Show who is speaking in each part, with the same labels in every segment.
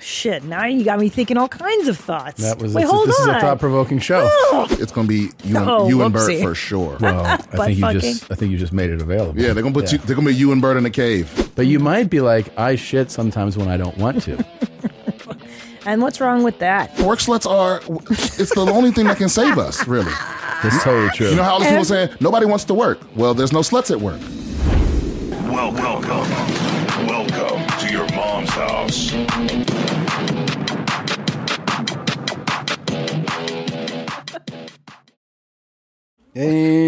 Speaker 1: Shit, now you got me thinking all kinds of thoughts.
Speaker 2: That was
Speaker 1: Wait,
Speaker 2: this,
Speaker 1: hold
Speaker 2: this
Speaker 1: on.
Speaker 2: is a thought provoking show.
Speaker 3: It's gonna be you and,
Speaker 1: Oh,
Speaker 3: you and Bert
Speaker 1: whoopsie.
Speaker 3: for sure.
Speaker 2: Well, I
Speaker 1: Ah, Butt
Speaker 2: think you just
Speaker 1: fucking.
Speaker 2: I think you just made it available.
Speaker 3: Yeah, they're gonna put you, they're gonna be you and Bert in a cave.
Speaker 2: But you might be like, I shit sometimes when I don't want to.
Speaker 1: and what's wrong with that?
Speaker 3: Pork sluts are. It's the only thing that can save us, really.
Speaker 2: That's totally true.
Speaker 3: You know how all these people saying nobody wants to work. Well, there's no sluts at work.
Speaker 4: Welcome, welcome, welcome to your mom's house.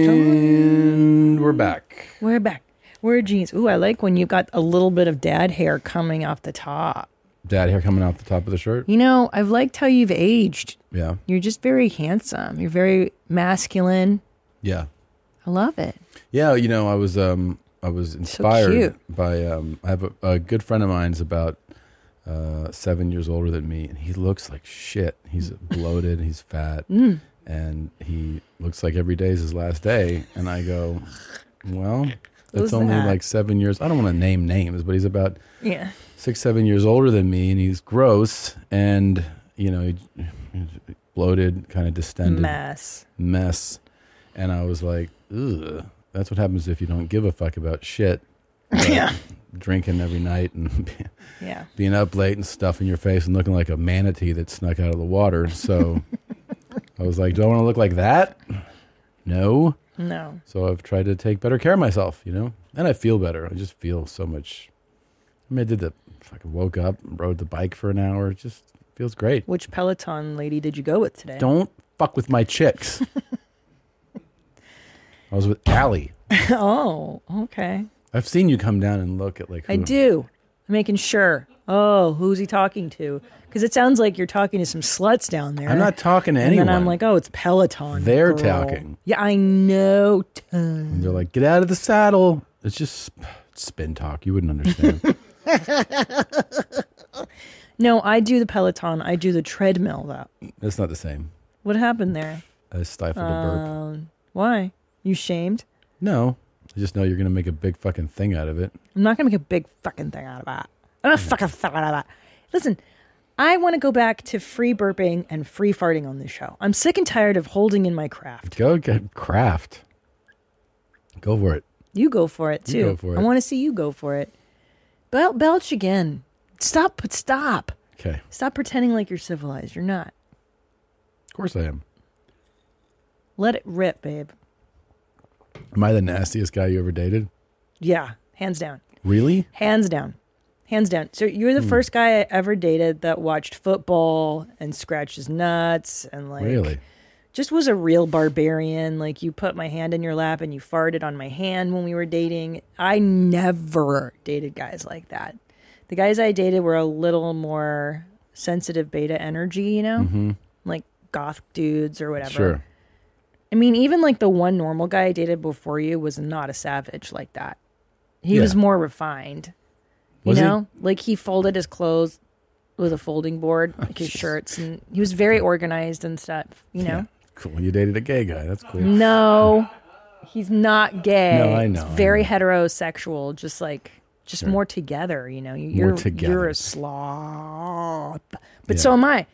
Speaker 2: and we're back.
Speaker 1: We're back. We're jeans. Ooh, I like when you got a little bit of dad hair coming off the top.
Speaker 2: Dad hair coming off the top of the shirt.
Speaker 1: You know, I've liked how you've aged.
Speaker 2: Yeah.
Speaker 1: You're just very handsome. You're very masculine.
Speaker 2: Yeah.
Speaker 1: I love it.
Speaker 2: Yeah, you know, I was um I was inspired
Speaker 1: cute.
Speaker 2: by um I have a, a good friend of mine's about uh seven years older than me and he looks like shit. He's
Speaker 1: Mm.
Speaker 2: bloated, he's fat, and he looks like every day is his last day. And I go, Well, that's
Speaker 1: Who's
Speaker 2: only
Speaker 1: that?
Speaker 2: like seven years I don't want to name names, but he's about
Speaker 1: Yeah.
Speaker 2: six, seven years older than me and he's gross and you know, he, he's bloated, kind of distended
Speaker 1: Mess.
Speaker 2: mess. And I was like, ugh, that's what happens if you don't give a fuck about shit.
Speaker 1: Yeah.
Speaker 2: Drinking every night and
Speaker 1: Yeah.
Speaker 2: being up late and stuffing your face and looking like a manatee that snuck out of the water. So I was like, do I want to look like that? No.
Speaker 1: No.
Speaker 2: So I've tried to take better care of myself, you know? And I feel better. I just feel so much. I mean, I did the fucking woke up, rode the bike for an hour. It just feels great.
Speaker 1: Which Peloton lady did you go with today?
Speaker 2: Don't fuck with my chicks. I was with Allie.
Speaker 1: Oh, okay.
Speaker 2: I've seen you come down and look at like
Speaker 1: I
Speaker 2: who-
Speaker 1: do. I'm making sure. Oh, who's he talking to? Because it sounds like you're talking to some sluts down there.
Speaker 2: I'm not talking to
Speaker 1: And
Speaker 2: anyone.
Speaker 1: then I'm like, oh, it's Peloton.
Speaker 2: They're
Speaker 1: girl.
Speaker 2: talking.
Speaker 1: Yeah, I know. Ton.
Speaker 2: And they're like, get out of the saddle. It's just sp- spin talk. You wouldn't understand.
Speaker 1: No, I do the Peloton. I do the treadmill though.
Speaker 2: That's not the same.
Speaker 1: What happened there?
Speaker 2: I stifled a burp.
Speaker 1: Oh. Why? You shamed?
Speaker 2: No, I just know you're gonna make a big fucking thing out of it.
Speaker 1: I'm not gonna make a big fucking thing out of that. I'm not fucking thing out of that. Listen, I want to go back to free burping and free farting on this show. I'm sick and tired of holding in my craft.
Speaker 2: Go get craft. Go for it.
Speaker 1: You go for it too.
Speaker 2: You go for
Speaker 1: I
Speaker 2: it.
Speaker 1: want to see you go for it. Bel- belch again. Stop. But stop.
Speaker 2: Okay.
Speaker 1: Stop pretending like you're civilized. You're not.
Speaker 2: Of course I am.
Speaker 1: Let it rip, babe.
Speaker 2: Am I the nastiest guy you ever dated?
Speaker 1: Yeah, hands down.
Speaker 2: Really?
Speaker 1: Hands down. Hands down. So you're the
Speaker 2: Hmm.
Speaker 1: first guy I ever dated that watched football and scratched his nuts and like
Speaker 2: Really?
Speaker 1: just was a real barbarian. Like you put my hand in your lap and you farted on my hand when we were dating. I never dated guys like that. The guys I dated were a little more sensitive beta energy, you know? Like goth dudes or whatever.
Speaker 2: Mm-hmm. Sure.
Speaker 1: I mean, even like the one normal guy I dated before you was not a savage like that. He
Speaker 2: Yeah.
Speaker 1: was more refined. You
Speaker 2: Was he?
Speaker 1: know, like he folded his clothes with a folding board,
Speaker 2: Oh,
Speaker 1: like his shirts, and he was very organized and stuff. You know,
Speaker 2: Cool. You dated a gay guy. That's
Speaker 1: Mm-hmm.
Speaker 2: cool.
Speaker 1: no, he's not gay.
Speaker 2: No, I
Speaker 1: He's
Speaker 2: know, I
Speaker 1: very heterosexual, just like just more together. You know, you're
Speaker 2: together.
Speaker 1: you're a slob, but so am I.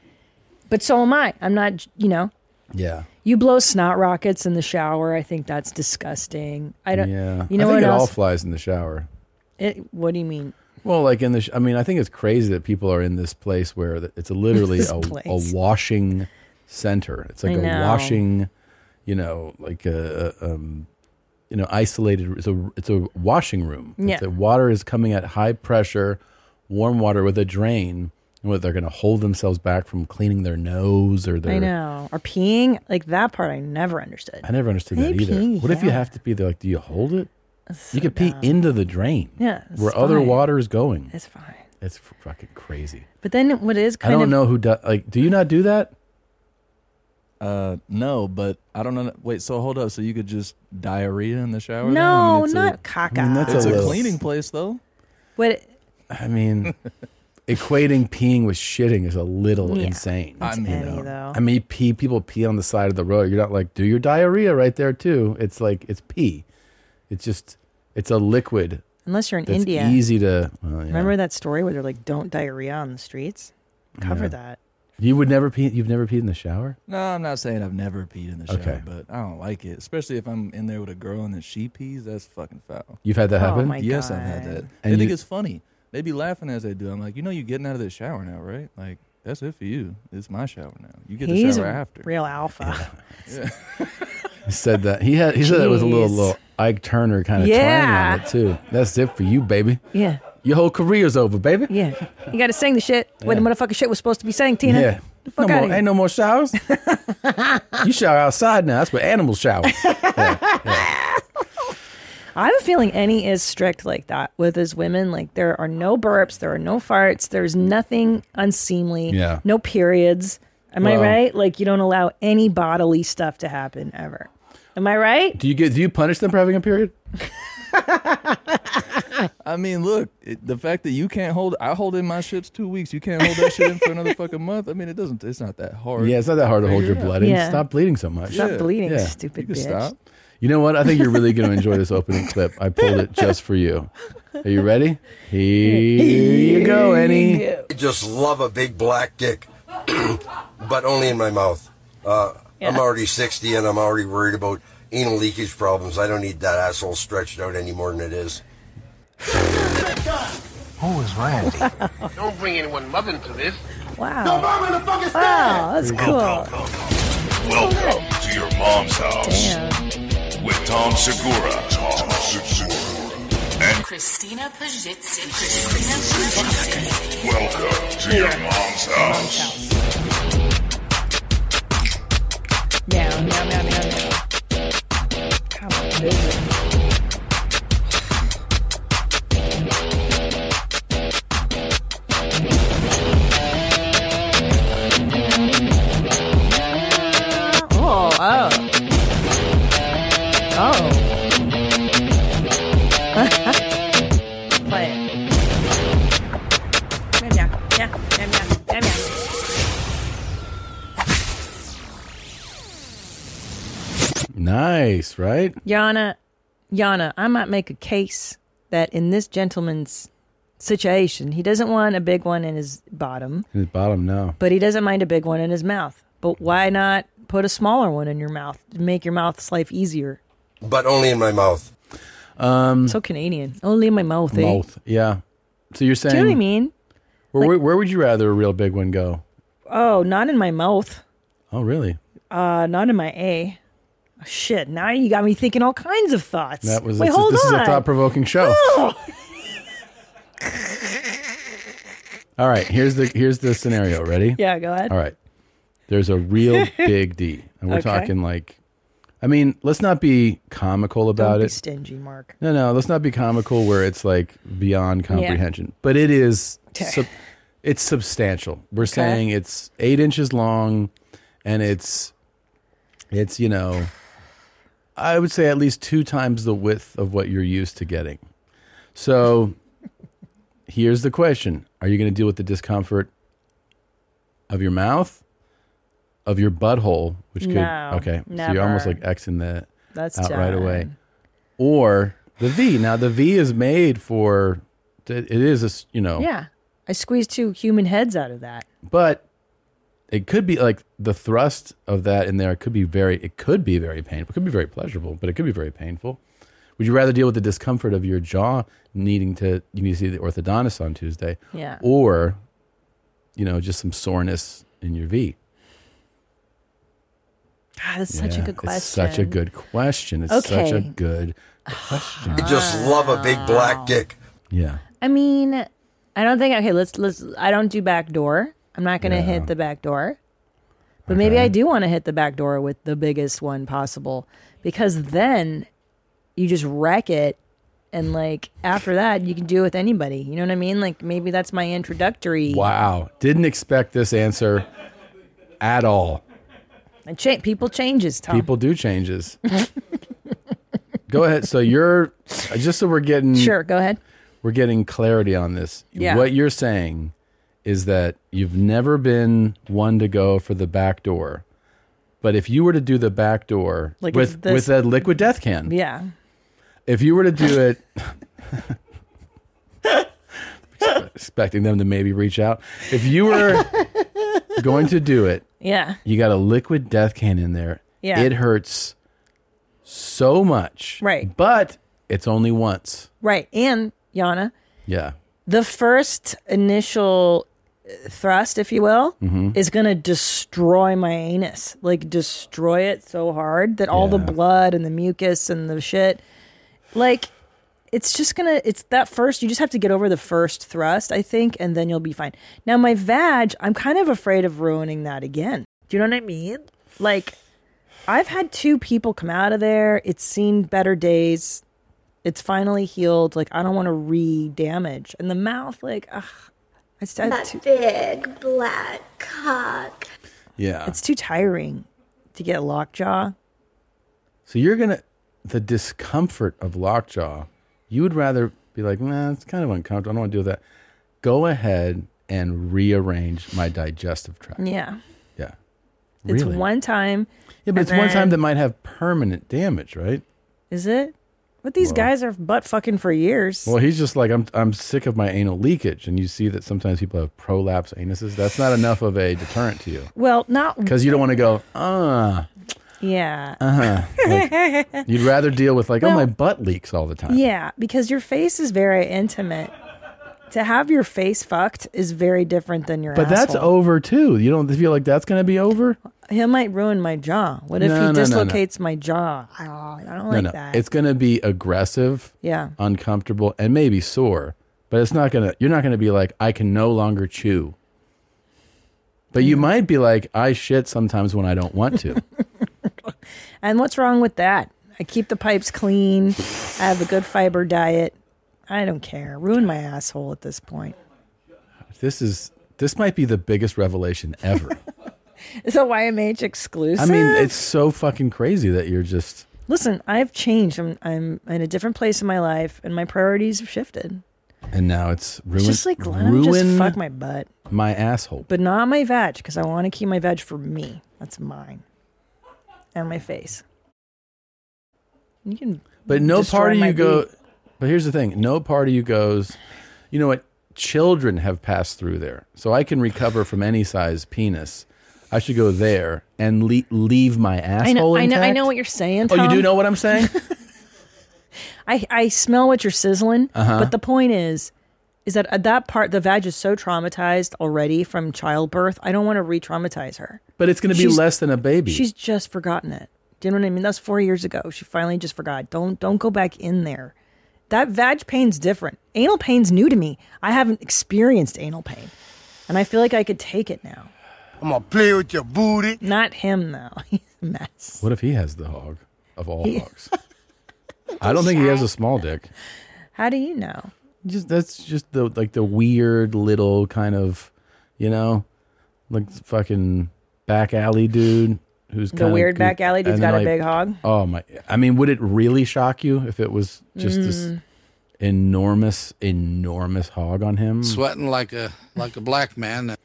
Speaker 1: But so am I. I'm not. You know,
Speaker 2: Yeah.
Speaker 1: you blow snot rockets in the shower. I think that's disgusting. I don't.
Speaker 2: Yeah.
Speaker 1: You know
Speaker 2: I think
Speaker 1: what
Speaker 2: it all
Speaker 1: else?
Speaker 2: flies in the shower.
Speaker 1: it, what do you mean?
Speaker 2: Well, like in the, sh- I mean, I think it's crazy that people are in this place where th- it's literally
Speaker 1: This
Speaker 2: a,
Speaker 1: place.
Speaker 2: a washing center. It's like
Speaker 1: I
Speaker 2: a
Speaker 1: know.
Speaker 2: washing, you know, like a, a, um, you know, isolated. It's a it's a washing room. It's
Speaker 1: Yeah.
Speaker 2: that water is coming at high pressure, warm water with a drain. and What they're going to hold themselves back from cleaning their nose or their.
Speaker 1: I know. Or peeing like that part. I never understood.
Speaker 2: I never understood that
Speaker 1: Hey,
Speaker 2: either.
Speaker 1: pee,
Speaker 2: what if you
Speaker 1: yeah.
Speaker 2: have to be there? Like, do you hold it? you could pee into the drain.
Speaker 1: Yeah, it's
Speaker 2: Where other
Speaker 1: fine.
Speaker 2: water is going.
Speaker 1: It's fine.
Speaker 2: It's f- fucking crazy.
Speaker 1: But then what is
Speaker 2: I
Speaker 1: kind
Speaker 2: don't
Speaker 1: of
Speaker 2: know who does. Like, do you not do that?
Speaker 5: Uh, No, but I don't know. Wait, so hold up. So you could just diarrhea in the shower? then? I mean,
Speaker 1: no,
Speaker 5: it's
Speaker 1: not
Speaker 5: A,
Speaker 1: caca.
Speaker 2: I mean, that's
Speaker 5: it's
Speaker 2: a
Speaker 5: a
Speaker 2: little-
Speaker 5: cleaning place, though.
Speaker 1: what
Speaker 2: I mean, equating peeing with shitting is a little
Speaker 1: Yeah.
Speaker 2: insane.
Speaker 5: I mean,
Speaker 1: any
Speaker 5: uh,
Speaker 1: though.
Speaker 2: I mean, pee. People pee on the side of the road. You're not like, do your diarrhea right there too. It's like it's pee. It's just it's a liquid
Speaker 1: Unless you're in
Speaker 2: that's
Speaker 1: India.
Speaker 2: easy to. well, yeah.
Speaker 1: Remember that story where they're like, "Don't diarrhea on the streets." cover
Speaker 2: Yeah.
Speaker 1: that.
Speaker 2: You would never pee. You've never peed in the shower.
Speaker 5: No, I'm not saying I've never peed in the shower,
Speaker 2: Okay.
Speaker 5: but I don't like it, especially if I'm in there with a girl and then she pees. That's fucking foul.
Speaker 2: You've had that
Speaker 1: Oh
Speaker 2: happen.
Speaker 1: my-
Speaker 5: yes, I've had
Speaker 1: God.
Speaker 5: that.
Speaker 2: And
Speaker 5: they think
Speaker 2: you-
Speaker 5: it's funny. They be laughing as they do. I'm like, you know, you're getting out of the shower now, right? Like that's it for you. It's my shower now. You get the
Speaker 1: He's
Speaker 5: shower
Speaker 1: a
Speaker 5: after.
Speaker 1: real alpha.
Speaker 2: He said that. He had. He said that with a little
Speaker 1: Jeez.
Speaker 2: little Ike Turner kind of
Speaker 1: Yeah.
Speaker 2: twang on it too. That's it for you, baby.
Speaker 1: Yeah.
Speaker 2: Your whole career's over, baby.
Speaker 1: yeah, You got to sing the shit. Where the
Speaker 2: Yeah.
Speaker 1: motherfucking shit was supposed to be sang, Tina.
Speaker 2: Yeah.
Speaker 1: The fuck
Speaker 2: no
Speaker 1: outta
Speaker 2: more,
Speaker 1: here.
Speaker 2: ain't no more showers. you shower outside now. That's where animals shower.
Speaker 1: I have a feeling any is strict like that with his women. Like there are no burps, there are no farts, there's nothing unseemly.
Speaker 2: Yeah.
Speaker 1: No periods. Am
Speaker 2: Well-
Speaker 1: I right? Like you don't allow any bodily stuff to happen ever. Am I right?
Speaker 2: Do you get? Do you punish them for having a period?
Speaker 5: I mean, look, it, the fact that you can't hold, I hold in my shits two weeks. You can't hold that shit in for another fucking month. I mean, it doesn't. It's not that hard.
Speaker 2: Yeah, it's not that hard to hold your
Speaker 5: Yeah.
Speaker 2: blood in.
Speaker 1: Yeah.
Speaker 2: Stop bleeding so much.
Speaker 1: Stop
Speaker 5: Yeah.
Speaker 1: bleeding,
Speaker 2: Yeah.
Speaker 5: you
Speaker 1: stupid
Speaker 5: can
Speaker 1: bitch.
Speaker 5: stop.
Speaker 2: You know what? I think you're really going to enjoy this opening clip. I pulled it just for you. Are you ready? Here you go, Annie.
Speaker 6: I just love a big black dick, but only in my mouth. Uh, I'm
Speaker 1: Yeah.
Speaker 6: already 60 and I'm already worried about anal leakage problems. I don't need that asshole stretched out any more than it is.
Speaker 7: Who is Randy?
Speaker 8: Don't bring anyone mother into this.
Speaker 1: Wow.
Speaker 3: I'm in the
Speaker 1: Oh.
Speaker 3: fucking
Speaker 1: Wow, that's cool.
Speaker 4: Welcome to your mom's house
Speaker 1: Damn.
Speaker 4: with Tom Segura. Tom Segura. And
Speaker 9: Christina Pajitsi. Christina Pajitsi.
Speaker 4: welcome to your mom's house.
Speaker 1: Meow, meow, meow, meow, meow. Come on, baby. Oh, oh. Oh. Play it. Meow, meow, meow, meow, meow, meow, meow.
Speaker 2: Nice, right?
Speaker 1: Yana, Yana, I might make a case that in this gentleman's situation, he doesn't want a big one in his bottom,
Speaker 2: In the bottom now.
Speaker 1: but he doesn't mind a big one in his mouth. But why not put a smaller one in your mouth to make your mouth's life easier?
Speaker 6: But only in my mouth.
Speaker 1: So Canadian. Only in my mouth, eh?
Speaker 2: Mouth. Yeah. So you're saying,
Speaker 1: Do you know what I mean?
Speaker 2: where, where would you rather a real big one go?
Speaker 1: Oh, not in my mouth.
Speaker 2: Oh, really?
Speaker 1: Uh, not in my A. Oh, shit, now you got me thinking all kinds of thoughts.
Speaker 2: That was
Speaker 1: Wait,
Speaker 2: this,
Speaker 1: hold
Speaker 2: this
Speaker 1: on.
Speaker 2: is a thought provoking show. All right, here's the here's the scenario. Ready?
Speaker 1: yeah, go ahead.
Speaker 2: All right. There's a real big D. And we're
Speaker 1: Okay.
Speaker 2: talking like I mean, let's not be comical
Speaker 1: Don't
Speaker 2: about
Speaker 1: be
Speaker 2: it.
Speaker 1: stingy, Mark.
Speaker 2: no, no, let's not be comical where it's like beyond comprehension. But it is sub- it's substantial. We're saying it's 8 inches long and it's it's, you know, I would say at least two times the width of what you're used to getting. So here's the question Are you going to deal with the discomfort of your mouth, of your butthole, which could,
Speaker 1: No,
Speaker 2: okay, so you're almost like
Speaker 1: never.
Speaker 2: Xing that
Speaker 1: That's
Speaker 2: out right away,
Speaker 1: done.
Speaker 2: or the V. Now, the V is made for, it is a, s- you know,
Speaker 1: Yeah. I squeezed two human heads out of that.
Speaker 2: but it could be like the thrust of that in there could be very it could be very painful it could be very pleasurable but it could be very painful would you rather deal with the discomfort of your jaw needing to you need to see the orthodontist on tuesday
Speaker 1: Yeah.
Speaker 2: or you know just some soreness in your v
Speaker 1: God, that's such
Speaker 2: Yeah,
Speaker 1: a good question.
Speaker 2: it's such a good question it's such a
Speaker 1: Okay.
Speaker 2: good
Speaker 6: I just love a big black dick.
Speaker 2: yeah
Speaker 1: I mean, I don't think. Okay, let's let's. I don't do back door. I'm not going to hit the back door. But maybe I do want to hit the back door with the biggest one possible because then you just wreck it. And like after that, you can do it with anybody. You know what I mean? Like maybe that's my introductory.
Speaker 2: wow didn't expect this answer at all
Speaker 1: And cha- people changes, Tom.
Speaker 2: people do changes go ahead so you're just so we're getting
Speaker 1: Sure, go ahead.
Speaker 2: we're getting clarity on this.
Speaker 1: Yeah.
Speaker 2: What you're saying is that you've never been one to go for the back door. But if you were to do the back door
Speaker 1: Like
Speaker 2: with
Speaker 1: this-
Speaker 2: with a liquid death can,
Speaker 1: Yeah.
Speaker 2: if you were to do it expecting them to maybe reach out. If you were going to do it,
Speaker 1: Yeah.
Speaker 2: you got a liquid death can in there.
Speaker 1: Yeah.
Speaker 2: It hurts so much.
Speaker 1: Right.
Speaker 2: But it's only once.
Speaker 1: Right. And Yana,
Speaker 2: Yeah.
Speaker 1: the first initial thrust, if you will, is going to destroy my anus. Like destroy it so hard that all the
Speaker 2: Yeah.
Speaker 1: blood and the mucus and the shit, like it's just going to, it's that first, you just have to get over the first thrust, I think, and then you'll be fine. Now, my vag, I'm kind of afraid of ruining that again. Do you know what I mean? Like, I've had two people come out of there. It's seen better days. It's finally healed. Like, I don't want to re damage. And the mouth, like, ugh. It's, it's, too,
Speaker 7: Big black cock.
Speaker 2: Yeah.
Speaker 1: it's too tiring to get lockjaw.
Speaker 2: so you're going to, the discomfort of lockjaw, you would rather be like, nah, it's kind of uncomfortable. I don't want to deal with that. Go ahead and rearrange my digestive tract.
Speaker 1: Yeah.
Speaker 2: Yeah.
Speaker 1: It's
Speaker 2: Really?
Speaker 1: one time.
Speaker 2: Yeah,
Speaker 1: and
Speaker 2: but it's one time
Speaker 1: then-
Speaker 2: that might have permanent damage, right?
Speaker 1: Is it? But these guys are butt fucking for years.
Speaker 2: Well, he's just like I'm. I'm sick of my anal leakage, and you see that sometimes people have prolapse anuses. That's not enough of a deterrent to you
Speaker 1: Well, not.
Speaker 2: because you don't want to go. Ah,
Speaker 1: Yeah.
Speaker 2: uh. you'd rather deal with like, oh, my
Speaker 1: Well-
Speaker 2: butt leaks all the time.
Speaker 1: Yeah, because your face is very intimate. To have your face fucked is very different than your
Speaker 2: but that's
Speaker 1: asshole.
Speaker 2: over too. You don't feel like that's going to be over.
Speaker 1: He might ruin my jaw. What if
Speaker 2: No,
Speaker 1: he
Speaker 2: no, no, no.
Speaker 1: dislocates my jaw? Ah, I don't like
Speaker 2: no, no,
Speaker 1: that.
Speaker 2: it's uh, going to be aggressive,
Speaker 1: yeah.
Speaker 2: uncomfortable, and maybe sore. But it's not gonna. You're not going to be like, I can no longer chew. But
Speaker 1: Mm.
Speaker 2: you might be like, I shit sometimes when I don't want to.
Speaker 1: And what's wrong with that? I keep the pipes clean. I have a good fiber diet. I don't care. Ruin my asshole at this point.
Speaker 2: this is. This might be the biggest revelation ever.
Speaker 1: Is a YMH
Speaker 2: I
Speaker 1: exclusive?
Speaker 2: mean, it's so fucking crazy that you're just
Speaker 1: listen. I've changed. I'm I'm in a different place in my life, and my priorities have shifted.
Speaker 2: and now it's ruined.
Speaker 1: It's just like let him
Speaker 2: ruin
Speaker 1: just fuck my butt.
Speaker 2: my asshole.
Speaker 1: but not my veg because I want to keep my veg for me. That's mine and my face. You can,
Speaker 2: But no
Speaker 1: destroy
Speaker 2: part of
Speaker 1: my
Speaker 2: you go.
Speaker 1: beak.
Speaker 2: But here's the thing: no part of you goes. You know what? Children have passed through there, so I can recover from any size penis. I should go there and le- leave my asshole.
Speaker 1: I know, I know, I
Speaker 2: intact?
Speaker 1: know what you're saying.
Speaker 2: Oh, you do
Speaker 1: Tom.
Speaker 2: know what I'm saying?
Speaker 1: I I smell what you're sizzling,
Speaker 2: Uh-huh.
Speaker 1: but the point is. Is that at that part the vag is so traumatized already from childbirth? I don't want to re-traumatize her.
Speaker 2: but it's going to be
Speaker 1: She's-
Speaker 2: less than a baby.
Speaker 1: She's just forgotten it. Do you know what I mean? That's four years ago. She finally just forgot. Don't don't go back in there. That vag pain's different. Anal pain's new to me. I haven't experienced anal pain, and I feel like I could take it now.
Speaker 6: I'm gonna play with your booty.
Speaker 1: Not him though. He's a mess.
Speaker 2: what if he has the hog of all hogs? I don't think he has a small dick.
Speaker 1: How do you know?
Speaker 2: just that's just the like the weird little kind of you know like fucking back alley dude who's
Speaker 1: The weird back alley
Speaker 2: dude's
Speaker 1: dude's got a big hog.
Speaker 2: oh my i mean would it really shock you if it was just this
Speaker 1: Mm.
Speaker 2: enormous enormous hog on him
Speaker 5: Mm-hmm.
Speaker 10: Sweating like a like a black man.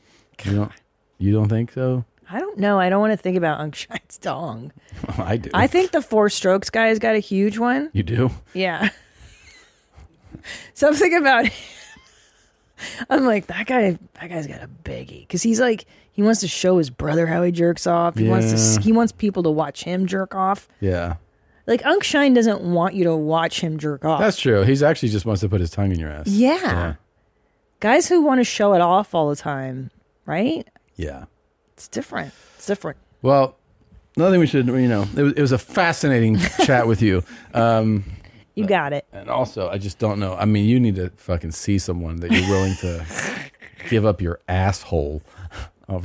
Speaker 2: you don't, you don't think so
Speaker 1: I don't know. I don't want to think about Ungshine's dong.
Speaker 2: i do
Speaker 1: I think the four strokes guy's got a huge one.
Speaker 2: you do
Speaker 1: Yeah. Something about him. I'm like that guy. That guy's got a biggie because he's like he wants to show his brother how he jerks off. He wants to. s-
Speaker 2: Yeah.
Speaker 1: He wants people to watch him jerk off.
Speaker 2: yeah
Speaker 1: Like Unc Shine doesn't want you to watch him jerk off.
Speaker 2: that's true he's actually just wants to put his tongue in your ass
Speaker 1: yeah.
Speaker 2: yeah,
Speaker 1: Guys who want to show it off all the time, right?
Speaker 2: yeah.
Speaker 1: It's different. It's different.
Speaker 2: well another thing we should you know it was, it was a fascinating chat with you
Speaker 1: You got it.
Speaker 2: And also, I just don't know. I mean, you need to fucking see someone that you're willing to give up your asshole. Oh,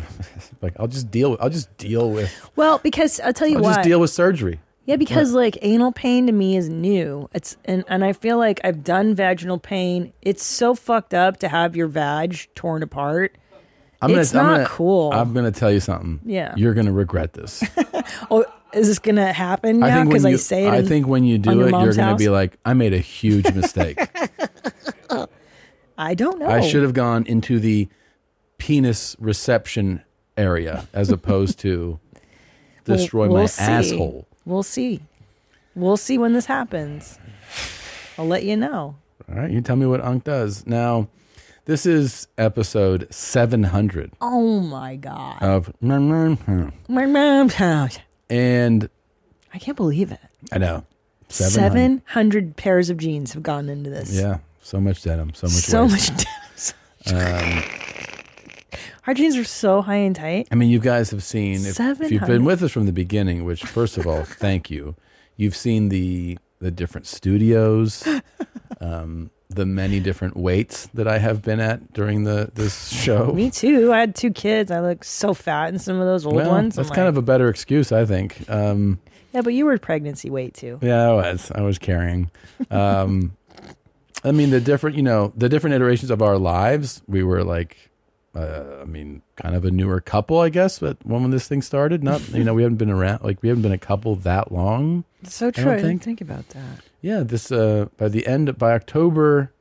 Speaker 2: like I'll just deal. With, I'll just deal with.
Speaker 1: Well, because I'll tell you
Speaker 2: I'll
Speaker 1: what.
Speaker 2: just deal with surgery.
Speaker 1: Yeah, because like anal pain to me is new. It's and, and I feel like I've done vaginal pain. It's so fucked up to have your vag torn apart.
Speaker 2: I'm
Speaker 1: It's
Speaker 2: I'm
Speaker 1: not
Speaker 2: gonna,
Speaker 1: cool.
Speaker 2: I'm gonna tell you something.
Speaker 1: Yeah.
Speaker 2: you're gonna regret this.
Speaker 1: Oh, is this gonna happen
Speaker 2: I
Speaker 1: now?
Speaker 2: think when
Speaker 1: Because I,
Speaker 2: you,
Speaker 1: say it.
Speaker 2: I
Speaker 1: in-
Speaker 2: think when you do
Speaker 1: on your
Speaker 2: it, you're
Speaker 1: mom's
Speaker 2: gonna be
Speaker 1: house?
Speaker 2: like, I made a huge mistake.
Speaker 1: I don't know.
Speaker 2: I should have gone into the penis reception area as opposed to destroy
Speaker 1: we'll
Speaker 2: my
Speaker 1: see.
Speaker 2: asshole.
Speaker 1: We'll see. We'll see when this happens. I'll let you know.
Speaker 2: All right, you tell me what Ankh does. Now, This is episode 700
Speaker 1: Oh my god.
Speaker 2: of
Speaker 1: My mom's house.
Speaker 2: and
Speaker 1: I can't believe it.
Speaker 2: I know 700.
Speaker 1: Seven hundred pairs of jeans have gone into this.
Speaker 2: Yeah, so much denim, so much Um,
Speaker 1: so
Speaker 2: waste.
Speaker 1: much. Our jeans are so high and tight.
Speaker 2: I mean, you guys have seen if, if you've
Speaker 1: 700.
Speaker 2: been with us from the beginning, which first of all, thank you. You've seen the the different studios, um, the many different weights that I have been at during the this show.
Speaker 1: Me too. I had two kids. I look so fat in some of those old
Speaker 2: well,
Speaker 1: ones.
Speaker 2: that's kind of a better excuse, I think. Um,
Speaker 1: yeah, but you were pregnancy weight too.
Speaker 2: Yeah, I was. I was carrying. Um, I mean, the different, you know, the different iterations of our lives. We were like, uh, I mean, kind of a newer couple, I guess. But when, when this thing started, not, you know, we haven't been around, like, we haven't been a couple that long.
Speaker 1: It's so
Speaker 2: don't
Speaker 1: true. I, didn't
Speaker 2: think-
Speaker 1: think, about that.
Speaker 2: Yeah, this uh, by the end by October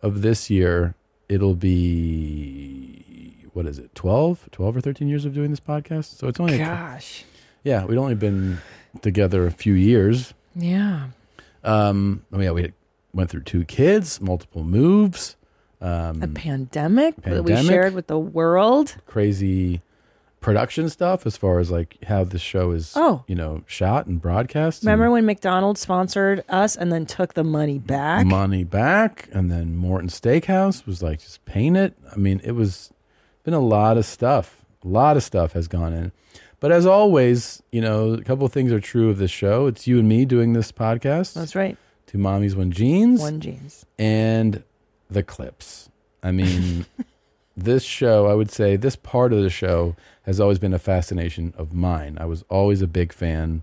Speaker 2: of this year, it'll be what is it, 12, 12 or thirteen years of doing this podcast. So it's only, a-
Speaker 1: Gosh.
Speaker 2: yeah, we'd only been together a few years.
Speaker 1: Yeah.
Speaker 2: Um, oh yeah, we went through two kids, multiple moves,
Speaker 1: A pandemic, that we
Speaker 2: Um, Pandemic.
Speaker 1: shared with the world.
Speaker 2: crazy production stuff as far as like how the show is,
Speaker 1: Oh.
Speaker 2: you know, shot and broadcast. and
Speaker 1: Remember when McDonald's sponsored us and then took the money back?
Speaker 2: money back, and then Morton Steakhouse was like just paint it. I mean, it was been a lot of stuff. A lot of stuff has gone in, but as always, you know, a couple of things are true of this show. It's you and me doing this podcast.
Speaker 1: That's right.
Speaker 2: Two mommies, one jeans.
Speaker 1: One jeans.
Speaker 2: and the clips. I mean, this show, I would say this part of the show has always been a fascination of mine. I was always a big fan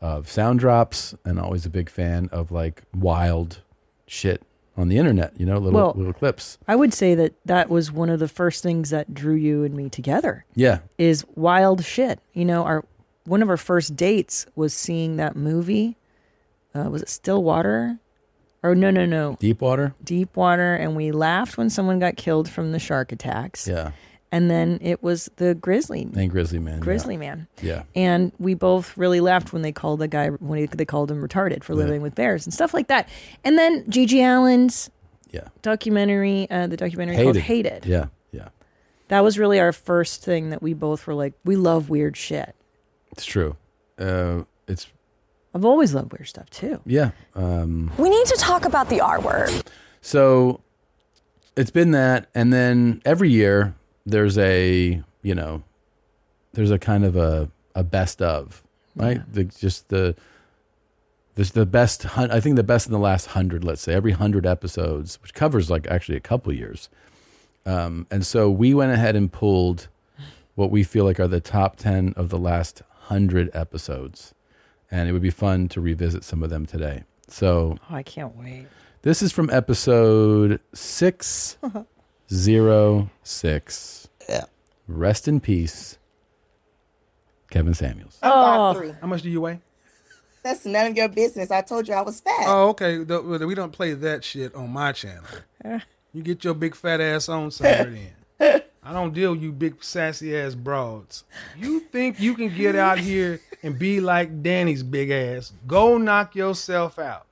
Speaker 2: of sound drops and always a big fan of like wild shit on the internet, you know, little
Speaker 1: Well-
Speaker 2: little clips.
Speaker 1: I would say that that was one of the first things that drew you and me together
Speaker 2: Yeah.
Speaker 1: is wild shit. You know, our one of our first dates was seeing that movie. Uh, was it Stillwater? Or no, no, no,
Speaker 2: Deep water.
Speaker 1: Deep Water. And we laughed when someone got killed from the shark attacks.
Speaker 2: Yeah.
Speaker 1: And then it was the grizzly
Speaker 2: And Grizzly Man. yeah.
Speaker 1: grizzly man.
Speaker 2: Yeah.
Speaker 1: and we both really laughed when they called the guy when he, they called him retarded for living with bears and stuff like that. And then Gigi Allen's
Speaker 2: Yeah.
Speaker 1: documentary, uh, the documentary called "Hated,"
Speaker 2: Yeah. Yeah.
Speaker 1: that was really our first thing that we both were like, we love weird shit.
Speaker 2: It's true. Uh, it's
Speaker 1: I've always loved weird stuff too.
Speaker 2: yeah. uh,
Speaker 11: We need to talk about the R word.
Speaker 2: So it's been that, and then every year there's a you know there's a kind of a a best of right the, just the this the best hun- I think the best in the last hundred let's say every hundred episodes which covers like actually a couple years, um, and so we went ahead and pulled what we feel like are the top ten of the last hundred episodes, and it would be fun to revisit some of them today. So
Speaker 1: Oh, I can't wait.
Speaker 2: this is from episode 606. Rest in peace, Kevin Samuels.
Speaker 11: Oh,
Speaker 12: How much do you weigh?
Speaker 11: that's none of your business. I told you I was fat.
Speaker 12: Oh, okay. The- well, We don't play that shit on my channel. You get your big fat ass on somewhere then. I don't deal with you big sassy ass broads. You think you can get out here and be like Danny's big ass? Go knock yourself out.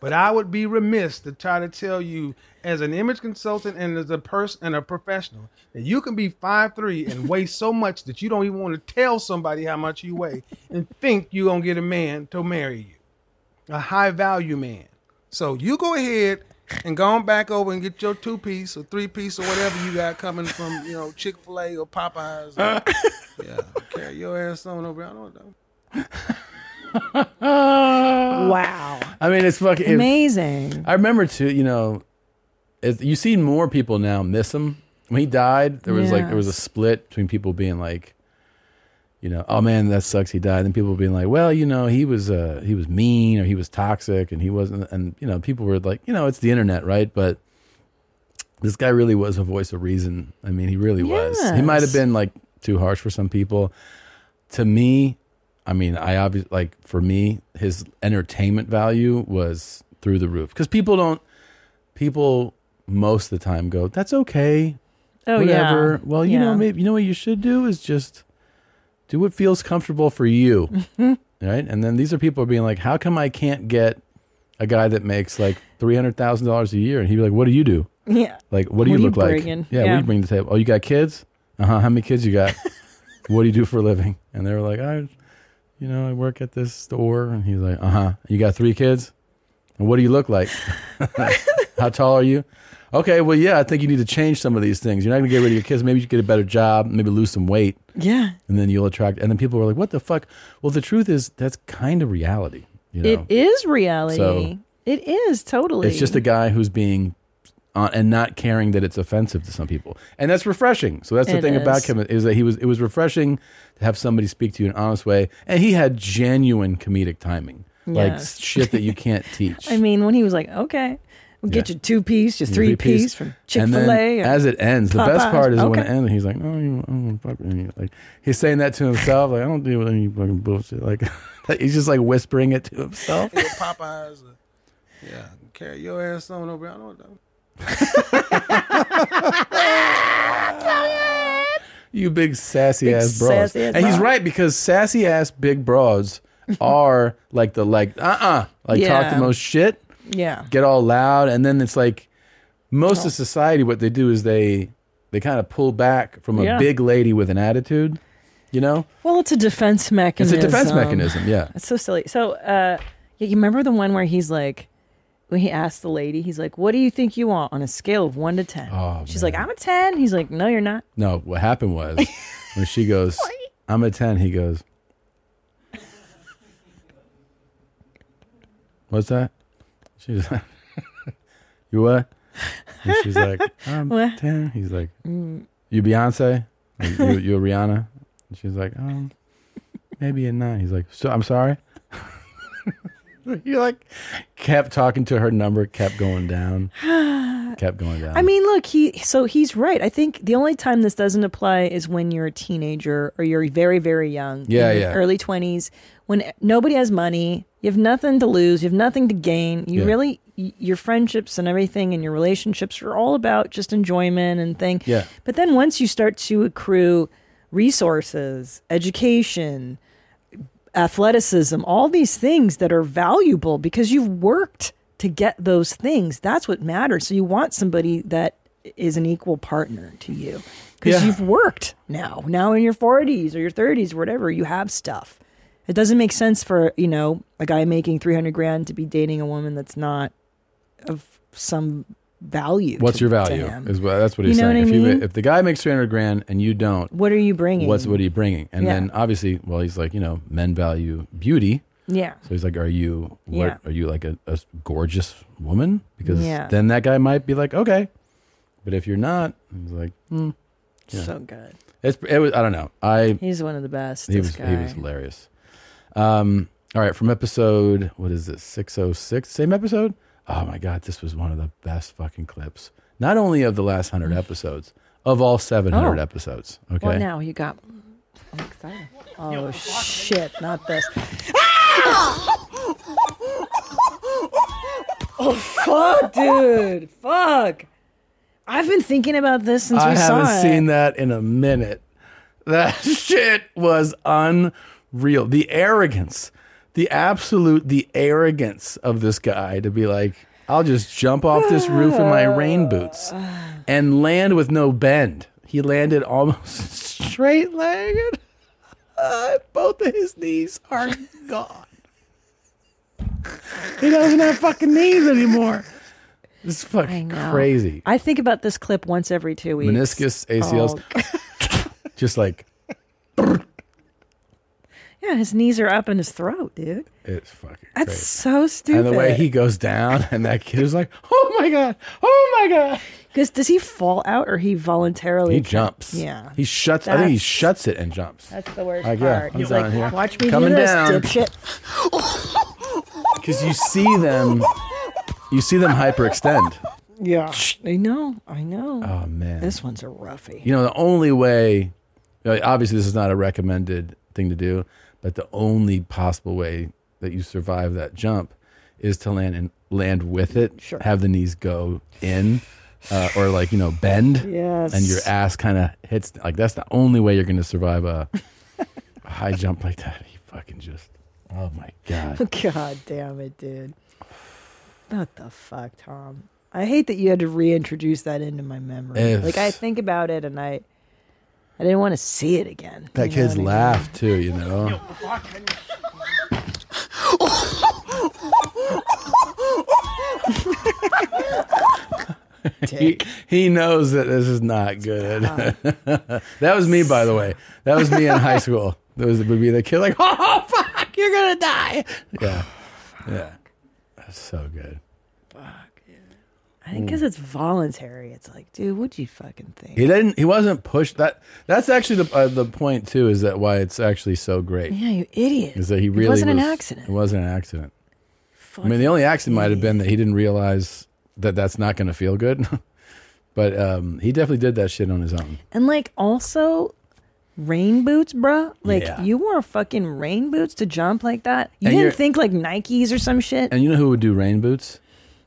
Speaker 12: But I would be remiss to try to tell you, as an image consultant and as a person and a professional, that you can be 5'3 and weigh so much that you don't even want to tell somebody how much you weigh and think you're going to get a man to marry you a high value man. So you go ahead and go on back over and get your two piece or three piece or whatever you got coming from, you know, Chick fil A or Popeyes. or- yeah, carry your ass on over. I don't know.
Speaker 1: Wow,
Speaker 2: I mean, it's fucking. it-
Speaker 1: amazing.
Speaker 2: I remember too, you know, it, you see more people now miss him. When he died, there was like, there was a
Speaker 1: Yes.
Speaker 2: split between people being like, you know, oh man, that sucks. He died. And people being like, well, you know, he was, uh, he was mean or he was toxic and he wasn't. And, you know, people were like, you know, it's the internet, right? But this guy really was a voice of reason. I mean, he really was. He might have
Speaker 1: Yes.
Speaker 2: been like too harsh for some people. To me, I mean, I obviously like for me, his entertainment value was through the roof because people don't, people most of the time go, that's okay,
Speaker 1: Oh
Speaker 2: whatever.
Speaker 1: yeah.
Speaker 2: Well, you know,
Speaker 1: Yeah.
Speaker 2: maybe you know what you should do is just do what feels comfortable for you, right? And then these are people being like, how come I can't get a guy that makes like three hundred thousand dollars a year? And he'd be like, what do you do?
Speaker 1: Yeah.
Speaker 2: Like, what do
Speaker 1: What
Speaker 2: you
Speaker 1: are you
Speaker 2: look like?
Speaker 1: bringing?
Speaker 2: Yeah, what
Speaker 1: Yeah.
Speaker 2: do you bring to the table? Oh, you got kids? Uh huh. How many kids you got? what do you do for a living? And they were like, I, you know, I work at this store. And he's like, uh huh. You got three kids? And what do you look like? How tall are you? Okay, well, yeah, I think you need to change some of these things. You're not going to get rid of your kids. Maybe you get a better job, maybe lose some weight.
Speaker 1: Yeah.
Speaker 2: And then you'll attract. And then people were like, what the fuck? Well, the truth is, that's kind of reality. You know?
Speaker 1: It is reality.
Speaker 2: So-
Speaker 1: it is totally.
Speaker 2: It's just a guy who's being uh, and not caring that it's offensive to some people, and that's refreshing. So that's the
Speaker 1: It
Speaker 2: thing about
Speaker 1: is.
Speaker 2: him is that he was. It was refreshing to have somebody speak to you in an honest way, and he had genuine comedic timing, like
Speaker 1: Yes.
Speaker 2: shit that you can't teach.
Speaker 1: I mean, when he was like, okay, we'll get
Speaker 2: Yeah.
Speaker 1: you two piece, just three, piece, from Chick
Speaker 2: And
Speaker 1: fil
Speaker 2: then
Speaker 1: A.
Speaker 2: As it ends, the best part is when it
Speaker 1: okay.
Speaker 2: ends. He's like, "No, you, I don't fuck with you." Like he's saying that to himself. Like I don't deal with any fucking bullshit. Like he's just like whispering it to himself.
Speaker 12: Yeah, Popeyes. Or, yeah, carry your ass on over. I don't know what that
Speaker 2: You big sassy
Speaker 12: Big
Speaker 2: ass bros.
Speaker 12: sassy ass
Speaker 2: and he's
Speaker 12: bra.
Speaker 2: right because sassy ass big bras are like the like uh uh like talk
Speaker 1: Yeah.
Speaker 2: the most shit,
Speaker 1: yeah.
Speaker 2: get all loud, and then it's like most
Speaker 12: Oh.
Speaker 2: of society what they do is they they kind of pull back from a
Speaker 1: Yeah.
Speaker 2: big lady with an attitude, you know?
Speaker 1: Well, it's a defense
Speaker 2: It's
Speaker 1: mechanism.
Speaker 2: a defense
Speaker 12: um,
Speaker 2: mechanism, yeah.
Speaker 1: It's so silly. So, uh, yeah, you remember the one where he's like, when he asked the lady, he's like, "What do you think you want on a scale of one to 10?
Speaker 2: Oh,
Speaker 1: She's like, "I'm a 10. He's like, "No, you're not."
Speaker 2: No, what happened was when she goes, I'm a 10, he goes, What's that? She's like, You what? And she's like, I'm
Speaker 1: What?
Speaker 2: 10. He's like,
Speaker 1: Mm.
Speaker 2: You Beyonce? Like, you, you Rihanna? And she's like, um, Maybe a 9. He's like, so, I'm sorry. you like kept talking to her number, kept going down, kept going down.
Speaker 1: I mean, look, he so he's right. I think the only time this doesn't apply is when you're a teenager or you're very, very young.
Speaker 2: Yeah,
Speaker 1: in your
Speaker 2: yeah.
Speaker 1: Early twenties, when nobody has money, you have nothing to lose, you have nothing to gain. You
Speaker 2: Yeah.
Speaker 1: really y- your friendships and everything and your relationships are all about just enjoyment and thing.
Speaker 2: Yeah.
Speaker 1: But then once you start to accrue resources, education, athleticism, all these things that are valuable because you've worked to get those things. That's what matters. So you want somebody that is an equal partner to you because
Speaker 2: Yeah.
Speaker 1: you've worked now. Now in your 40s or your 30s or whatever, you have stuff. It doesn't make sense for, you know, a guy making 300 grand to be dating a woman that's not of some value.
Speaker 2: What's
Speaker 1: to-
Speaker 2: your
Speaker 1: to
Speaker 2: value?
Speaker 1: him.
Speaker 2: Is what that's what
Speaker 1: You
Speaker 2: he's
Speaker 1: know
Speaker 2: saying.
Speaker 1: what
Speaker 2: if
Speaker 1: I mean?
Speaker 2: you if the guy makes three hundred grand and you don't,
Speaker 1: What are you bringing?
Speaker 2: what's what are you bringing? And
Speaker 1: Yeah.
Speaker 2: then obviously, well, he's like, you know, men value beauty.
Speaker 1: Yeah.
Speaker 2: So he's like, are you what
Speaker 1: Yeah.
Speaker 2: are you like a, a gorgeous woman? Because
Speaker 1: Yeah.
Speaker 2: then that guy might be like, okay, but if you're not, he's like, hmm. Yeah.
Speaker 1: So good.
Speaker 2: It's it was I don't know. I
Speaker 1: He's one of the best.
Speaker 2: He
Speaker 1: this
Speaker 2: was
Speaker 1: guy.
Speaker 2: he was hilarious. Um all right, from episode what is this? 606. Same episode? Oh my god, this was one of the best fucking clips. Not only of the last 100 episodes, of all 700
Speaker 1: Mm. Oh.
Speaker 2: episodes, okay?
Speaker 1: Well, now you got. I'm excited. Oh shit! Not this. oh fuck, dude! Fuck! I've been thinking about this since
Speaker 2: I
Speaker 1: we saw
Speaker 2: haven't
Speaker 1: it.
Speaker 2: seen that in a minute. That shit was unreal. The arrogance, the absolute, the arrogance of this guy to be like, I'll just jump off this roof in my rain boots and land with no bend. He landed almost straight legged. Uh, both of his knees are gone. He doesn't have fucking knees anymore. This is fucking
Speaker 1: No.
Speaker 2: crazy.
Speaker 1: I think about this clip once every two weeks.
Speaker 2: Meniscus, ACLs,
Speaker 1: Oh,
Speaker 2: just like
Speaker 1: yeah, his knees are up in his throat, dude.
Speaker 2: it's fucking.
Speaker 1: That's
Speaker 2: crazy.
Speaker 1: so stupid.
Speaker 2: And the way he goes down, and that kid is like, "Oh my god! Oh my god!"
Speaker 1: Because does he fall out or he voluntarily?
Speaker 2: He jumps.
Speaker 1: Yeah.
Speaker 2: He shuts. I think he
Speaker 1: That's-
Speaker 2: shuts it and jumps.
Speaker 1: That's the worst
Speaker 2: Like, yeah,
Speaker 1: part.
Speaker 2: I'm
Speaker 1: He's
Speaker 2: down
Speaker 1: like,
Speaker 2: here.
Speaker 1: watch me
Speaker 2: Coming
Speaker 1: do this,
Speaker 2: down.
Speaker 1: dipshit.
Speaker 2: Because you see them, you see them hyperextend.
Speaker 1: Yeah, I know. I know.
Speaker 2: Oh man,
Speaker 1: This one's a roughie.
Speaker 2: You know, the only way, you know, obviously, this is not a recommended thing to do, but the only possible way that you survive that jump is to land and land with it.
Speaker 1: Sure.
Speaker 2: Have the knees go in, uh, or like you know, bend.
Speaker 1: Yes.
Speaker 2: And your ass kind of hits. Like that's the only way you're going to survive a, a high jump like that. He fucking just. Oh my god.
Speaker 1: God damn it, dude. What the fuck, Tom? I hate that you had to reintroduce that into my memory.
Speaker 2: If-
Speaker 1: Like I think about it and I, I didn't want to see it again.
Speaker 2: That
Speaker 1: You know
Speaker 2: kid's
Speaker 1: what I mean?
Speaker 2: laugh too, you know. he, he knows that this is not good. that was me, by the way. That was me in high school. That was would be the kid like, oh fuck, you're gonna die. yeah, yeah. That's so good.
Speaker 1: I think
Speaker 2: Mm.
Speaker 1: because it's voluntary. It's like, dude, what do you fucking think?
Speaker 2: He didn't. He wasn't pushed. That that's actually the uh, the point too. Is that why it's actually so great?
Speaker 1: Yeah, you idiot.
Speaker 2: Is that he
Speaker 1: It
Speaker 2: really
Speaker 1: wasn't an
Speaker 2: was-
Speaker 1: accident.
Speaker 2: It wasn't an accident. I mean, the only accident might have been that he didn't realize that that's not going to feel good. but um, he definitely did that shit on his own.
Speaker 1: And like also rain boots, bruh. Like
Speaker 2: Yeah.
Speaker 1: you wore fucking rain boots to jump like that. You
Speaker 2: And you're-
Speaker 1: didn't think like Nikes or some shit.
Speaker 2: And you know who would do rain boots?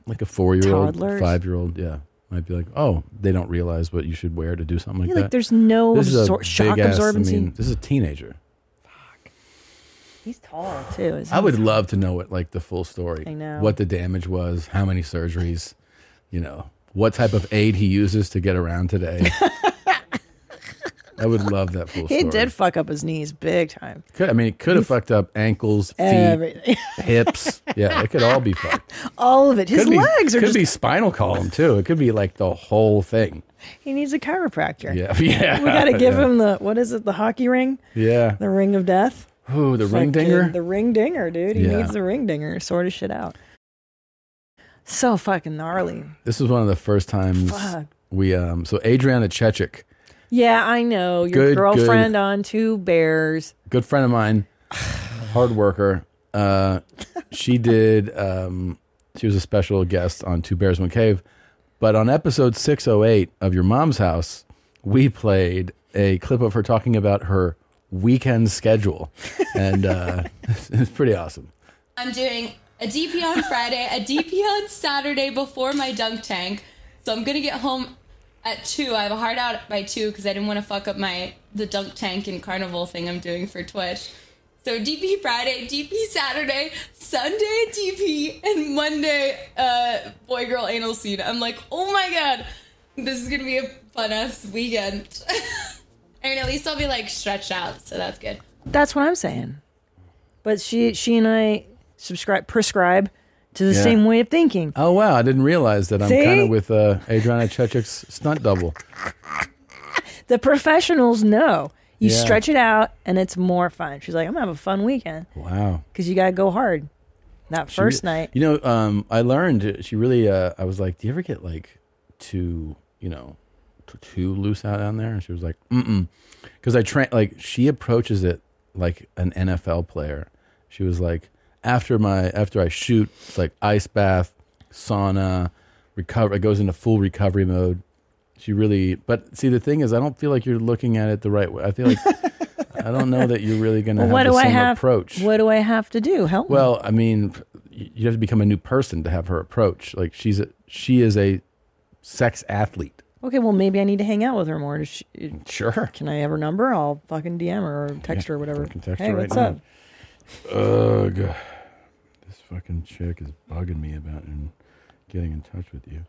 Speaker 2: Like a four year old,
Speaker 1: Toddlers.
Speaker 2: five year old. Yeah. Might be like, oh, they don't realize what you should wear to do something like
Speaker 1: Yeah,
Speaker 2: that.
Speaker 1: like, there's no
Speaker 2: this is a
Speaker 1: absor- shock
Speaker 2: big ass-
Speaker 1: absorbency.
Speaker 2: I mean, this is a teenager.
Speaker 1: He's tall too. isn't
Speaker 2: I would
Speaker 1: he?
Speaker 2: love to know it, like the full story.
Speaker 1: I know.
Speaker 2: what the damage was, how many surgeries, you know, what type of aid he uses to get around today. I would love that full story.
Speaker 1: He did fuck up his knees big time.
Speaker 2: Could, I mean, it could have fucked up ankles, feet,
Speaker 1: Everything.
Speaker 2: hips. Yeah, it could all be fucked.
Speaker 1: All of it. His
Speaker 2: could
Speaker 1: legs
Speaker 2: be,
Speaker 1: are
Speaker 2: could
Speaker 1: just.
Speaker 2: be spinal column too. It could be like the whole thing.
Speaker 1: He needs a chiropractor.
Speaker 2: Yeah, yeah,
Speaker 1: We gotta give
Speaker 2: yeah.
Speaker 1: him the what is it? The hockey ring.
Speaker 2: Yeah.
Speaker 1: The ring of death.
Speaker 2: Ooh, the
Speaker 1: Fucking-
Speaker 2: ring dinger?
Speaker 1: The ring dinger, dude. He
Speaker 2: Yeah.
Speaker 1: needs the ring dinger. to Sort of shit out. So fucking gnarly.
Speaker 2: This was one of the first times
Speaker 1: Fuck.
Speaker 2: we um. So Adriana Chechik,
Speaker 1: Yeah, I know. Your
Speaker 2: Good,
Speaker 1: girlfriend
Speaker 2: good.
Speaker 1: on two bears.
Speaker 2: good friend of mine, hard worker. Uh, she did. Um, she was a special guest on Two Bears One Cave, but on episode six oh eight of Your Mom's House, we played a clip of her talking about her weekend schedule, and uh, it's pretty awesome.
Speaker 13: I'm doing a DP on Friday, a DP on Saturday before my dunk tank. So I'm gonna get home at two. I have a hard out by two because I didn't want to fuck up my the dunk tank and carnival thing I'm doing for Twitch. So DP Friday, DP Saturday, Sunday DP, and Monday uh, boy girl anal scene. I'm like, oh my god, this is gonna be a fun ass weekend. I mean, at least I'll be like stretched out, so that's good.
Speaker 1: That's what I'm saying. But she, she and I subscribe, prescribe to the
Speaker 2: Hmm. Yeah.
Speaker 1: same way of thinking.
Speaker 2: Oh wow, I didn't realize that I'm
Speaker 1: See?
Speaker 2: kind of with uh, Adriana Chechik's stunt double.
Speaker 1: The professionals know you
Speaker 2: Yeah.
Speaker 1: stretch it out and it's more fun. She's like, I'm gonna have a fun weekend
Speaker 2: Wow.
Speaker 1: because you gotta go hard. That
Speaker 2: She
Speaker 1: first
Speaker 2: re-
Speaker 1: night,
Speaker 2: You know, um, I learned she really. Uh, I was like, "Do you ever get like too, you know, t- too loose out on there?" And she was like, "Mm-mm," because I train. Like she approaches it like an NFL player. She was like, "After my after I shoot, it's like ice bath, sauna, recover. It goes into full recovery mode." She really, but see, the thing is, I don't feel like you're looking at it the right way. I feel like I don't know that you're really going to
Speaker 1: well,
Speaker 2: have
Speaker 1: what
Speaker 2: the
Speaker 1: do I
Speaker 2: same
Speaker 1: have?
Speaker 2: approach.
Speaker 1: What do I have to do? Help me.
Speaker 2: Well, I mean, you you have to become a new person to have her approach. Like she's a, she is a sex athlete.
Speaker 1: Okay, well maybe I need to hang out with her more. Does she,
Speaker 2: Sure.
Speaker 1: Can I have her number? I'll fucking DM her or text her or whatever.
Speaker 2: Fucking text
Speaker 1: hey,
Speaker 2: her right
Speaker 1: what's
Speaker 2: now.
Speaker 1: up?
Speaker 2: Ugh, this fucking chick is bugging me about and getting in touch with you.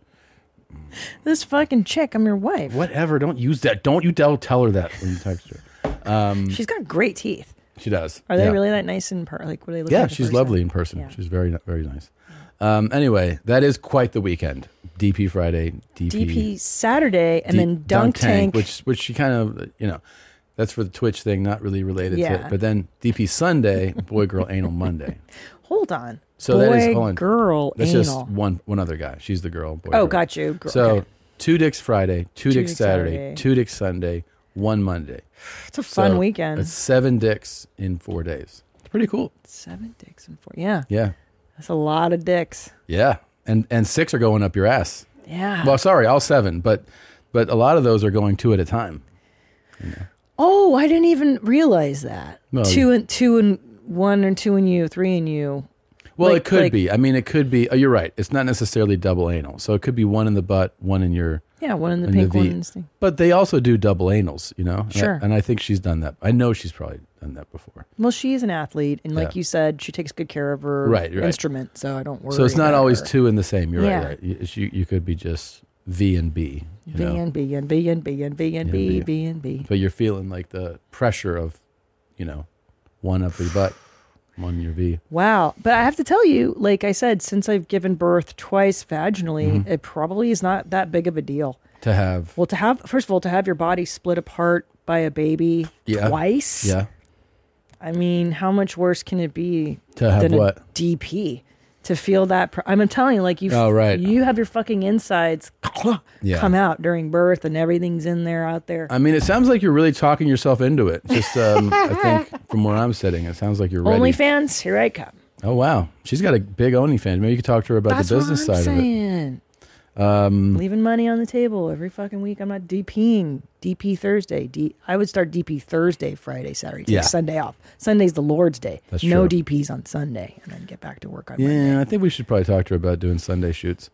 Speaker 1: This fucking chick, I'm your wife.
Speaker 2: Whatever. Don't use that. Don't you tell tell her that when you text her. Um,
Speaker 1: She's got great teeth.
Speaker 2: she does.
Speaker 1: Are they
Speaker 2: Yeah.
Speaker 1: really that nice in per Like, what do they look
Speaker 2: yeah,
Speaker 1: like? in
Speaker 2: she's
Speaker 1: person?
Speaker 2: lovely in person.
Speaker 1: Yeah.
Speaker 2: She's very very nice. Um, anyway, that is quite the weekend. DP Friday, DP,
Speaker 1: DP Saturday and
Speaker 2: Deep
Speaker 1: then Dunk, Tank.
Speaker 2: which which she kind of you know that's for the Twitch thing, not really related to
Speaker 1: Yeah.
Speaker 2: it. But then DP Sunday, boy girl anal Monday.
Speaker 1: Hold on.
Speaker 2: So
Speaker 1: Boy,
Speaker 2: that is hold on.
Speaker 1: girl
Speaker 2: That's
Speaker 1: anal.
Speaker 2: just one one other guy. She's the girl. Boy
Speaker 1: Oh,
Speaker 2: girl.
Speaker 1: got you. Girl,
Speaker 2: So
Speaker 1: okay.
Speaker 2: two dicks Friday, two,
Speaker 1: Two
Speaker 2: dicks
Speaker 1: dicks
Speaker 2: Saturday,
Speaker 1: Saturday.
Speaker 2: two dicks Sunday, one Monday.
Speaker 1: It's a fun
Speaker 2: So
Speaker 1: weekend.
Speaker 2: That's seven dicks in four days. It's pretty cool.
Speaker 1: Seven dicks and four. Yeah.
Speaker 2: Yeah,
Speaker 1: That's a lot of dicks.
Speaker 2: yeah, and and six are going up your ass.
Speaker 1: Yeah.
Speaker 2: Well, sorry, all seven, but but a lot of those are going two at a time.
Speaker 1: Oh, I didn't even realize that.
Speaker 2: No,
Speaker 1: two and two and one and two and you, three and you.
Speaker 2: Well,
Speaker 1: Like-
Speaker 2: it could uh,
Speaker 1: like-
Speaker 2: be. I mean, it could be. Oh, you're right. It's not necessarily double anal. So it could be one in the butt, one in your
Speaker 1: Yeah, one in the
Speaker 2: And
Speaker 1: pink,
Speaker 2: V.
Speaker 1: one in the thing.
Speaker 2: But they also do double anals, you know? And I-
Speaker 1: Sure.
Speaker 2: And I, think she's done that. I know she's probably done that before.
Speaker 1: Well, she's an athlete, and like
Speaker 2: Yeah.
Speaker 1: you said, she takes good care of her
Speaker 2: Right, right.
Speaker 1: instrument, so I don't worry.
Speaker 2: so it's not
Speaker 1: about
Speaker 2: always
Speaker 1: her.
Speaker 2: two in the same. You're
Speaker 1: Yeah.
Speaker 2: right, right. You, you, you could be just V and B. You
Speaker 1: B
Speaker 2: know?
Speaker 1: and B and B and B and B and B B and B.
Speaker 2: But you're feeling like the pressure of, you know, one up your butt, one your V.
Speaker 1: Wow. But I have to tell you, like I said, since I've given birth twice vaginally,
Speaker 2: Mm-hmm.
Speaker 1: it probably is not that big of a deal.
Speaker 2: To have.
Speaker 1: Well, to have, first of all, to have your body split apart by a baby
Speaker 2: Yeah.
Speaker 1: twice.
Speaker 2: Yeah.
Speaker 1: I mean, how much worse can it be
Speaker 2: To have
Speaker 1: than a
Speaker 2: what?
Speaker 1: DP? To feel that, pr- I'm telling you, like you,
Speaker 2: Oh, right.
Speaker 1: you have your fucking insides
Speaker 2: Yeah.
Speaker 1: come out during birth, and everything's in there, out there.
Speaker 2: I mean, it sounds like you're really talking yourself into it. Just, um, I think, from where I'm sitting, it sounds like you're ready.
Speaker 1: OnlyFans, here I come.
Speaker 2: Oh wow, she's got a big OnlyFans. Maybe you could talk to her about
Speaker 1: That's
Speaker 2: the business
Speaker 1: what I'm
Speaker 2: side
Speaker 1: saying.
Speaker 2: of it. Um,
Speaker 1: Leaving money on the table every fucking week. I'm not DPing. DP Thursday. D- I would start DP Thursday, Friday, Saturday. Take
Speaker 2: Yeah.
Speaker 1: Sunday off. Sunday's the Lord's day.
Speaker 2: That's
Speaker 1: no
Speaker 2: true.
Speaker 1: DPs on Sunday, and then get back to work on.
Speaker 2: yeah, I think we should probably talk to her about doing Sunday shoots.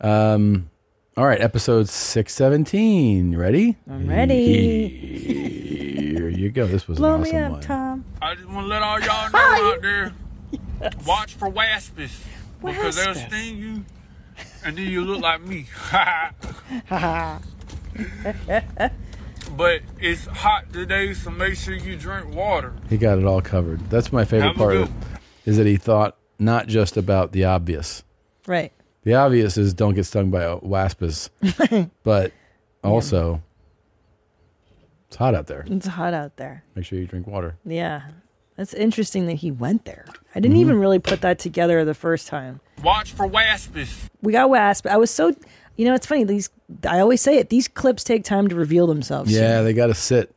Speaker 2: Um, all right, episode six seventeen. Ready?
Speaker 1: I'm ready.
Speaker 2: Here you go. This was
Speaker 1: Blow
Speaker 2: an
Speaker 1: me
Speaker 2: awesome
Speaker 1: up,
Speaker 2: one.
Speaker 1: Tom.
Speaker 14: I just want to let all y'all know out there, watch for waspies. Because they'll
Speaker 1: Waspies.
Speaker 14: sting you, and then you look like me. but it's hot today, so make sure you drink water.
Speaker 2: He got it all covered. That's my favorite
Speaker 14: Have a
Speaker 2: part.
Speaker 14: good
Speaker 2: Of it, is that he thought not just about the obvious.
Speaker 1: Right.
Speaker 2: The obvious is don't get stung by a waspus, but also it's hot out there.
Speaker 1: It's hot out there.
Speaker 2: Make sure you drink water.
Speaker 1: Yeah. That's interesting that he went there. I didn't
Speaker 2: Mhm.
Speaker 1: even really put that together the first time.
Speaker 14: Watch for waspies.
Speaker 1: We got wasp. I was so, you know, it's funny. These I always say it. These clips take time to reveal themselves.
Speaker 2: Yeah, they got to sit.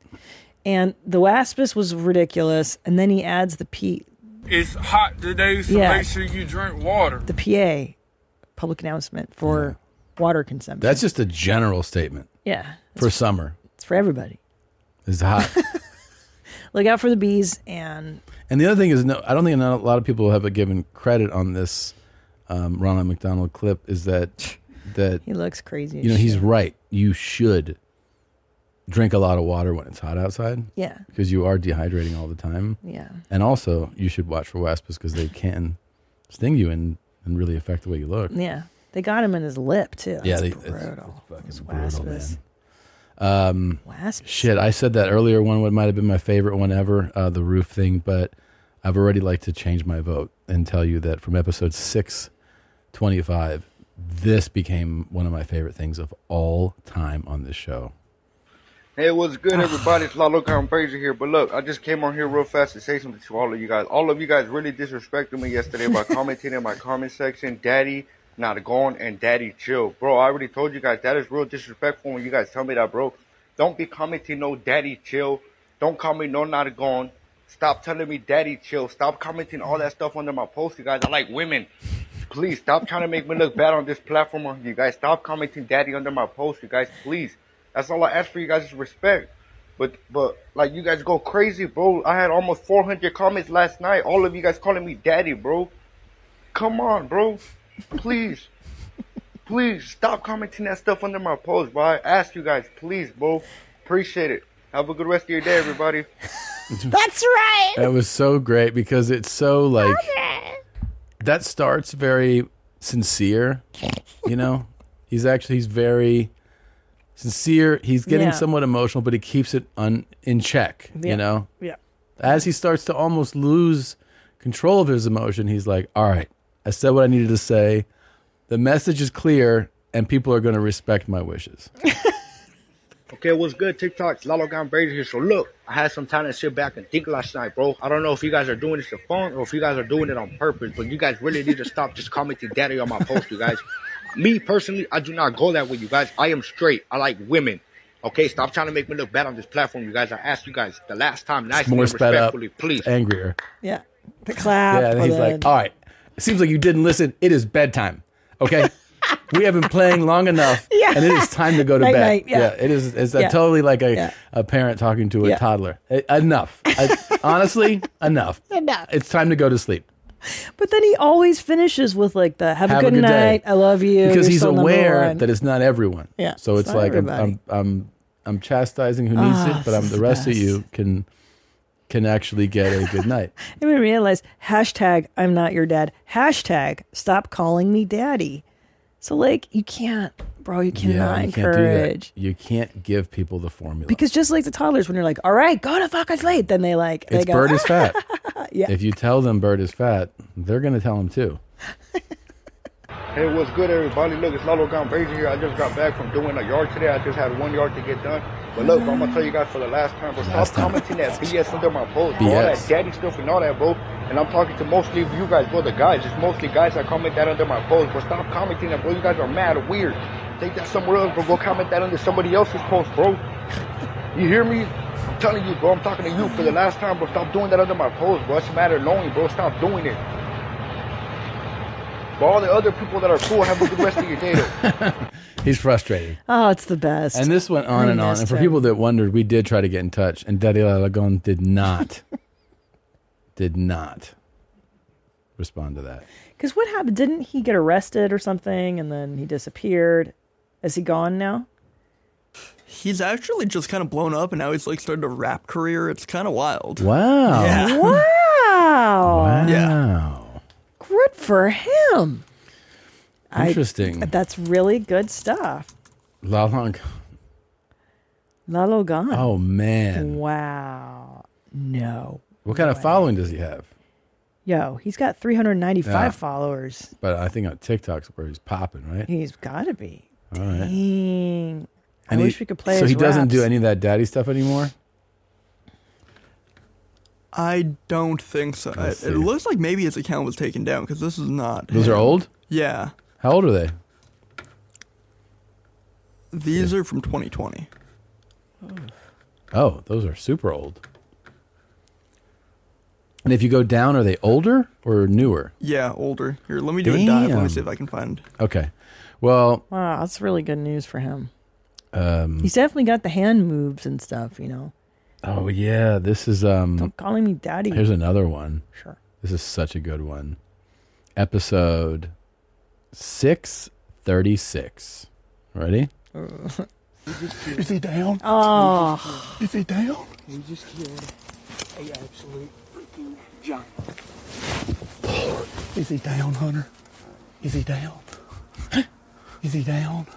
Speaker 1: And the waspus was ridiculous. And then he adds the P,
Speaker 14: It's hot today, so
Speaker 1: Yeah.
Speaker 14: make sure you drink water.
Speaker 1: the PA public announcement for water consumption.
Speaker 2: That's just a general statement
Speaker 1: yeah.
Speaker 2: for summer.
Speaker 1: It's for everybody.
Speaker 2: It's hot.
Speaker 1: Look out for the bees and
Speaker 2: and the other thing is, no, I don't think a lot of people have given credit on this um, Ronald McDonald clip. Is that that
Speaker 1: he looks crazy. as
Speaker 2: You know, he's
Speaker 1: shit.
Speaker 2: right. You should drink a lot of water when it's hot outside.
Speaker 1: Yeah.
Speaker 2: because you are dehydrating all the time.
Speaker 1: Yeah.
Speaker 2: and also you should watch for wasps because they can sting you and and really affect the way you look.
Speaker 1: Yeah. They got him in his lip too. That's
Speaker 2: Yeah, they- it's-
Speaker 1: brutal. Those
Speaker 2: brutal,
Speaker 1: wasps.
Speaker 2: Um,
Speaker 1: Wasps.
Speaker 2: Shit, I said that earlier. One what might have been my favorite one ever, uh, the roof thing. But I've already like to change my vote and tell you that from episode six twenty five, this became one of my favorite things of all time on this show.
Speaker 15: Hey, what's good, everybody? It's Lalo Fraser here. But look, I just came on here real fast to say something to all of you guys. All of you guys really disrespected me yesterday by commenting in my comment section, Daddy not gone and Daddy chill. Bro, I already told you guys that is real disrespectful when you guys tell me that, bro. Don't be commenting no Daddy chill. Don't call me no not gone. Stop telling me Daddy chill. Stop commenting all that stuff under my post, you guys. I like women. Please stop trying to make me look bad on this platform, you guys. Stop commenting daddy under my post, you guys. Please. That's all I ask for you guys is respect. But but like you guys go crazy, bro. I had almost 400 comments last night. All of you guys calling me daddy, bro. Come on, bro. Please. please stop commenting that stuff under my post, bro. I ask you guys, please, bro. Appreciate it. Have a good rest of your day, everybody.
Speaker 1: That's right.
Speaker 2: That was so great because it's so like that starts very sincere, you know. he's actually he's very sincere. He's getting
Speaker 1: Yeah.
Speaker 2: somewhat emotional, but he keeps it un, in check,
Speaker 1: Yeah.
Speaker 2: you know.
Speaker 1: Yeah.
Speaker 2: As he starts to almost lose control of his emotion, he's like, "All right, I said what I needed to say. The message is clear, and people are going to respect my wishes."
Speaker 15: Okay, what's good, TikToks? Lalo Gambrazzi here. So look, I had some time to sit back and think last night, bro. I don't know if you guys are doing this to fun or if you guys are doing it on purpose, but you guys really need to stop just commenting daddy on my post, you guys. me personally, I do not go that way, you guys. I am straight. I like women. Okay, stop trying to make me look bad on this platform, you guys. I asked you guys the last time, nicely
Speaker 2: More
Speaker 15: and
Speaker 2: sped up,
Speaker 15: respectfully, please.
Speaker 2: angrier.
Speaker 1: Yeah. The clap.
Speaker 2: Yeah, and he's
Speaker 1: or
Speaker 2: like, "Ah."
Speaker 1: the-
Speaker 2: all right, it seems like you didn't listen. It is bedtime. Okay. we have been playing long enough.
Speaker 1: Yeah.
Speaker 2: And it is time to go to
Speaker 1: Night,
Speaker 2: bed.
Speaker 1: night, yeah.
Speaker 2: It is it's
Speaker 1: Yeah.
Speaker 2: totally like a,
Speaker 1: Yeah.
Speaker 2: a parent talking to a
Speaker 1: Yeah.
Speaker 2: toddler. E- Enough. I, honestly, enough.
Speaker 1: Enough.
Speaker 2: It's time to go to sleep.
Speaker 1: But then he always finishes with like the "Have,
Speaker 2: Have
Speaker 1: a good,
Speaker 2: day.
Speaker 1: night, I love you,"
Speaker 2: Because
Speaker 1: you're
Speaker 2: he's
Speaker 1: still number
Speaker 2: aware
Speaker 1: one."
Speaker 2: that it's not everyone.
Speaker 1: Yeah,
Speaker 2: So
Speaker 1: it's
Speaker 2: it's,
Speaker 1: not
Speaker 2: like I'm,
Speaker 1: everybody.
Speaker 2: I'm I'm I'm chastising who needs
Speaker 1: Ah,
Speaker 2: it, but I'm
Speaker 1: this
Speaker 2: the
Speaker 1: is
Speaker 2: rest of
Speaker 1: best.
Speaker 2: you can can actually get a good night.
Speaker 1: It made me realize hashtag I'm not your dad. Hashtag stop calling me daddy. So like you can't, bro, you cannot
Speaker 2: you can't do that.
Speaker 1: encourage.
Speaker 2: You can't give people the formula.
Speaker 1: Because just like the toddlers, when you're like, all right, go to fucking sleep, then they like they
Speaker 2: It's
Speaker 1: go
Speaker 2: bird is fat.
Speaker 1: Yeah.
Speaker 2: If you tell them bird is fat, they're gonna tell them too.
Speaker 15: Hey, what's good, everybody? Look, it's Lalo Gambazzi here. I just got back from doing a yard today. I just had one yard to get done. But look, bro, I'm gonna tell you guys for the last time, bro, stop commenting that BS under my post, bro, all that
Speaker 2: BS.
Speaker 15: daddy stuff and all that, bro. And I'm talking to mostly of you guys, bro, the guys. It's mostly guys that comment that under my post, bro. Stop commenting that, bro. You guys are mad weird. Take that somewhere else, bro. Go comment that under somebody else's post, bro. You hear me? I'm telling you, bro. I'm talking to you for the last time, bro. Stop doing that under my post, bro. It's a matter of knowing, bro. Stop doing it. But all the other people that are cool, have a good rest of your day. though.
Speaker 2: He's frustrated.
Speaker 1: Oh, it's the best.
Speaker 2: And this went on
Speaker 1: I
Speaker 2: and on.
Speaker 1: missed
Speaker 2: And for
Speaker 1: it.
Speaker 2: people that wondered, we did try to get in touch, and Daddy Lalagon did not, did not respond to that.
Speaker 1: Because what happened? Didn't he get arrested or something and then he disappeared? Is he gone now?
Speaker 16: He's actually just kind of blown up, and now he's like started a rap career. It's kind of wild.
Speaker 2: Wow.
Speaker 16: Yeah.
Speaker 1: Wow. wow.
Speaker 2: Yeah.
Speaker 1: Good for him. I-
Speaker 2: Interesting.
Speaker 1: that's really good stuff.
Speaker 2: Lalang.
Speaker 1: Lalo gone.
Speaker 2: Oh man.
Speaker 1: Wow. No.
Speaker 2: What kind of following does he have?
Speaker 1: Yo, he's got 395
Speaker 2: Yeah.
Speaker 1: followers.
Speaker 2: But I think on TikTok's where he's popping, right?
Speaker 1: He's got to be.
Speaker 2: All right.
Speaker 1: Dang. I
Speaker 2: And he-
Speaker 1: wish we could play
Speaker 2: So
Speaker 1: his
Speaker 2: he doesn't do
Speaker 1: raps.
Speaker 2: any of that daddy stuff anymore.
Speaker 16: I don't think so.
Speaker 2: Let's
Speaker 16: It, it
Speaker 2: see.
Speaker 16: looks like maybe his account was taken down because this is not.
Speaker 2: Those are
Speaker 16: him.
Speaker 2: old.
Speaker 16: Yeah,
Speaker 2: How old are they?
Speaker 16: these are from 2020.
Speaker 2: Oh, those are super old. And if you go down, are they older or newer?
Speaker 16: Yeah, older. Here, let me do a dive. Let
Speaker 2: Damn.
Speaker 16: me see if I can find.
Speaker 2: Okay. Well,
Speaker 1: Wow, that's really good news for him.
Speaker 2: um,
Speaker 1: He's definitely got the hand moves and stuff, you know.
Speaker 2: oh yeah, this is um.
Speaker 1: Don't calling me daddy.
Speaker 2: Here's another one.
Speaker 1: Sure.
Speaker 2: This is such a good one. Episode six thirty six. Ready?
Speaker 17: Is he down?
Speaker 1: Oh.
Speaker 17: Is he down? We just killed a absolute freaking giant. Is he down, Hunter? Is he down? Is he down?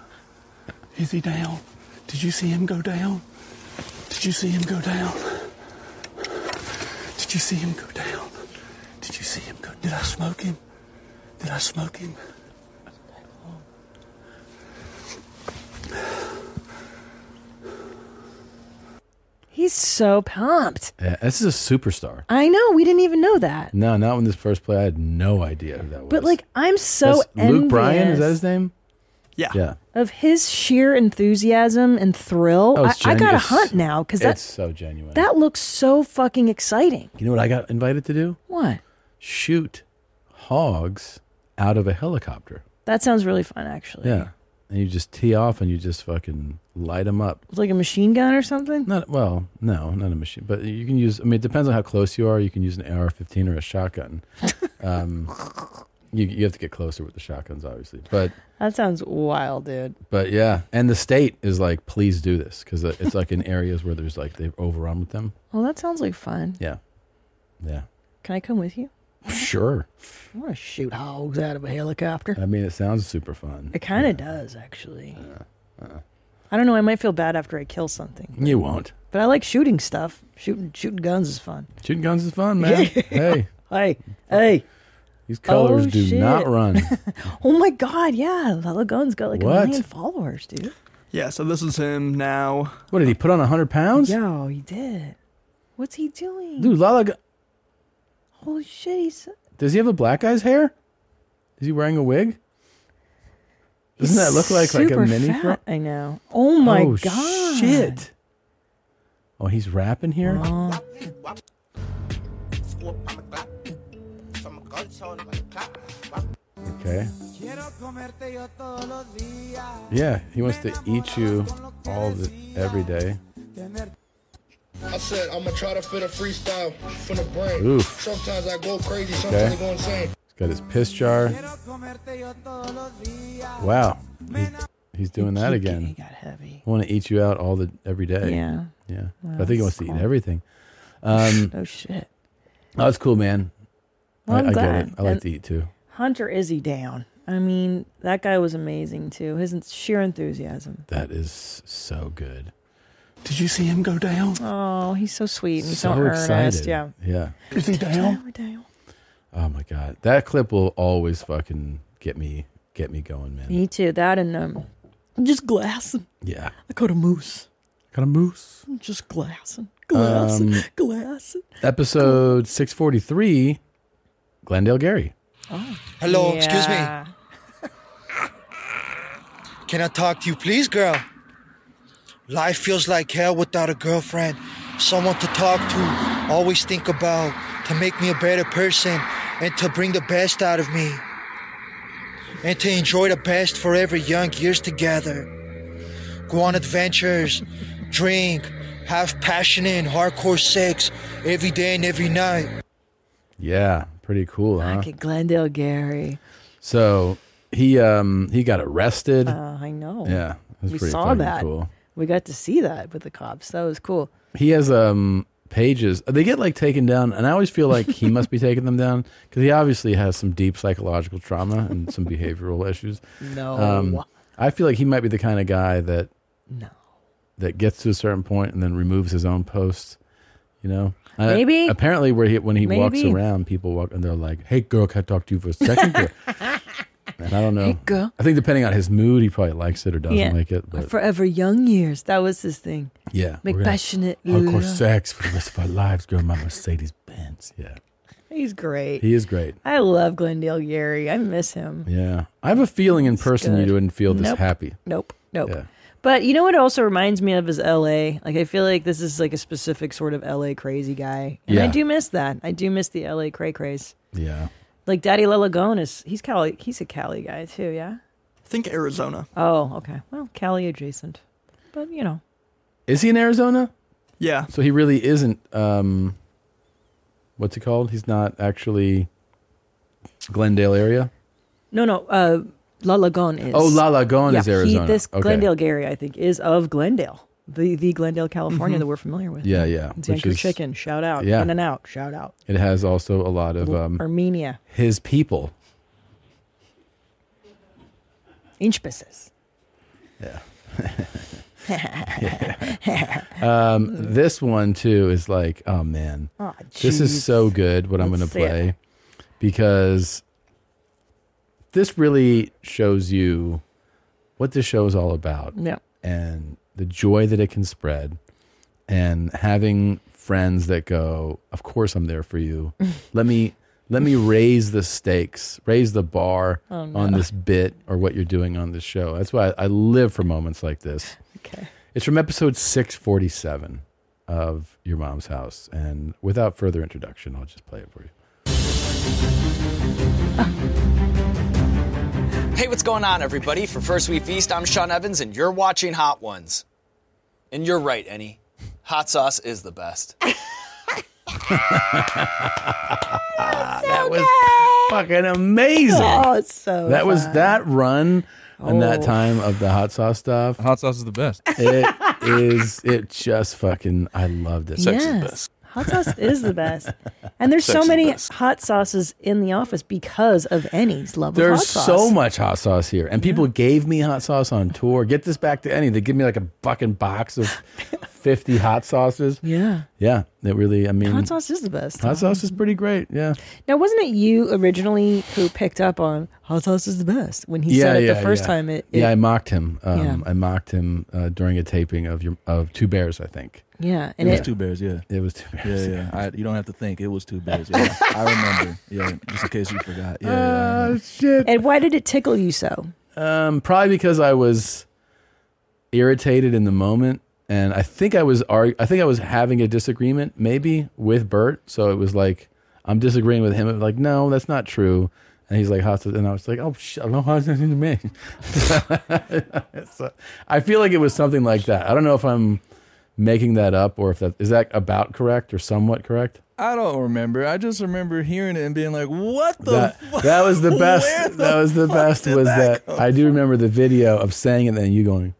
Speaker 17: Is he down? Did you see him go down? Did you see him go down? Did you see him go down? Did you see him go? Did I smoke him? Did I smoke him?
Speaker 1: He's so pumped.
Speaker 2: Yeah, this is a superstar.
Speaker 1: I know. We didn't even know that.
Speaker 2: No, not when this first play. I had no idea who that was.
Speaker 1: But like, I'm so
Speaker 2: That's
Speaker 1: envious
Speaker 2: Luke Bryan. Is that his name?
Speaker 16: Yeah.
Speaker 2: Yeah.
Speaker 1: of his sheer enthusiasm and thrill.
Speaker 2: Oh,
Speaker 1: I,
Speaker 2: it's
Speaker 1: I gotta
Speaker 2: genius.
Speaker 1: hunt now because
Speaker 2: it's
Speaker 1: that
Speaker 2: so genuine.
Speaker 1: that looks so fucking exciting.
Speaker 2: You know what I got invited to do?
Speaker 1: What?
Speaker 2: Shoot hogs out of a helicopter.
Speaker 1: That sounds really fun, actually.
Speaker 2: Yeah. And you just tee off and you just fucking light them up.
Speaker 1: It's like a machine gun or something.
Speaker 2: Not well, no, not a machine, but you can use. I mean, it depends on how close you are. You can use an AR-15 or a shotgun. um, you you have to get closer with the shotguns, obviously, but
Speaker 1: That sounds wild, dude.
Speaker 2: But yeah, and the state is like, please do this because it's like in areas where there's like they've overrun with them.
Speaker 1: Well, that sounds like fun.
Speaker 2: Yeah, yeah,
Speaker 1: Can I come with you?
Speaker 2: sure.
Speaker 1: I want to shoot hogs out of a helicopter.
Speaker 2: I mean, it sounds super fun.
Speaker 1: It kind of does, actually.
Speaker 2: Uh,
Speaker 1: I don't know. I might feel bad after I kill something,
Speaker 2: You won't.
Speaker 1: but I like shooting stuff. Shooting shooting guns is fun.
Speaker 2: Shooting guns is fun, man. hey,
Speaker 1: Hey, hey.
Speaker 2: these colors
Speaker 1: Oh,
Speaker 2: do
Speaker 1: shit.
Speaker 2: not run.
Speaker 1: oh my god, yeah. Lala Gun's got like a
Speaker 2: What?
Speaker 1: million followers, dude.
Speaker 16: Yeah, so this is him now.
Speaker 2: What did he put on? hundred pounds?
Speaker 1: Yo, he did. What's he doing?
Speaker 2: Dude, Lala, Gu-
Speaker 1: Holy shit, he's
Speaker 2: does he have a black guy's hair? Is he wearing a wig? Doesn't that look like like a
Speaker 1: super
Speaker 2: mini?
Speaker 1: fat.
Speaker 2: fro-
Speaker 1: I know. Oh my
Speaker 2: Oh,
Speaker 1: god.
Speaker 2: shit. Oh, he's rapping here.
Speaker 1: Oh.
Speaker 2: Okay. Yeah, he wants to eat you all the, every day.
Speaker 18: I said I'm gonna try to fit a freestyle from the brain.
Speaker 2: Oof.
Speaker 18: Sometimes I go crazy, sometimes
Speaker 2: Okay.
Speaker 18: I go insane.
Speaker 2: He's got his piss jar. Wow. He's, he's doing that again. He got heavy. I want to eat you out all the every day.
Speaker 1: Yeah.
Speaker 2: Yeah.
Speaker 1: Well,
Speaker 2: I think he
Speaker 1: that's
Speaker 2: wants to
Speaker 1: cool.
Speaker 2: eat everything. Um,
Speaker 1: oh shit.
Speaker 2: Oh, that's cool, man.
Speaker 1: Well,
Speaker 2: I,
Speaker 1: I'm
Speaker 2: I
Speaker 1: glad.
Speaker 2: get it. I like
Speaker 1: And-
Speaker 2: to eat too.
Speaker 1: Hunter Izzy down. I mean, that guy was amazing too. His en- sheer enthusiasm.
Speaker 2: That is so good.
Speaker 17: Did you see him go down?
Speaker 1: Oh, he's so sweet and he's so,
Speaker 2: So
Speaker 1: earnest.
Speaker 2: excited.
Speaker 1: Yeah.
Speaker 2: Yeah.
Speaker 17: Is he down?
Speaker 2: Oh my god, that clip will always fucking get me get me going, man.
Speaker 1: Me too. That and um, just glass.
Speaker 2: Yeah.
Speaker 1: I caught a moose.
Speaker 2: Got a moose.
Speaker 1: Just glass. Glass.
Speaker 2: Um,
Speaker 1: glass.
Speaker 2: Episode six forty three. Glendale Gary.
Speaker 19: Hello, Oh, excuse me.
Speaker 1: Yeah.
Speaker 19: Can I talk to you, please, girl? Life feels like hell without a girlfriend, someone to talk to, always think about, to make me a better person, and to bring the best out of me, and to enjoy the best forever young years together. Go on adventures, drink, have passionate and hardcore sex every day and every night.
Speaker 2: Yeah, pretty cool, huh?
Speaker 1: Okay, Glendale Gary.
Speaker 2: So he um he got arrested.
Speaker 1: Uh, I know.
Speaker 2: Yeah, it was
Speaker 1: we
Speaker 2: pretty
Speaker 1: saw
Speaker 2: fucking
Speaker 1: that.
Speaker 2: cool.
Speaker 1: We got to see that with the cops. That was cool.
Speaker 2: He has um pages. They get like taken down, and I always feel like he must be taking them down because he obviously has some deep psychological trauma and some behavioral issues.
Speaker 1: No.
Speaker 2: Um, I feel like he might be the kind of guy that
Speaker 1: No.
Speaker 2: that gets to a certain point and then removes his own post. You know, I-
Speaker 1: Maybe.
Speaker 2: apparently where he when he walks
Speaker 1: Maybe.
Speaker 2: around, people walk and they're like, "Hey, girl, can I talk to you for a second? girl?" and I don't know.
Speaker 1: Hey, girl.
Speaker 2: I think depending on his mood, he probably likes it or doesn't
Speaker 1: yeah.
Speaker 2: like it. But
Speaker 1: Forever young years. That was his thing.
Speaker 2: yeah, we're
Speaker 1: Make
Speaker 2: gonna
Speaker 1: passionate.
Speaker 2: hardcore
Speaker 1: love.
Speaker 2: sex for the rest of our lives, girl. My Mercedes Benz. Yeah,
Speaker 1: He's great.
Speaker 2: he is great.
Speaker 1: I love Glendale Gary. I miss him.
Speaker 2: Yeah, I have a feeling in person
Speaker 1: good.
Speaker 2: you wouldn't feel this
Speaker 1: Nope.
Speaker 2: happy.
Speaker 1: Nope. Nope.
Speaker 2: Yeah.
Speaker 1: But you know what it also reminds me of is LA. Like I feel like this is like a specific sort of LA crazy guy. And I
Speaker 2: Yeah.
Speaker 1: do miss that. I do miss the LA cray craze.
Speaker 2: Yeah.
Speaker 1: Like Daddy Lalagon is he's Cali he's a Cali guy too, yeah?
Speaker 16: I think Arizona.
Speaker 1: Oh, okay. Well, Cali adjacent. But you know.
Speaker 2: Is he in Arizona?
Speaker 16: Yeah.
Speaker 2: So he really isn't. Um, what's it called? He's not actually Glendale area.
Speaker 1: No no, uh La Lagone is
Speaker 2: Oh, La Lagone
Speaker 1: yeah,
Speaker 2: is Arizona.
Speaker 1: He, this
Speaker 2: Okay.
Speaker 1: Glendale Gary, I think, is of Glendale. The the Glendale, California
Speaker 2: Mhm.
Speaker 1: that we're familiar with.
Speaker 2: Yeah, yeah,
Speaker 1: It's
Speaker 2: which
Speaker 1: Anchor
Speaker 2: is-
Speaker 1: Chicken, shout out.
Speaker 2: Yeah.
Speaker 1: In and out, shout out.
Speaker 2: It has also a lot of um,
Speaker 1: Armenia.
Speaker 2: His people.
Speaker 1: Inchpieces.
Speaker 2: Yeah. um,
Speaker 1: Mm-hmm.
Speaker 2: this one too is like, oh man,
Speaker 1: Aw,
Speaker 2: this
Speaker 1: jeez.
Speaker 2: is so good. What I'm going to
Speaker 1: Let's see it.
Speaker 2: play because this really shows you what this show is all about,
Speaker 1: Yeah.
Speaker 2: and the joy that it can spread, and having friends that go, of course I'm there for you. let me let me raise the stakes, raise the bar
Speaker 1: Oh, no.
Speaker 2: on this bit or what you're doing on this show. That's why I, I live for moments like this.
Speaker 1: Okay.
Speaker 2: It's from episode 647 of Your Mom's House. And without further introduction, I'll just play it for you.
Speaker 20: Hey, what's going on, everybody? For First We Feast, I'm Sean Evans, and you're watching Hot Ones. And you're right, Ennie. Hot sauce is the best.
Speaker 2: that was fucking amazing.
Speaker 1: Oh, it's so
Speaker 2: that was
Speaker 1: fun.
Speaker 2: that run and that
Speaker 1: Oh.
Speaker 2: time of the hot sauce stuff. Hot sauce is the best. It is. It just fucking. I loved it.
Speaker 1: Hot sauce is the best. And there's
Speaker 2: Sex
Speaker 1: so
Speaker 2: is
Speaker 1: many hot sauces in the office because of Annie's love
Speaker 2: There's
Speaker 1: of hot sauce.
Speaker 2: so much hot sauce here, and people gave me hot sauce on tour. Get this back to any. They give me like a fucking box of fifty hot sauces.
Speaker 1: Yeah,
Speaker 2: yeah. It really. I mean,
Speaker 1: Hot sauce is the best.
Speaker 2: Mm. Hot sauce is pretty great. Yeah.
Speaker 1: Now, wasn't it you originally who picked up on hot sauce is the best when he said it the first
Speaker 2: yeah.
Speaker 1: time? It,
Speaker 2: yeah,
Speaker 1: it-
Speaker 2: I mocked him. Um,
Speaker 1: Yeah.
Speaker 2: I mocked him uh, during a taping of your of Two Bears, I think.
Speaker 1: Yeah,
Speaker 5: It
Speaker 1: and
Speaker 5: was
Speaker 1: it-
Speaker 5: two bears, yeah.
Speaker 2: It was two bears.
Speaker 5: Yeah, yeah. I, you don't have to think. It was two bears. Yeah. I remember. Yeah, just in case you forgot. Yeah, yeah.
Speaker 16: Uh,
Speaker 2: shit!
Speaker 1: And why did it tickle you so?
Speaker 2: Um, probably because I was irritated in the moment, and I think I was arg- I think I was having a disagreement, maybe with Bert. So it was like I'm disagreeing with him. It was like, no, that's not true. And he's like, hot sauce. And I was like, oh, shit, I don't know how to me. So I feel like it was something like that. I don't know if I'm making that up or if that is that about correct or somewhat correct?
Speaker 5: I don't remember. I just remember hearing it and being like, "What the?"
Speaker 2: that,
Speaker 5: fuck?
Speaker 2: that was the best.
Speaker 5: Where
Speaker 2: that was the
Speaker 5: fuck
Speaker 2: best.
Speaker 5: did
Speaker 2: Was that, I do remember the video of saying it, and then you going,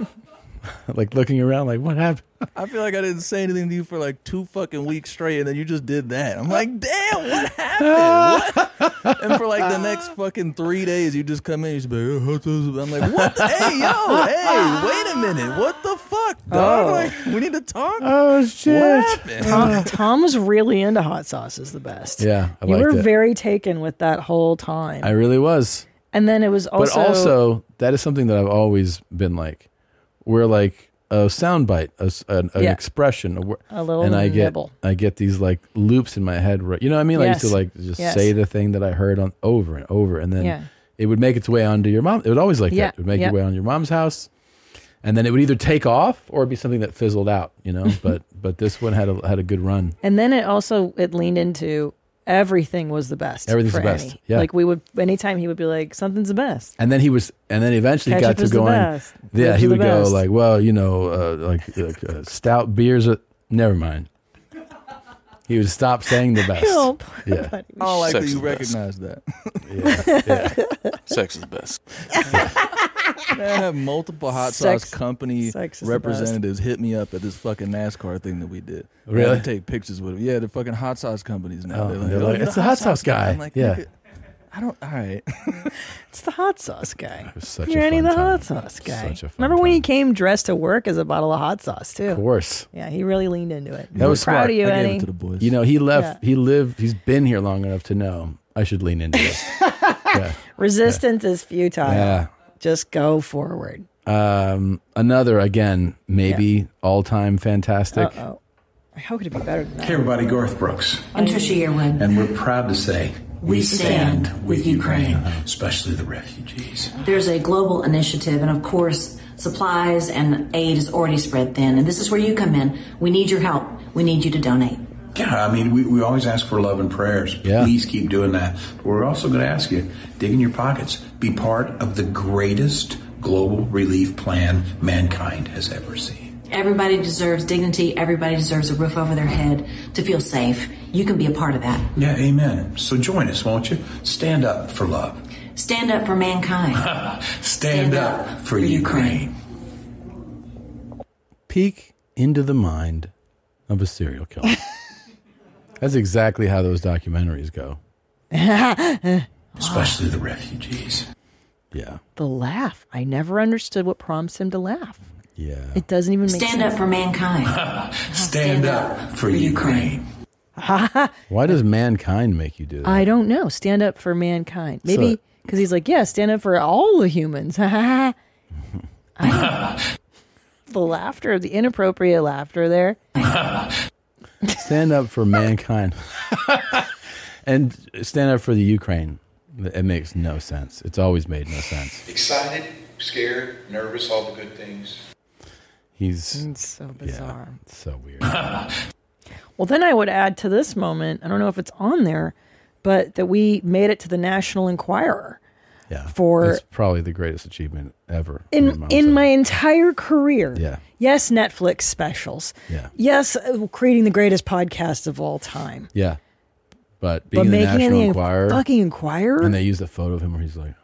Speaker 2: like looking around, like what happened?
Speaker 5: I feel like I didn't say anything to you for like two fucking weeks straight, and then you just did that. I'm like, damn, what happened? What? and for like the next fucking three days, you just come in, you just be like, "Oh, what's this about?" I'm like, what? The- hey, yo, hey, wait a minute, what the fuck, dog?
Speaker 1: Oh.
Speaker 5: Like, we need to talk.
Speaker 2: Oh
Speaker 1: shit!
Speaker 5: happened?
Speaker 1: Tom, Tom's really into hot sauce. Is the best.
Speaker 2: Yeah, I
Speaker 1: you
Speaker 2: liked
Speaker 1: were
Speaker 2: it.
Speaker 1: very taken with that whole time,
Speaker 2: I really was.
Speaker 1: and then it was also.
Speaker 2: but also that is something that I've always been like. We're like a soundbite, a s- an, an
Speaker 1: Yeah.
Speaker 2: expression, a, wor-
Speaker 1: A little
Speaker 2: and I get
Speaker 1: nibble.
Speaker 2: I get these like loops in my head. Right, you know what I mean? I used
Speaker 1: Yes.
Speaker 2: to like just
Speaker 1: Yes.
Speaker 2: say the thing that I heard on over and over, and then
Speaker 1: Yeah.
Speaker 2: it would make its way onto your mom. It would always like
Speaker 1: Yeah,
Speaker 2: that. It would make
Speaker 1: yeah.
Speaker 2: its way on your mom's house, and then it would either take off or it'd be something that fizzled out. You know, but but this one had a had a good run.
Speaker 1: And then it also it leaned into everything was the best.
Speaker 2: Everything's
Speaker 1: for
Speaker 2: the best,
Speaker 1: Annie.
Speaker 2: yeah.
Speaker 1: Like we would anytime he would be like, Something's the best.
Speaker 2: And then he was, and then eventually
Speaker 1: Ketchup
Speaker 2: got to
Speaker 1: is the
Speaker 2: going.
Speaker 1: best.
Speaker 2: Yeah,
Speaker 1: Lips
Speaker 2: he
Speaker 1: are the
Speaker 2: would go
Speaker 1: best.
Speaker 2: like, well, you know, uh, like, like uh, stout beers. Are, never mind. He would stop saying the best.
Speaker 1: Oh,
Speaker 5: Help.
Speaker 2: Yeah.
Speaker 5: I
Speaker 21: Oh.
Speaker 5: don't like
Speaker 2: Sex
Speaker 5: that you
Speaker 2: is best.
Speaker 5: recognize that.
Speaker 2: Yeah, yeah.
Speaker 10: Sex is best.
Speaker 5: Man, I have multiple hot
Speaker 10: Sex-
Speaker 5: sauce company
Speaker 10: sex is the best.
Speaker 5: representatives hit me up at this fucking NASCAR thing that we did. And
Speaker 2: Really?
Speaker 5: I take pictures with them. Yeah, the fucking hot sauce companies now.
Speaker 2: Oh, they're like,
Speaker 5: "You're
Speaker 2: "It's the hot sauce guy."
Speaker 5: I'm like,
Speaker 2: Yeah.
Speaker 5: "Nigga, I don't. All right.
Speaker 1: It's the hot sauce guy.
Speaker 2: was such a
Speaker 1: You're any
Speaker 2: fun
Speaker 1: the
Speaker 2: time.
Speaker 1: hot sauce guy.
Speaker 2: Such a fun
Speaker 1: Remember when he came dressed to work as a bottle of hot sauce too? Of
Speaker 2: course.
Speaker 1: Yeah, he really leaned into it.
Speaker 2: That was
Speaker 1: proud
Speaker 2: smart.
Speaker 1: of you, Annie.
Speaker 2: You know, he left. He lived. He's been here long enough to know. I should lean into this. yeah.
Speaker 1: Resistance is futile.
Speaker 2: Yeah.
Speaker 1: Just go forward.
Speaker 2: Um, another again, maybe all-time fantastic.
Speaker 1: Uh-oh. I hope it'd be better than that.
Speaker 22: Hey everybody, Garth Brooks.
Speaker 1: I'm Trisha Yearwood.
Speaker 22: And we're proud to say
Speaker 21: We stand with Ukraine.
Speaker 22: especially the refugees.
Speaker 21: There's a global initiative, and of course, supplies and aid is already spread thin. And this is where you come in. We need your help. We need you to donate.
Speaker 22: Yeah, I mean, we, we always ask for love and prayers. Please keep doing that. But we're also going to ask you, dig in your pockets, be part of the greatest global relief plan mankind has ever seen.
Speaker 21: Everybody deserves dignity. Everybody deserves a roof over their head to feel safe. You can be a part of that.
Speaker 22: Yeah, amen. So join us, won't you? Stand up for love.
Speaker 21: Stand up for mankind.
Speaker 22: Stand, up, for Ukraine.
Speaker 2: peek into the mind of a serial killer. That's exactly how those documentaries go.
Speaker 1: the
Speaker 22: Especially the refugees.
Speaker 2: Yeah.
Speaker 1: laugh. I never understood what prompts him to laugh.
Speaker 2: Yeah.
Speaker 1: It doesn't even make
Speaker 21: Stand
Speaker 1: sense.
Speaker 21: up for mankind.
Speaker 22: Stand up for Ukraine.
Speaker 2: Why does mankind make you do that?
Speaker 1: I don't know. Stand up for mankind. Maybe
Speaker 2: So-
Speaker 1: because he's like, yeah, stand up for all the humans. the laughter, the inappropriate laughter there.
Speaker 2: Stand up for mankind. and stand up for the Ukraine. It makes no sense. It's always made no sense.
Speaker 22: Excited, scared, nervous, all the good things.
Speaker 2: He's
Speaker 1: so bizarre.
Speaker 2: so weird.
Speaker 1: Well, then I would add to this moment, I don't know if it's on there, but that we made it to the National Enquirer.
Speaker 2: Yeah.
Speaker 1: For-
Speaker 2: it's probably the greatest achievement ever.
Speaker 1: in in my entire career.
Speaker 2: Yeah.
Speaker 1: Yes, Netflix specials.
Speaker 2: Yeah.
Speaker 1: Yes, uh, creating the greatest podcast of all time.
Speaker 2: Yeah. But being in the
Speaker 1: making it
Speaker 2: National
Speaker 1: the
Speaker 2: Enquirer,
Speaker 1: fucking Enquirer?
Speaker 2: and they used a photo of him where he's like,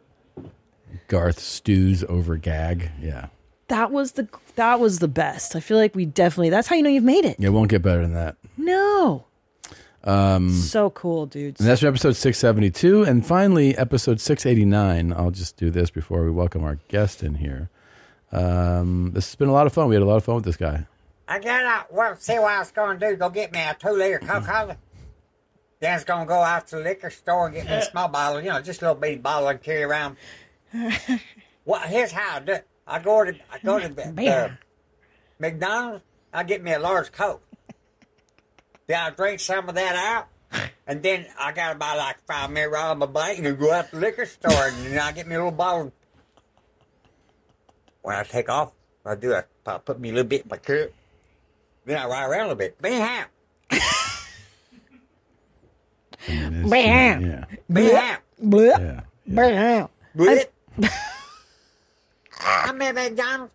Speaker 2: Garth stews over gag. Yeah,
Speaker 1: That was the that was the best. I feel like we definitely that's how you know you've made it.
Speaker 2: it won't get better than that.
Speaker 1: No.
Speaker 2: Um,
Speaker 1: So cool, dude.
Speaker 2: and that's your episode 672. And finally, episode 689. I'll just do this before we welcome our guest in here. Um, this has been a lot of fun. We had a lot of fun with this guy.
Speaker 23: I got out. Well, see what I was going to do. Go get me a two liter Coca Cola. Then I was going to go out to the liquor store and get me a small bottle, you know, just a little bitty bottle and carry around. well, here's how I do it. I go to, I go to the, the
Speaker 24: Beer.
Speaker 23: McDonald's. I get me a large Coke. then I drink some of that out. And then I got to buy like five minute roll of my blank and go out to the liquor store and then I get me a little bottle. When I take off, I do a, I put me a little bit in my cup. Then I ride around a little bit. Be ham.
Speaker 1: Be ham.
Speaker 23: Be ham.
Speaker 1: Blip. Blip.
Speaker 23: Blip. I'm at McDonald's.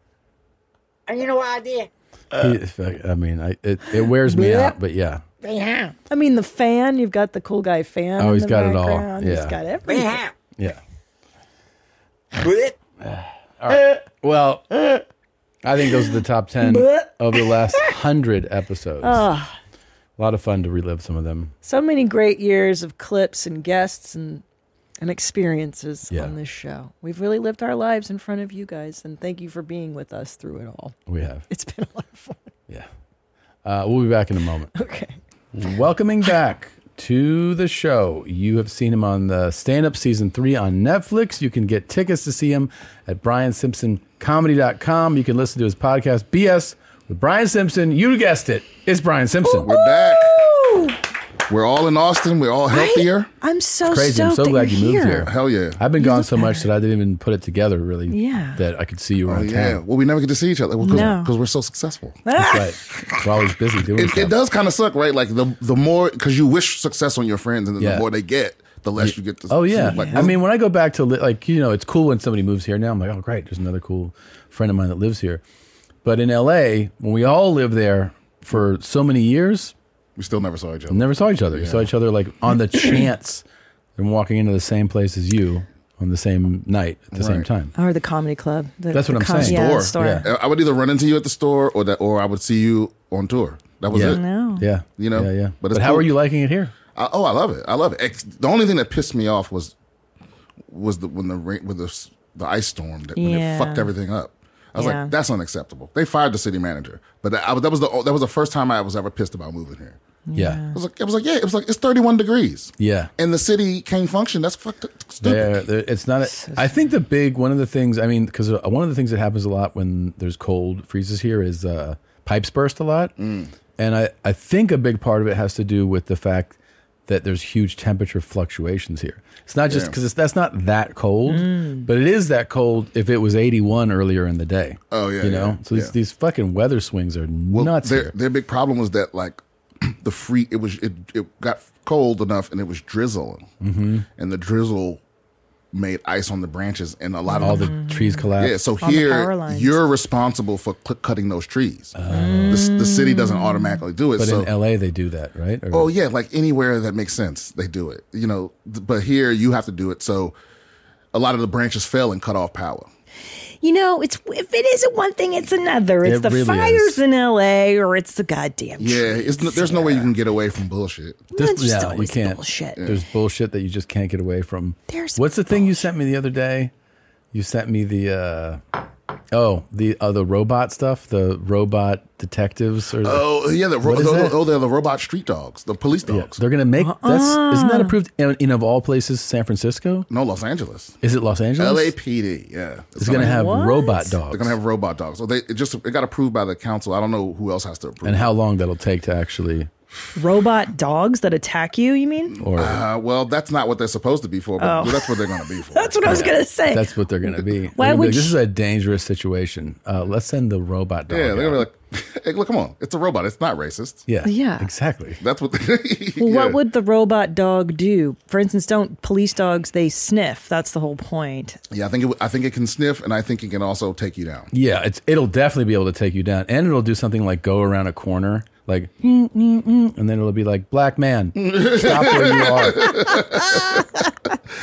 Speaker 23: And you know what I did?
Speaker 2: He- if I I mean, I, it, it wears me out, but yeah.
Speaker 1: Yeah. I mean, the fan. You've got the cool guy fan.
Speaker 2: Oh,
Speaker 1: in
Speaker 2: he's
Speaker 1: the
Speaker 2: got it all.
Speaker 1: background. He's
Speaker 2: Yeah.
Speaker 1: got everything.
Speaker 23: Yeah.
Speaker 2: Yeah.
Speaker 23: Blit.
Speaker 2: All right. Well, I think those are the top 10 of the last 100 episodes.
Speaker 1: Ah.
Speaker 2: A lot of fun to relive some of them.
Speaker 1: So many great years of clips and guests and and experiences
Speaker 2: Yeah.
Speaker 1: on this show. We've really lived our lives in front of you guys, and thank you for being with us through it all.
Speaker 2: We have.
Speaker 1: It's been a lot of fun.
Speaker 2: Yeah. Uh, we'll be back in a moment. Okay. Welcoming back to the show. You have seen him on the stand up season three on Netflix. You can get tickets to see him at briansimpsoncomedy.com. You can listen to his podcast, BS with Brian Simpson. You guessed it. It's Brian Simpson.
Speaker 3: We're back. We're all in Austin. We're all healthier.
Speaker 1: I'm so
Speaker 2: Crazy.
Speaker 1: stoked
Speaker 2: I'm so
Speaker 1: that
Speaker 2: glad you
Speaker 1: you're
Speaker 2: moved
Speaker 1: here.
Speaker 2: here. Hell yeah. I've been gone so much that I didn't even put it together, really.
Speaker 1: Yeah.
Speaker 2: That I could see you
Speaker 3: Oh,
Speaker 2: around
Speaker 3: yeah.
Speaker 2: town.
Speaker 3: Well, we never get to see each other because
Speaker 1: No.
Speaker 3: we're so successful.
Speaker 2: That's right. We're always busy doing
Speaker 3: It,
Speaker 2: stuff.
Speaker 3: it does kind of suck, right? Like the the more because you wish success on your friends, and then
Speaker 2: Yeah.
Speaker 3: the more they get, the less you get. to
Speaker 2: Oh yeah.
Speaker 3: Like,
Speaker 2: I mean, when I go back to li- like you know, it's cool when somebody moves here. Now I'm like, oh great, there's another cool friend of mine that lives here. But in L.A., when we all lived there for so many years,
Speaker 3: we still never saw each other.
Speaker 2: Never saw each other. We
Speaker 3: Yeah.
Speaker 2: saw each other like on the chance, and walking into the same place as you on the same night at the same
Speaker 3: Right.
Speaker 2: time.
Speaker 1: Or the comedy club. The-
Speaker 2: That's what
Speaker 1: the
Speaker 2: I'm
Speaker 1: com-
Speaker 2: saying.
Speaker 1: Yeah,
Speaker 2: Store.
Speaker 1: the store.
Speaker 2: Yeah.
Speaker 3: I would either run into you at the store or that, or I would see you on tour. That was
Speaker 2: yeah.
Speaker 3: it.
Speaker 2: Yeah.
Speaker 3: You know.
Speaker 2: Yeah. yeah. But,
Speaker 3: But, it's
Speaker 2: how
Speaker 3: cool.
Speaker 2: are you liking it here?
Speaker 3: I, oh, I love it. I love it. Ex- the only thing that pissed me off was was the when the rain with the s- the ice storm that when
Speaker 8: Yeah.
Speaker 3: it fucked everything up. I was
Speaker 8: Yeah.
Speaker 3: like, that's unacceptable. They fired the city manager, but that, I, was- that was the o- that was the first time I was ever pissed about moving here.
Speaker 2: Yeah.
Speaker 3: It was like it was like yeah, it was like it's thirty one degrees
Speaker 2: Yeah.
Speaker 3: and the city can't function. That's fucked. up.
Speaker 2: There, there, it's not. A, I think the big one of the things. I mean, because one of the things that happens a lot when there's cold freezes here is uh, pipes burst a lot,
Speaker 3: Mm.
Speaker 2: and I I think a big part of it has to do with the fact that there's huge temperature fluctuations here. It's not just
Speaker 3: Yeah. Mm.
Speaker 2: because that's not that cold, but it is that cold if it was 81 earlier in the day.
Speaker 3: Oh, yeah,
Speaker 2: you know.
Speaker 3: yeah,
Speaker 2: so these
Speaker 3: yeah.
Speaker 2: these fucking weather swings are nuts
Speaker 3: Their,
Speaker 2: here.
Speaker 3: their big problem was that like the free it was it it got cold enough and it was drizzling,
Speaker 2: Mhm.
Speaker 3: and the drizzle made ice on the branches and a lot
Speaker 2: All
Speaker 3: of
Speaker 2: the trees collapse.
Speaker 3: Mm. Yeah, so
Speaker 2: On the power
Speaker 3: here
Speaker 2: lines.
Speaker 3: you're responsible for cl- cutting those trees. The s- the, city doesn't automatically do it.
Speaker 2: Oh. But
Speaker 3: so
Speaker 2: in LA they do that, right? Or-
Speaker 3: Oh yeah, like anywhere that makes sense, they do it. You know, th- but here you have to do it. So a lot of the branches fell and cut off power.
Speaker 1: You know, it's if it isn't one thing, it's another. It's
Speaker 3: It
Speaker 1: the
Speaker 3: really
Speaker 1: fires in L.A. or it's the goddamn.
Speaker 3: Yeah, it's, n- there's no way you can get away from bullshit.
Speaker 2: There's-
Speaker 1: It's just
Speaker 2: yeah, you
Speaker 1: always
Speaker 2: can't.
Speaker 1: bullshit.
Speaker 2: There's bullshit that you just can't get away from.
Speaker 1: There's
Speaker 2: What's the thing you sent me the other day? You sent me the uh, oh the uh, the robot stuff, the robot detectives. Or
Speaker 3: Oh yeah, the ro-
Speaker 2: What is
Speaker 3: oh,
Speaker 2: that?
Speaker 3: oh, they're the robot street dogs, the police dogs.
Speaker 2: They're gonna make
Speaker 1: Uh-uh.
Speaker 2: that's isn't that approved in, in of all places San Francisco?
Speaker 3: No, Los Angeles.
Speaker 2: Is it Los Angeles?
Speaker 3: LAPD, yeah,
Speaker 2: It's gonna have What? robot dogs.
Speaker 3: They're gonna have robot dogs. So they it just it got approved by the council. I don't know who else has to approve.
Speaker 2: And how long that'll take to actually
Speaker 1: Robot dogs that attack you. You mean?
Speaker 2: or
Speaker 3: uh, well, that's not what they're supposed to be for, but
Speaker 1: Oh.
Speaker 3: that's what they're gonna be for.
Speaker 1: That's what I was
Speaker 2: Yeah.
Speaker 1: gonna say.
Speaker 2: That's what they're gonna be.
Speaker 1: Eh. Why
Speaker 2: They're gonna be
Speaker 1: would
Speaker 2: like, this
Speaker 1: you-
Speaker 2: is a dangerous situation. Uh, let's send the robot dog.
Speaker 3: yeah, they're gonna be
Speaker 2: out.
Speaker 3: like, hey, look, come on, it's a robot. It's not racist.
Speaker 2: Yeah,
Speaker 1: Yeah.
Speaker 2: exactly.
Speaker 3: That's what.
Speaker 1: Well,
Speaker 3: yeah.
Speaker 1: what would the robot dog do? For instance, don't police dogs? They sniff. That's the whole point.
Speaker 3: Yeah, I think it, would- I think it can sniff, and I think it can also take you down.
Speaker 2: Yeah, it's it'll definitely be able to take you down, and it'll do something like go around a corner, like, and then it'll be like, "Black man, stop where you are,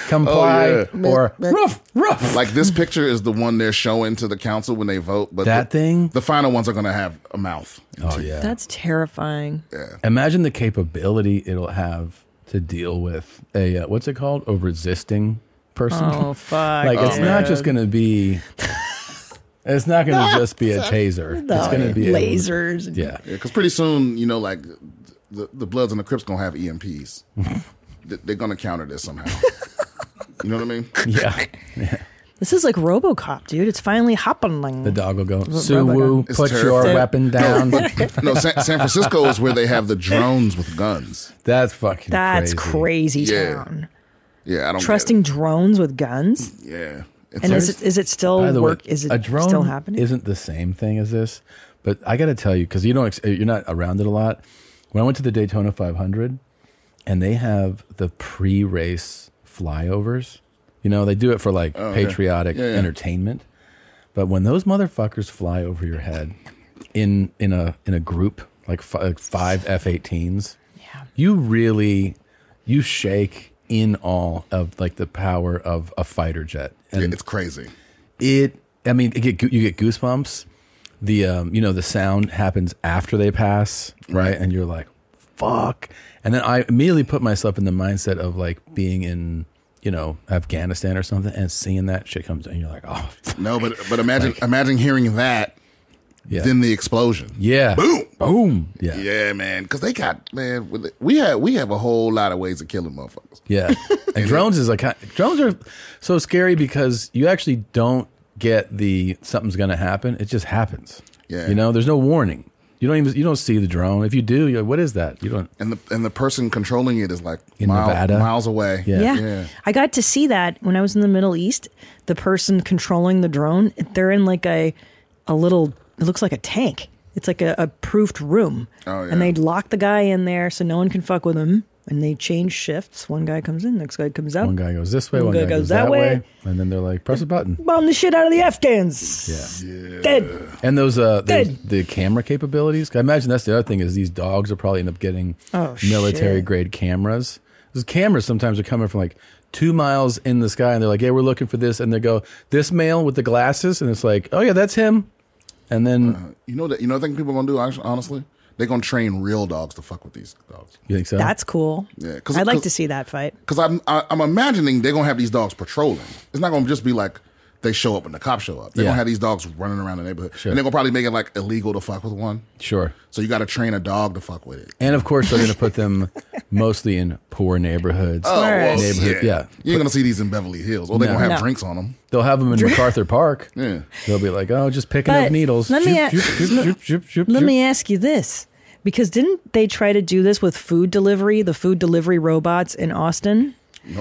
Speaker 2: comply,"
Speaker 3: Oh, yeah.
Speaker 2: or "Rough, rough."
Speaker 3: Like this picture is the one they're showing to the council when they vote, but
Speaker 2: That
Speaker 3: the,
Speaker 2: thing?
Speaker 3: the final ones are going to have a mouth.
Speaker 2: Oh yeah.
Speaker 1: That's terrifying.
Speaker 2: Imagine the capability it'll have to deal with a uh, what's it called? A resisting person.
Speaker 1: Oh, fuck,
Speaker 2: like it's
Speaker 1: dude.
Speaker 2: not just going to be. It's not going to just be a taser.
Speaker 1: No,
Speaker 2: it's going to be a-
Speaker 1: lasers. and-
Speaker 2: yeah.
Speaker 3: because pretty soon, you know, like the, the Bloods and the Crips going to have EMPs. They- they're going to counter this somehow. you know what I mean?
Speaker 2: Yeah.
Speaker 1: This is like RoboCop, dude. It's finally happening.
Speaker 2: The dog will go.
Speaker 1: Robot
Speaker 2: Sue Woo,
Speaker 1: dog.
Speaker 2: put your weapon down.
Speaker 3: No, San, San Francisco is where they have the drones with guns.
Speaker 2: That's fucking.
Speaker 1: That's crazy, town.
Speaker 3: Yeah, I don't get it.
Speaker 1: Trusting drones with guns.
Speaker 3: Yeah.
Speaker 1: and is it is it
Speaker 2: By
Speaker 1: still
Speaker 2: the
Speaker 1: work?
Speaker 2: way,
Speaker 1: is it
Speaker 2: a drone
Speaker 1: still happening?
Speaker 2: Isn't the same thing as this, but I got to tell you because you don't ex- uh, you're not around it a lot. When I went to the Daytona 500, and they have the pre-race flyovers, you know they do it for like
Speaker 3: Oh, yeah.
Speaker 2: patriotic
Speaker 3: Yeah, yeah.
Speaker 2: entertainment. But when those motherfuckers fly over your head in in a in a group like fi- like five F-18s, you really you shake in awe of like the power of a fighter jet. And it's
Speaker 3: crazy.
Speaker 2: It I mean, it get, goo- you get goosebumps. The um, you know the sound happens after they pass, right? And you're like, fuck. And then I immediately put myself in the mindset of like being in, you know, Afghanistan or something and seeing that shit comes and you're like, oh,
Speaker 3: No, but but imagine imagine hearing that, then the explosion.
Speaker 2: Yeah.
Speaker 3: Boom.
Speaker 2: Boom. Yeah.
Speaker 3: Yeah, man. Because they got man. with it- We have we have a whole lot of ways of killing motherfuckers.
Speaker 2: Yeah. And drones is like drones are so scary because you actually don't get the something's going to happen. It just happens.
Speaker 3: Yeah.
Speaker 2: You know, there's no warning. You don't even you don't see the drone. If you do, you're like, what is that? You don't.
Speaker 3: And the and the person controlling it is like
Speaker 2: In
Speaker 3: mile-
Speaker 2: Nevada?
Speaker 3: miles away.
Speaker 1: Yeah. I got to see that when I was in the Middle East. The person controlling the drone, they're in like a a little it looks like a tank. It's like a, a proofed room.
Speaker 3: Oh, yeah.
Speaker 1: And they lock the guy in there so no one can fuck with him. And they change shifts. One guy comes in, next guy comes out.
Speaker 2: One guy goes this way, one, guy, goes that, way. and then they're like, press a button.
Speaker 1: Bomb the shit out of the Afghans.
Speaker 2: Yeah.
Speaker 1: Dead.
Speaker 2: And those uh, those-
Speaker 1: Good.
Speaker 2: the camera capabilities. 'Cause I imagine that's the other thing is these dogs will probably end up getting
Speaker 1: Oh,
Speaker 2: military
Speaker 1: shit.
Speaker 2: grade cameras. Those cameras sometimes are coming from like two miles in the sky, and they're like, "Yeah, we're looking for this," and they go, "This male with the glasses," and it's like, "Oh yeah, that's him." And then
Speaker 3: You know that you know what I think people gonna do actually, honestly. They're gonna train real dogs to fuck with these dogs.
Speaker 2: you think so?
Speaker 1: That's cool.
Speaker 3: Yeah,
Speaker 1: I'd like to see that fight.
Speaker 3: Because I'm I, I'm imagining they're gonna have these dogs patrolling. It's not gonna just be like they show up and the cops show up. They're
Speaker 2: Yeah.
Speaker 3: gonna have these dogs running around the neighborhood, and they're gonna probably make it like illegal to fuck with one.
Speaker 2: sure.
Speaker 3: So you got to train a dog to fuck with it.
Speaker 2: And of course, they're going to put them mostly in poor neighborhoods.
Speaker 3: Oh, well,
Speaker 2: Neighborhood-
Speaker 3: yeah.
Speaker 2: yeah.
Speaker 3: You ain't gonna see these in Beverly Hills. Or they're
Speaker 2: No.
Speaker 3: gonna have
Speaker 2: No.
Speaker 3: drinks on them.
Speaker 2: They'll have them in MacArthur Park.
Speaker 3: Yeah.
Speaker 2: They'll be like, "Oh, just picking
Speaker 1: But
Speaker 2: up needles."
Speaker 1: let me
Speaker 2: Zoop,
Speaker 1: a-
Speaker 2: zoop, zoop, zoop, zoop, zoop,
Speaker 1: Let
Speaker 2: zoop.
Speaker 1: me ask you this because didn't they try to do this with food delivery, the food delivery robots in Austin?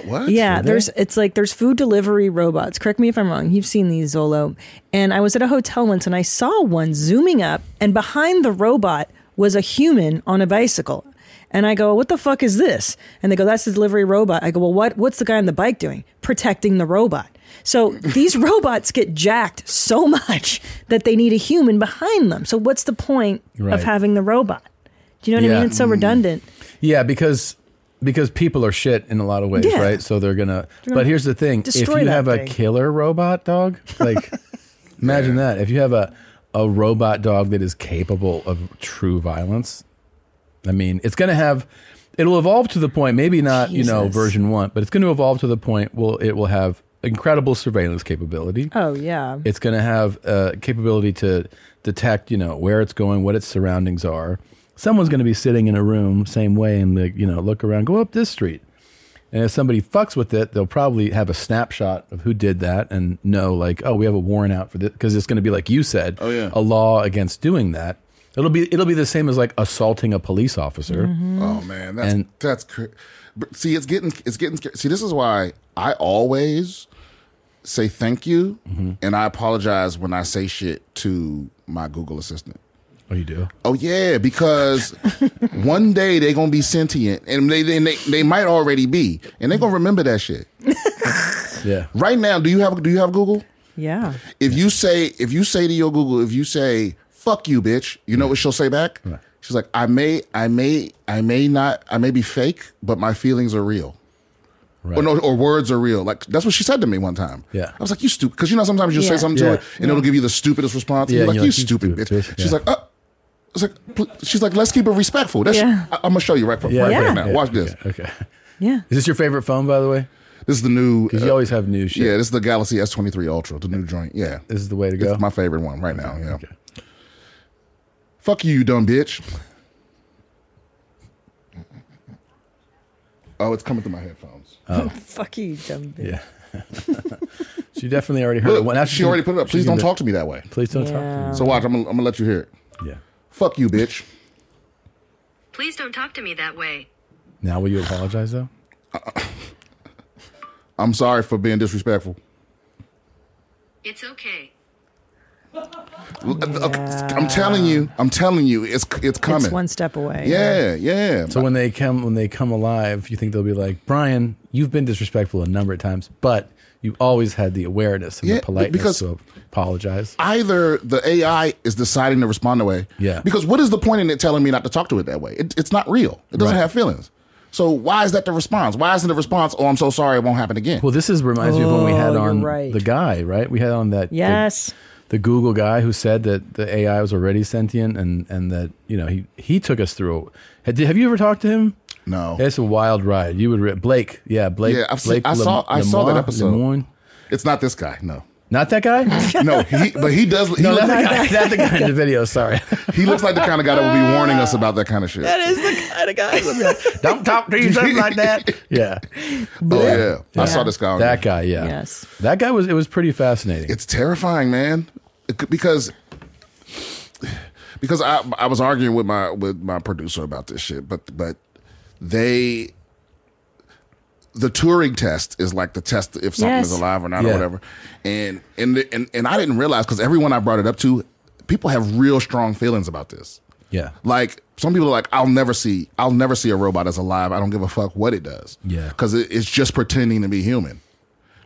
Speaker 3: What?
Speaker 1: Yeah, there's it's like there's food delivery robots. Correct me if I'm wrong. You've seen these Zolo. And I was at a hotel once and I saw one zooming up and behind the robot was a human on a bicycle. And I go, "What the fuck is this?" And they go, "That's the delivery robot." I go, "Well, what what's the guy on the bike doing? Protecting the robot." So these robots get jacked so much that they need a human behind them. So what's the point
Speaker 2: Right.
Speaker 1: of having the robot? Do you know what I
Speaker 2: Yeah.
Speaker 1: mean? It's so
Speaker 2: Mm.
Speaker 1: redundant.
Speaker 2: Yeah, because because people are shit in a lot of ways,
Speaker 1: Yeah.
Speaker 2: right? So they're gonna.
Speaker 1: They're
Speaker 2: but
Speaker 1: gonna
Speaker 2: here's the thing: if
Speaker 1: destroy
Speaker 2: you
Speaker 1: that
Speaker 2: have a
Speaker 1: thing.
Speaker 2: killer robot dog, like imagine that. If you have a a robot dog that is capable of true violence, I mean, it's gonna have. It'll evolve to the point, maybe not, you know,
Speaker 1: Jesus.
Speaker 2: version one, but it's going to evolve to the point. Well, it will have incredible surveillance capability.
Speaker 1: Oh yeah.
Speaker 2: It's going to have uh, capability to detect, you know, where it's going, what its surroundings are. Someone's going to be sitting in a room same way and like, you know, look around, go up this street. And if somebody fucks with it, they'll probably have a snapshot of who did that and know like, oh, we have a warrant out for this because it's going to be like you said, oh yeah, a law against doing that. It'll be it'll be the same as like assaulting a police officer.
Speaker 3: Oh man, that's
Speaker 2: And-
Speaker 3: that's cr- but see, it's getting it's getting scar- see. This is why I always say thank you, and I apologize when I say shit to my Google Assistant.
Speaker 2: Oh, you do?
Speaker 3: Oh yeah, because one day they're gonna be sentient, and they they, they they might already be, and they're gonna remember that shit.
Speaker 2: yeah.
Speaker 3: Right now, do you have do you have Google?
Speaker 1: Yeah.
Speaker 3: If you say if you say to your Google, if you say "fuck you, bitch," you know what she'll say back? She's like, "I may, I may, I may not, I may be fake, but my feelings are real." Or no, or words are real. Like that's what she said to me one time.
Speaker 2: Yeah.
Speaker 3: I was like, "You stupid," because you know sometimes you will
Speaker 2: Yeah.
Speaker 3: say something
Speaker 2: Yeah.
Speaker 3: to her and it'll give you the stupidest response.
Speaker 2: Yeah,
Speaker 3: you're like,
Speaker 2: you're
Speaker 3: "You
Speaker 2: like, "You
Speaker 3: stupid bitch."
Speaker 2: stupid bitch.
Speaker 3: She's
Speaker 2: Yeah.
Speaker 3: like, "Uh." It's like, pl- she's like, let's keep it respectful. That's
Speaker 1: Yeah.
Speaker 3: I- I'm gonna show you right, right,
Speaker 2: Yeah.
Speaker 3: right
Speaker 2: Yeah.
Speaker 3: now.
Speaker 2: Yeah.
Speaker 3: Watch this.
Speaker 2: Okay.
Speaker 1: Yeah.
Speaker 2: Is this your favorite phone, by the way?
Speaker 3: This is the new. Because
Speaker 2: you always have new shit.
Speaker 3: Yeah, this is the Galaxy S23 Ultra, the new joint. Yeah,
Speaker 2: this is the way to
Speaker 3: go. my favorite one right now. Yeah. Fuck you, you dumb bitch. Oh, it's coming through my headphones.
Speaker 1: Fuck you, you dumb bitch.
Speaker 2: Yeah. she definitely already heard it. Well, now
Speaker 3: she
Speaker 2: she's
Speaker 3: already
Speaker 2: gonna-
Speaker 3: put it up.
Speaker 2: she's
Speaker 3: Please don't
Speaker 2: gonna-
Speaker 3: talk to me that way.
Speaker 2: Please don't talk to me.
Speaker 3: So watch, I'm gonna, I'm gonna let you hear it.
Speaker 2: Yeah.
Speaker 3: Fuck you, bitch.
Speaker 4: Please don't talk to me that way.
Speaker 2: Now will you apologize though?
Speaker 3: I'm sorry for being disrespectful.
Speaker 4: It's okay.
Speaker 3: L- uh, I'm telling you, I'm telling you, it's it's coming.
Speaker 1: It's one step away.
Speaker 3: yeah, yeah.
Speaker 2: So when they come when they come alive, you think they'll be like, Brian, you've been disrespectful a number of times, but you always had the awareness and
Speaker 3: Yeah,
Speaker 2: the
Speaker 3: b-
Speaker 2: politeness
Speaker 3: because-
Speaker 2: to apologize.
Speaker 3: Either the AI is deciding to respond the way.
Speaker 2: Yeah.
Speaker 3: Because what is the point in it telling me not to talk to it that way? It, it's not real. It doesn't
Speaker 2: Right.
Speaker 3: have feelings. So why is that the response? Why isn't the response? Oh, I'm so sorry. It won't happen again.
Speaker 2: Well, this is reminds me of when we had
Speaker 3: Oh, you're
Speaker 2: on
Speaker 3: right.
Speaker 2: the guy, right? We had on that the-
Speaker 3: Yes.
Speaker 2: the, Google guy who said that the AI was already sentient and and that you know he he took us through. Had, have you ever talked to him?
Speaker 3: No,
Speaker 2: it's a wild ride. You would re- Blake, yeah, Blake.
Speaker 3: yeah, I've seen,
Speaker 2: Blake
Speaker 3: I
Speaker 2: Lem-
Speaker 3: saw. I saw that
Speaker 2: Lemoine-
Speaker 3: episode.
Speaker 2: Lemoine?
Speaker 3: It's not this guy. No.
Speaker 2: Not that guy.
Speaker 3: no, he, but he does. He
Speaker 2: No,
Speaker 3: looks
Speaker 2: that's the
Speaker 3: like-
Speaker 2: guy. That's the guy in the video. Sorry,
Speaker 3: he looks like the kind of guy that would be warning us about that kind of shit.
Speaker 2: That is the kind of guy. Don't talk to yourself like that. Yeah.
Speaker 3: Oh yeah, I saw this guy. on
Speaker 2: That
Speaker 3: there.
Speaker 2: guy, yeah. That guy was. It was pretty fascinating.
Speaker 3: It's terrifying, man, It could- because because I I was arguing with my with my producer about this shit, but but they the Turing test is like the test if something is
Speaker 7: Yes.
Speaker 3: alive or not or
Speaker 7: Yeah.
Speaker 3: whatever, and and the- and and I didn't realize because everyone I brought it up to, people have real strong feelings about this.
Speaker 2: Yeah.
Speaker 3: Like some people are like, I'll never see, I'll never see a robot that's alive. I don't give a fuck what it does.
Speaker 2: Yeah.
Speaker 3: because it, it's just pretending to be human.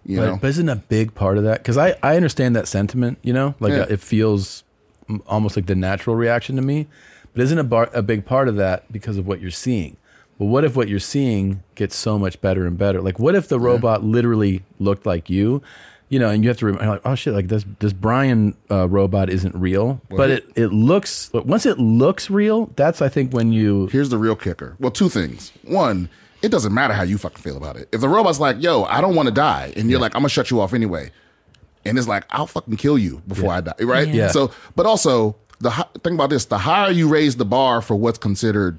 Speaker 3: You
Speaker 2: but,
Speaker 3: know,
Speaker 2: but isn't a big part of that because I, I understand that sentiment you know like
Speaker 3: Yeah.
Speaker 2: uh, it feels m- almost like the natural reaction to me but isn't a, bar, a big part of that because of what you're seeing but what if what you're seeing gets so much better and better like what if the robot literally looked like you you know and you have to remember like oh shit like this this brian uh, robot isn't real but
Speaker 3: Well-
Speaker 2: it, it looks but once it looks real that's i think when you
Speaker 3: here's the real kicker. Well, two things. One, it doesn't matter how you fucking feel about it. If the robot's like, yo, I don't want to die, and you're like, I'm gonna shut you off anyway, and it's like, I'll fucking kill you before I die, right?
Speaker 2: Yeah. Yeah.
Speaker 3: So, but also, the hi- think about this: the higher you raise the bar for what's considered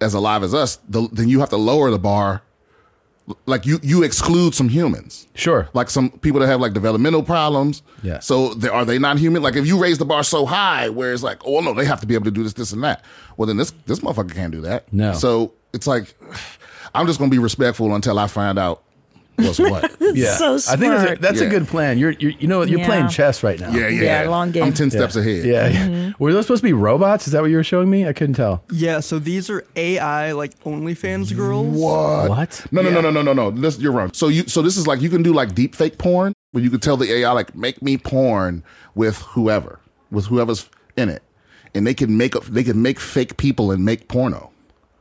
Speaker 3: as alive as us, the, then you have to lower the bar. Like you, you exclude some humans.
Speaker 2: Sure.
Speaker 3: Like some people that have like developmental problems.
Speaker 2: Yeah.
Speaker 3: So they, are they not human? Like if you raise the bar so high, where it's like, oh no, they have to be able to do this, this, and that. Well, then this this motherfucker can't do that.
Speaker 2: No.
Speaker 3: So it's like, I'm just gonna be respectful until I find out what's what.
Speaker 2: I think that's, a, that's a good plan. You're, you're you know what? you're
Speaker 3: Yeah.
Speaker 2: playing chess right now.
Speaker 3: Yeah, yeah. Yeah, long game. I'm 10 steps ahead.
Speaker 2: Yeah. yeah. Were those supposed to be robots? Is that what you were showing me? I couldn't tell.
Speaker 16: Yeah, so these are AI like OnlyFans girls.
Speaker 3: What? No, no, no, no, no, no, no. This, you're wrong. So you, so this is like you can do like deep fake porn, where you can tell the AI like make me porn with whoever, with whoever's in it, and they can make up, they can make fake people and make porno.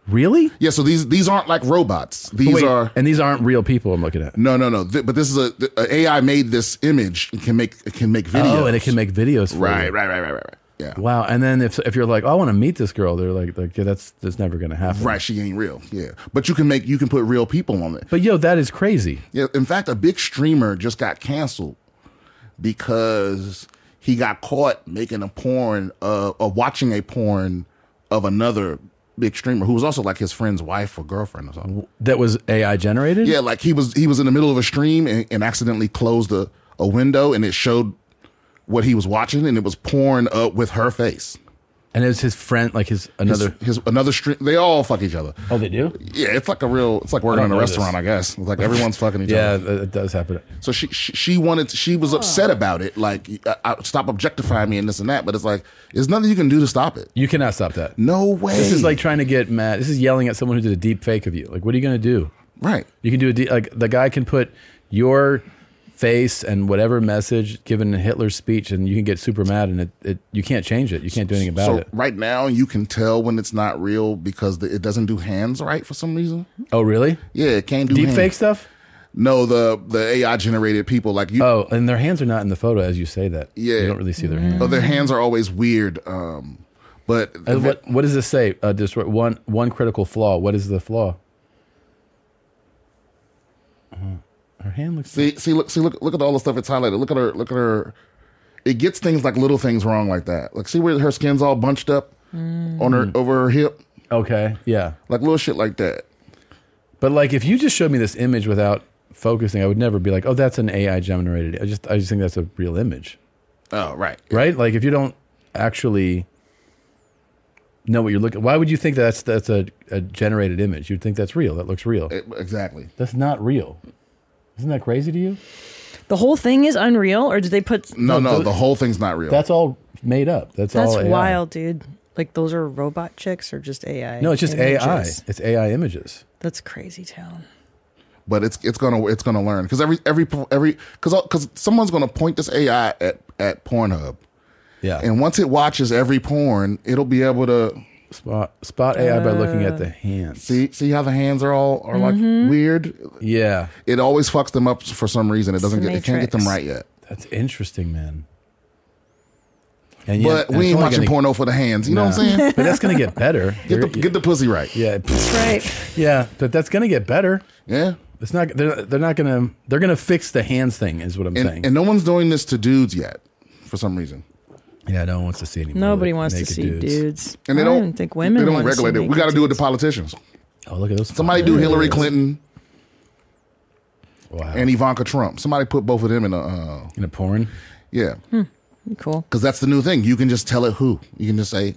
Speaker 2: Really?
Speaker 3: Yeah. So these these aren't like robots. These
Speaker 2: Wait,
Speaker 3: are
Speaker 2: and these aren't real people. I'm looking at.
Speaker 3: no, no, no. Th- but this is a, th- a AI made this image and can make can make videos.
Speaker 2: Oh, and it can make videos. For
Speaker 3: Right,
Speaker 2: you.
Speaker 3: right, right, right, right, right. Yeah.
Speaker 2: Wow. And then if if you're like, "Oh, I want to meet this girl, they're like, like yeah, that's that's never gonna happen.
Speaker 3: Right, she ain't real. Yeah, but you can make you can put real people on it.
Speaker 2: But yo, that is crazy.
Speaker 3: Yeah, in fact, a big streamer just got canceled because he got caught making a porn uh, or watching a porn of another big streamer who was also like his friend's wife or girlfriend or something.
Speaker 2: That was AI generated.
Speaker 3: Yeah, like he was he was in the middle of a stream and, and accidentally closed a, a window and it showed what he was watching and it was porn uh, with her face.
Speaker 2: And it was his friend, like his another-
Speaker 3: his, another stream. They all fuck each other.
Speaker 2: Oh, they do.
Speaker 3: Yeah, it's like a real. It's like working
Speaker 2: I
Speaker 3: in
Speaker 2: don't
Speaker 3: a
Speaker 2: know
Speaker 3: restaurant,
Speaker 2: this.
Speaker 3: I guess. It's like everyone's fucking each
Speaker 2: Yeah,
Speaker 3: other.
Speaker 2: th- it does happen.
Speaker 3: So she, she she wanted. She was upset about it. Like, I, I- stop objectifying me and this and that. But it's like, there's nothing you can do to stop it.
Speaker 2: You cannot stop that.
Speaker 3: No way.
Speaker 2: This is like trying to get mad. This is yelling at someone who did a deep fake of you. Like, what are you going to do?
Speaker 3: Right.
Speaker 2: You can do a deep, like the guy can put your face and whatever message given in Hitler's speech, and you can get super mad, and it, it you can't change it. You can't do anything about
Speaker 3: so
Speaker 2: it.
Speaker 3: right now, you can tell when it's not real because the, it doesn't do hands right for some reason.
Speaker 2: Oh, really?
Speaker 3: Yeah, it can't do
Speaker 2: Deep
Speaker 3: hands.
Speaker 2: fake stuff.
Speaker 3: No, the the AI generated people like you.
Speaker 2: Oh, and their hands are not in the photo as you say that.
Speaker 3: Yeah,
Speaker 2: you don't really see their hands.
Speaker 3: Oh, their hands are always weird. Um, but
Speaker 2: Uh, what what does this say? Uh, destroy one one critical flaw. What is the flaw? Uh, Her hand looks.
Speaker 3: See, see, look, see, look, look at all the stuff it's highlighted. Look at her, look at her. It gets things like little things wrong like that. Like, see where her skin's all bunched up on her
Speaker 2: Mm.
Speaker 3: over her hip.
Speaker 2: Okay, yeah,
Speaker 3: like little shit like that.
Speaker 2: But like, if you just showed me this image without focusing, I would never be like, "Oh, that's an AI generated." I just, I just think that's a real image,
Speaker 3: Oh, right.
Speaker 2: right? Like, if you don't actually know what you're looking, why would you think that's that's a, a generated image? You'd think that's real. That looks real.
Speaker 3: exactly.
Speaker 2: That's not real. Isn't that crazy to you?
Speaker 1: The whole thing is unreal, or did they put?
Speaker 3: No, no, the whole thing's not real.
Speaker 2: That's all made up. That's,
Speaker 1: That's
Speaker 2: all. AI.
Speaker 1: wild, dude. Like those are robot chicks or just AI?
Speaker 2: No, it's just
Speaker 1: images?
Speaker 2: AI. It's AI images.
Speaker 1: That's crazy town.
Speaker 3: but it's it's gonna it's gonna learn because every every every because because someone's gonna point this AI at at Pornhub.
Speaker 2: Yeah.
Speaker 3: And once it watches every porn, it'll be able to
Speaker 2: spot spot AI by looking
Speaker 1: Uh,
Speaker 2: at the hands.
Speaker 3: See see how the hands are all are
Speaker 2: Mhm.
Speaker 1: Mm-hmm.
Speaker 3: like weird.
Speaker 2: Yeah.
Speaker 3: It always fucks them up for some reason. It doesn't
Speaker 2: the
Speaker 3: get it can't get them
Speaker 2: Matrix.
Speaker 3: right yet.
Speaker 2: That's interesting, man.
Speaker 3: But we
Speaker 2: it's
Speaker 3: ain't
Speaker 2: only
Speaker 3: watching
Speaker 2: gonna-
Speaker 3: porno for the hands. You know what I'm
Speaker 2: No.
Speaker 3: saying?
Speaker 2: But that's gonna get better.
Speaker 3: Get the, get the pussy right.
Speaker 2: Yeah. That's
Speaker 1: right.
Speaker 2: Yeah, but that's gonna get better.
Speaker 3: Yeah.
Speaker 2: It's not. They're, they're not gonna. They're gonna fix the hands thing. Is what I'm saying.
Speaker 3: And, and no one's doing this to dudes yet, for some reason.
Speaker 2: Yeah, no one wants to see anymore.
Speaker 1: Nobody wants to see dudes.
Speaker 3: And they
Speaker 1: I
Speaker 3: don't,
Speaker 1: don't, think women.
Speaker 3: They don't
Speaker 1: want
Speaker 3: regulate
Speaker 1: to
Speaker 3: it.
Speaker 1: see
Speaker 3: We got to do it to politicians.
Speaker 2: Oh, look at those.
Speaker 3: Somebody do Hillary
Speaker 2: fuckers.
Speaker 3: Clinton.
Speaker 2: Wow.
Speaker 3: And Ivanka Trump. Somebody put both of them in a uh,
Speaker 2: in a porn.
Speaker 3: Yeah,
Speaker 1: Hmm. cool.
Speaker 3: because that's the new thing. You can just tell it who. You can just say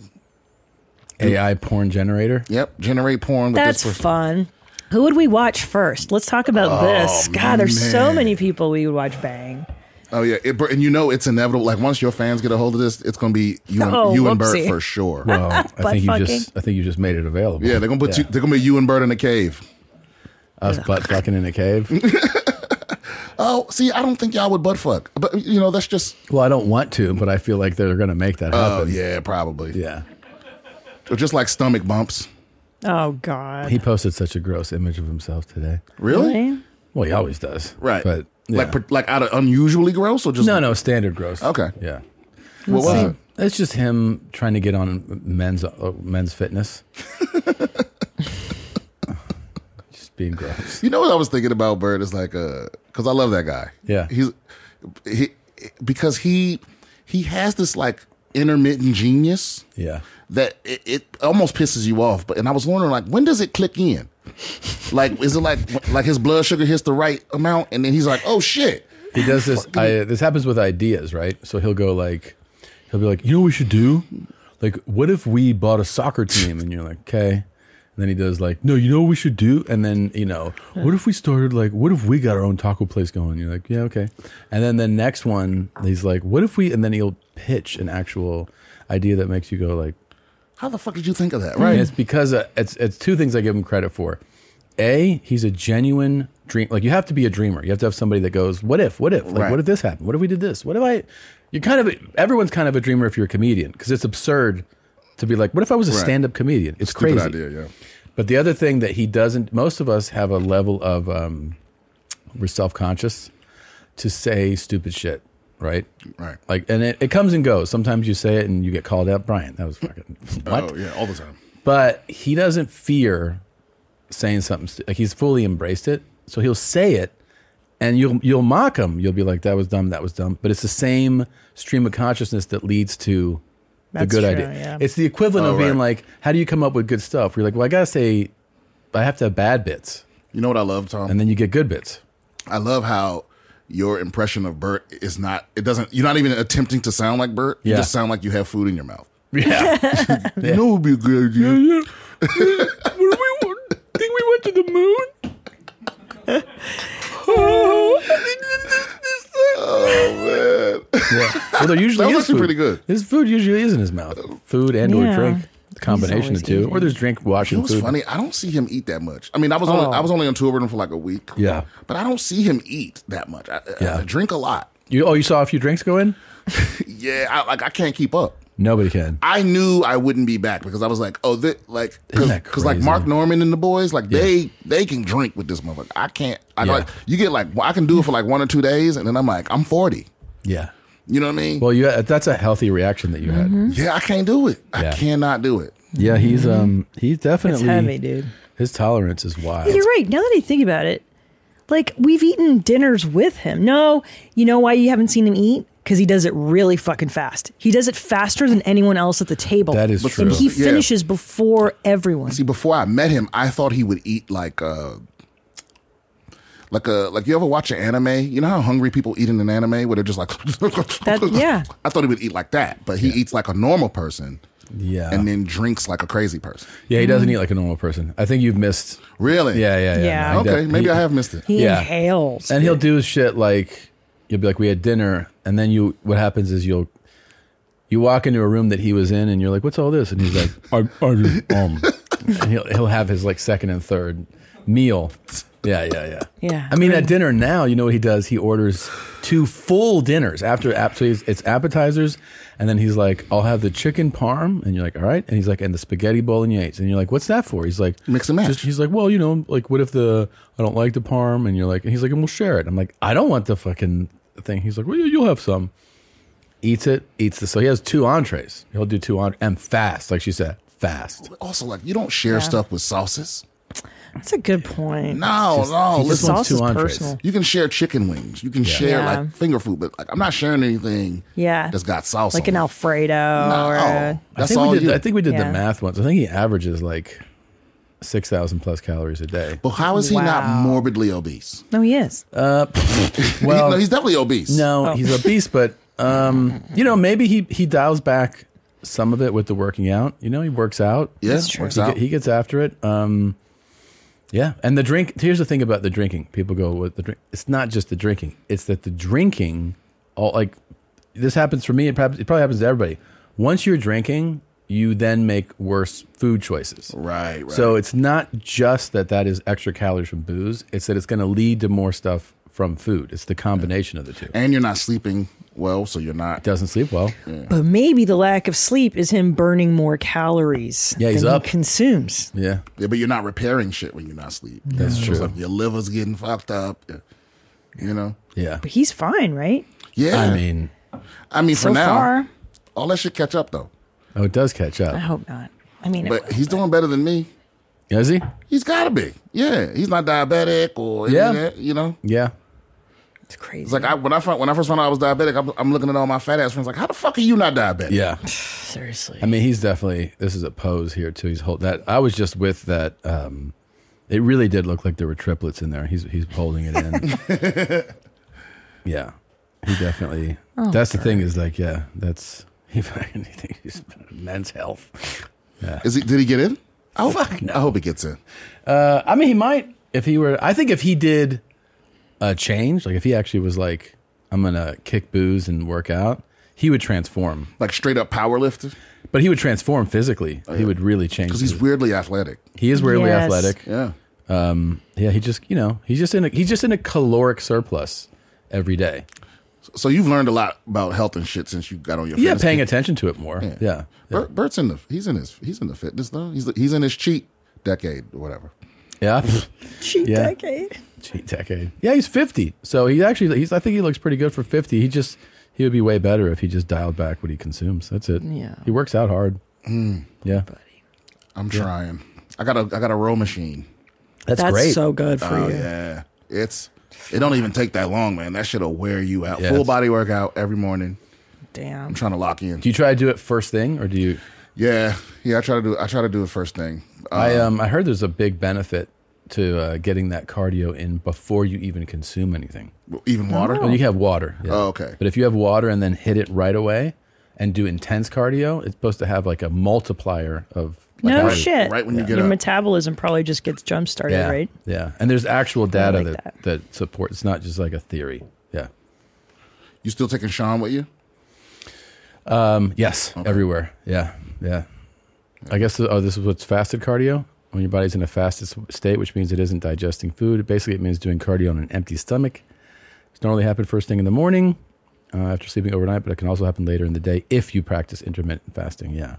Speaker 2: AI porn generator.
Speaker 3: Yep, generate porn. With
Speaker 1: That's
Speaker 3: this person.
Speaker 1: fun. Who would we watch first? Let's talk about
Speaker 3: Oh,
Speaker 1: this. God, there's so
Speaker 3: man.
Speaker 1: many people we would watch bang.
Speaker 3: Oh yeah, it, and you know it's inevitable. Like once your fans get a hold of this, it's gonna be you and
Speaker 1: Oh,
Speaker 3: you and
Speaker 1: whoopsie.
Speaker 3: Bert for sure.
Speaker 1: Well, I Butt
Speaker 2: think you fucking. just- I think you just made it available.
Speaker 3: Yeah, they're gonna put
Speaker 2: Yeah.
Speaker 3: you. They're gonna be you and Bert in a cave.
Speaker 2: Us butt fucking in a cave.
Speaker 3: Oh, see, I don't think y'all would butt fuck, but you know that's just.
Speaker 2: Well, I don't want to, but I feel like they're gonna make that
Speaker 3: Oh
Speaker 2: happen.
Speaker 3: yeah, probably.
Speaker 2: Yeah.
Speaker 3: Or just like stomach bumps.
Speaker 1: Oh God.
Speaker 2: He posted such a gross image of himself today.
Speaker 3: Really?
Speaker 2: Well, he always does.
Speaker 3: Right.
Speaker 2: But yeah.
Speaker 3: Like per- like out of unusually gross or just
Speaker 2: no, no, standard gross.
Speaker 3: Okay.
Speaker 2: Yeah.
Speaker 3: What was it?
Speaker 2: It's just him trying to get on men's uh, men's fitness. just being gross.
Speaker 3: You know what I was thinking about Bird is like uh cuz I love that guy.
Speaker 2: Yeah.
Speaker 3: He's he because he he has this like intermittent genius
Speaker 2: Yeah.
Speaker 3: that it, it almost pisses you off but and I was wondering like when does it click in? Like is it like like his blood sugar hits the right amount and then he's like, "Oh shit."
Speaker 2: He does this. I, this happens with ideas, right? So he'll go like, he'll be like, you know, what we should do, like, what if we bought a soccer team? And you're like, okay. And then he does like, no, you know, what we should do. And then you know, what if we started like, what if we got our own taco place going? And you're like, yeah, okay. And then the next one, he's like, what if we? And then he'll pitch an actual idea that makes you go like,
Speaker 3: How the fuck did you think of that?
Speaker 2: right?
Speaker 3: Right?
Speaker 2: It's because uh, it's it's two things I give him credit for. A, he's a genuine dream. Like you have to be a dreamer. You have to have somebody that goes, "What if? What if? Like,
Speaker 3: Right.
Speaker 2: what if this happened? What if we did this? What if I?" You're kind of everyone's kind of a dreamer if you're a comedian because it's absurd to be like, "What if I was a
Speaker 3: Right.
Speaker 2: stand-up comedian?" It's
Speaker 3: Stupid
Speaker 2: crazy.
Speaker 3: idea, yeah.
Speaker 2: But the other thing that he doesn't, most of us have a level of um, we're self conscious to say stupid shit, right?
Speaker 3: Right.
Speaker 2: Like, and it, it comes and goes. Sometimes you say it and you get called out, Brian. That was fucking what?
Speaker 3: Oh, yeah, all the time.
Speaker 2: But he doesn't fear saying something. stu- Like he's fully embraced it, so he'll say it, and you'll you'll mock him. You'll be like, "That was dumb. That was dumb." But it's the same stream of consciousness that leads to the
Speaker 1: That's
Speaker 2: good
Speaker 1: true,
Speaker 2: idea.
Speaker 1: yeah.
Speaker 2: It's the equivalent
Speaker 1: Oh,
Speaker 2: of being
Speaker 1: right.
Speaker 2: like, "How do you come up with good stuff?" Where you're like, "Well, I gotta say, I have to have bad bits."
Speaker 3: You know what I love, Tom?
Speaker 2: And then you get good bits.
Speaker 3: I love how your impression of Bert is not it doesn't you're not even attempting to sound like Bert. You
Speaker 2: Yeah.
Speaker 3: just sound like you have food in your mouth.
Speaker 2: Yeah.
Speaker 3: You know it would be a good idea.
Speaker 2: Think we went to the moon?
Speaker 3: oh man.
Speaker 2: Yeah. Well, they're usually
Speaker 3: That was
Speaker 2: is
Speaker 3: actually
Speaker 2: food.
Speaker 3: pretty good.
Speaker 2: His food usually is in his mouth. Food and
Speaker 3: Yeah.
Speaker 2: or drink. The combination
Speaker 3: always
Speaker 2: of two.
Speaker 3: eating.
Speaker 2: Or there's drink
Speaker 3: You
Speaker 2: washing
Speaker 3: know what's
Speaker 2: food.
Speaker 3: funny? I don't see him eat that much. I mean, I was only
Speaker 2: Oh.
Speaker 3: I was only on tour with him for like a week.
Speaker 2: Yeah.
Speaker 3: but I don't see him eat that much. I,
Speaker 2: Yeah.
Speaker 3: I drink a lot.
Speaker 2: You oh you saw a few drinks go in?
Speaker 3: Yeah, I, like I can't keep up.
Speaker 2: Nobody can.
Speaker 3: I knew I wouldn't be back because I was like, oh, that like because like Mark Norman and the boys, like they they can drink with this motherfucker. I can't. I
Speaker 2: Yeah.
Speaker 3: like you get like I can do it for like one or two days, and then I'm like, I'm forty.
Speaker 2: Yeah.
Speaker 3: You know what I mean?
Speaker 2: Well, you that's a healthy reaction that you had.
Speaker 1: Mm-hmm.
Speaker 3: Yeah, I can't do it. I
Speaker 2: Yeah.
Speaker 3: cannot do it.
Speaker 2: Yeah, he's um he's definitely
Speaker 1: heavy, dude.
Speaker 2: His tolerance is wild.
Speaker 1: You're right. Now that I think about it, like we've eaten dinners with him. No, you know why you haven't seen him eat? Because he does it really fucking fast. He does it faster than anyone else at the table.
Speaker 3: That is But
Speaker 1: And
Speaker 3: true.
Speaker 1: he
Speaker 3: yeah.
Speaker 1: finishes before everyone.
Speaker 3: See, before I met him, I thought he would eat like uh like a like you ever watch an anime? You know how hungry people eat in an anime where they're just like
Speaker 1: yeah.
Speaker 3: I thought he would eat like that, but he eats like a normal person.
Speaker 2: Yeah.
Speaker 3: And then drinks like a crazy person.
Speaker 2: Yeah, he doesn't eat like a normal person. I think you've missed.
Speaker 3: Really?
Speaker 2: Yeah, yeah, yeah.
Speaker 1: Yeah.
Speaker 2: No, he
Speaker 3: Okay,
Speaker 2: def-
Speaker 3: maybe I have missed it.
Speaker 1: He inhales.
Speaker 2: And he'll do shit like you'll be like, we had dinner, and then you what happens is you'll you walk into a room that he was in, and you're like, what's all this? And he's like, I, I just, um, and he'll he'll have his like second and third meal, Yeah, yeah, yeah.
Speaker 1: Yeah.
Speaker 2: I mean, at dinner now, you know what he does? He orders two full dinners after ap- so he's- it's appetizers, and then he's like, "I'll have the chicken parm," and you're like, "All right," and he's like, "And the spaghetti bolognese," and you're like, "What's that for?" He's like, "Mix and match." he's like, "Well, you know, like what if the I don't like the parm?" And you're like, and he's like, "And we'll share it." I'm like, "I don't want the fucking thing." He's like, "Well, you- you'll have some." Eats it, eats the so he has two entrees. He'll do two entrees and fast, like she said, fast.
Speaker 3: Also, like you don't share
Speaker 1: Yeah.
Speaker 3: stuff with sauces.
Speaker 1: That's a good point.
Speaker 3: No, no.
Speaker 1: Oh, the
Speaker 3: listen,
Speaker 1: sauce is personal.
Speaker 3: You can share chicken wings. You can
Speaker 1: Yeah.
Speaker 3: share
Speaker 1: Yeah.
Speaker 3: like finger food, but like I'm not sharing anything
Speaker 1: Yeah,
Speaker 3: that's got sauce.
Speaker 1: like
Speaker 3: on
Speaker 1: an
Speaker 3: it.
Speaker 1: Alfredo. or a-
Speaker 2: I think we did, I think we did
Speaker 1: Yeah.
Speaker 2: the math once. I think he averages like six thousand plus calories a day.
Speaker 3: But how is he not
Speaker 2: Wow.
Speaker 3: morbidly obese?
Speaker 1: No, he is.
Speaker 2: Uh,
Speaker 3: He- no, he's definitely obese.
Speaker 2: No, he's obese, but um, you know, maybe he he dials back some of it with the working out. You know, he works out.
Speaker 3: Yeah, That's true. works
Speaker 2: he,
Speaker 3: out.
Speaker 2: get- he gets after it. Um, yeah, and the drink. Here's the thing about the drinking. People go with the drink. It's not just the drinking. It's that the drinking, all like this happens for me. It probably, it probably happens to everybody. Once you're drinking, you then make worse food choices.
Speaker 3: Right. right.
Speaker 2: So it's not just that that is extra calories from booze. It's that it's going to lead to more stuff from food. It's the combination of the two.
Speaker 3: And you're not sleeping well, so you're not.
Speaker 2: Doesn't sleep well.
Speaker 1: But maybe the lack of sleep is him burning more calories.
Speaker 3: Yeah, he's
Speaker 1: than he
Speaker 3: up.
Speaker 1: consumes.
Speaker 2: Yeah.
Speaker 3: Yeah, but you're not repairing shit when you're not asleep.
Speaker 1: That's
Speaker 3: So it's
Speaker 1: true.
Speaker 3: like your liver's getting fucked up. You know.
Speaker 2: Yeah.
Speaker 1: But he's fine, right?
Speaker 3: Yeah.
Speaker 2: I mean,
Speaker 3: I mean, for
Speaker 1: So
Speaker 3: now,
Speaker 1: far.
Speaker 3: all that should catch up though.
Speaker 2: Oh, it does catch
Speaker 1: I
Speaker 2: up.
Speaker 1: hope not. I mean, it
Speaker 3: But he's doing better than me.
Speaker 2: Is he?
Speaker 3: He's got to be. Yeah, he's not diabetic or any
Speaker 2: Yeah.
Speaker 3: of that, you know.
Speaker 2: Yeah.
Speaker 1: It's crazy.
Speaker 3: It's like I, when I fin- when I first found out I was diabetic, I'm, I'm looking at all my fat ass friends like, how the fuck are you not diabetic?
Speaker 2: Yeah.
Speaker 1: Seriously.
Speaker 2: I mean, he's definitely this is a pose here too. He's hold that. I was just with that. Um, it really did look like there were triplets in there. He's he's holding it in. yeah, he definitely.
Speaker 1: Oh,
Speaker 2: that's the thing is like yeah, that's he. fucking- he thinks he's men's health. Yeah.
Speaker 3: Is he? Did he get in? I hope,
Speaker 2: Fuck no.
Speaker 3: I hope he gets in.
Speaker 2: Uh, I mean, he might if he were. I think if he did a change, like if he actually was like, I'm gonna kick booze and work out, he would transform.
Speaker 3: Like straight up powerlifter.
Speaker 2: But he would transform physically. He would really change
Speaker 3: because he's
Speaker 2: his-
Speaker 3: weirdly athletic.
Speaker 2: He is weirdly
Speaker 3: Yes.
Speaker 2: athletic.
Speaker 3: Yeah.
Speaker 2: Um, yeah. He just, you know, he's just in a, he's just in a caloric surplus every day.
Speaker 3: So you've learned a lot about health and shit since you got on your
Speaker 2: Yeah,
Speaker 3: fitness
Speaker 2: paying
Speaker 3: kick.
Speaker 2: attention to it more. Yeah. yeah.
Speaker 3: Bert, Bert's in the he's in his he's in the fitness though. He's he's in his cheat decade or whatever.
Speaker 1: Cheat
Speaker 2: Yeah.
Speaker 1: decade.
Speaker 2: Cheat decade. Yeah, he's 50. So he actually he's I think he looks pretty good for 50. He just he would be way better if he just dialed back what he consumes. That's it.
Speaker 1: Yeah.
Speaker 2: He works out hard. yeah.
Speaker 3: I'm trying. I got a I got a row machine.
Speaker 2: That's That's great. so good for
Speaker 3: Oh,
Speaker 2: you.
Speaker 3: Yeah, it's it don't even take that long, man. That shit'll wear you out.
Speaker 2: Yeah,
Speaker 3: Full
Speaker 2: it's-
Speaker 3: body workout every morning.
Speaker 1: Damn.
Speaker 3: I'm trying to lock in.
Speaker 2: Do you try to do it first thing or do you
Speaker 3: Yeah, yeah. I try to do I try to do it first thing. Uh,
Speaker 2: I um I heard there's a big benefit to uh, getting that cardio in before you even consume anything.
Speaker 3: Even
Speaker 1: Oh,
Speaker 3: water?
Speaker 2: Well, you can have water. yeah.
Speaker 3: Oh, okay.
Speaker 2: But if you have water and then hit it right away and do intense cardio, it's supposed to have like a multiplier of like,
Speaker 1: no
Speaker 2: right-
Speaker 1: shit.
Speaker 2: yeah.
Speaker 1: your metabolism probably just gets jump started,
Speaker 2: yeah.
Speaker 1: right?
Speaker 2: Yeah. And there's actual data
Speaker 1: like
Speaker 2: that, that support it's not just like a theory. Yeah.
Speaker 3: You still taking Sean with you?
Speaker 2: Um yes, everywhere. Yeah. Yeah. I guess oh this is what's fasted cardio. When your body's in a fasted s- state, which means it isn't digesting food. Basically it means doing cardio on an empty stomach. It's normally happen first thing in the morning uh, after sleeping overnight, but it can also happen later in the day if you practice intermittent fasting. Yeah,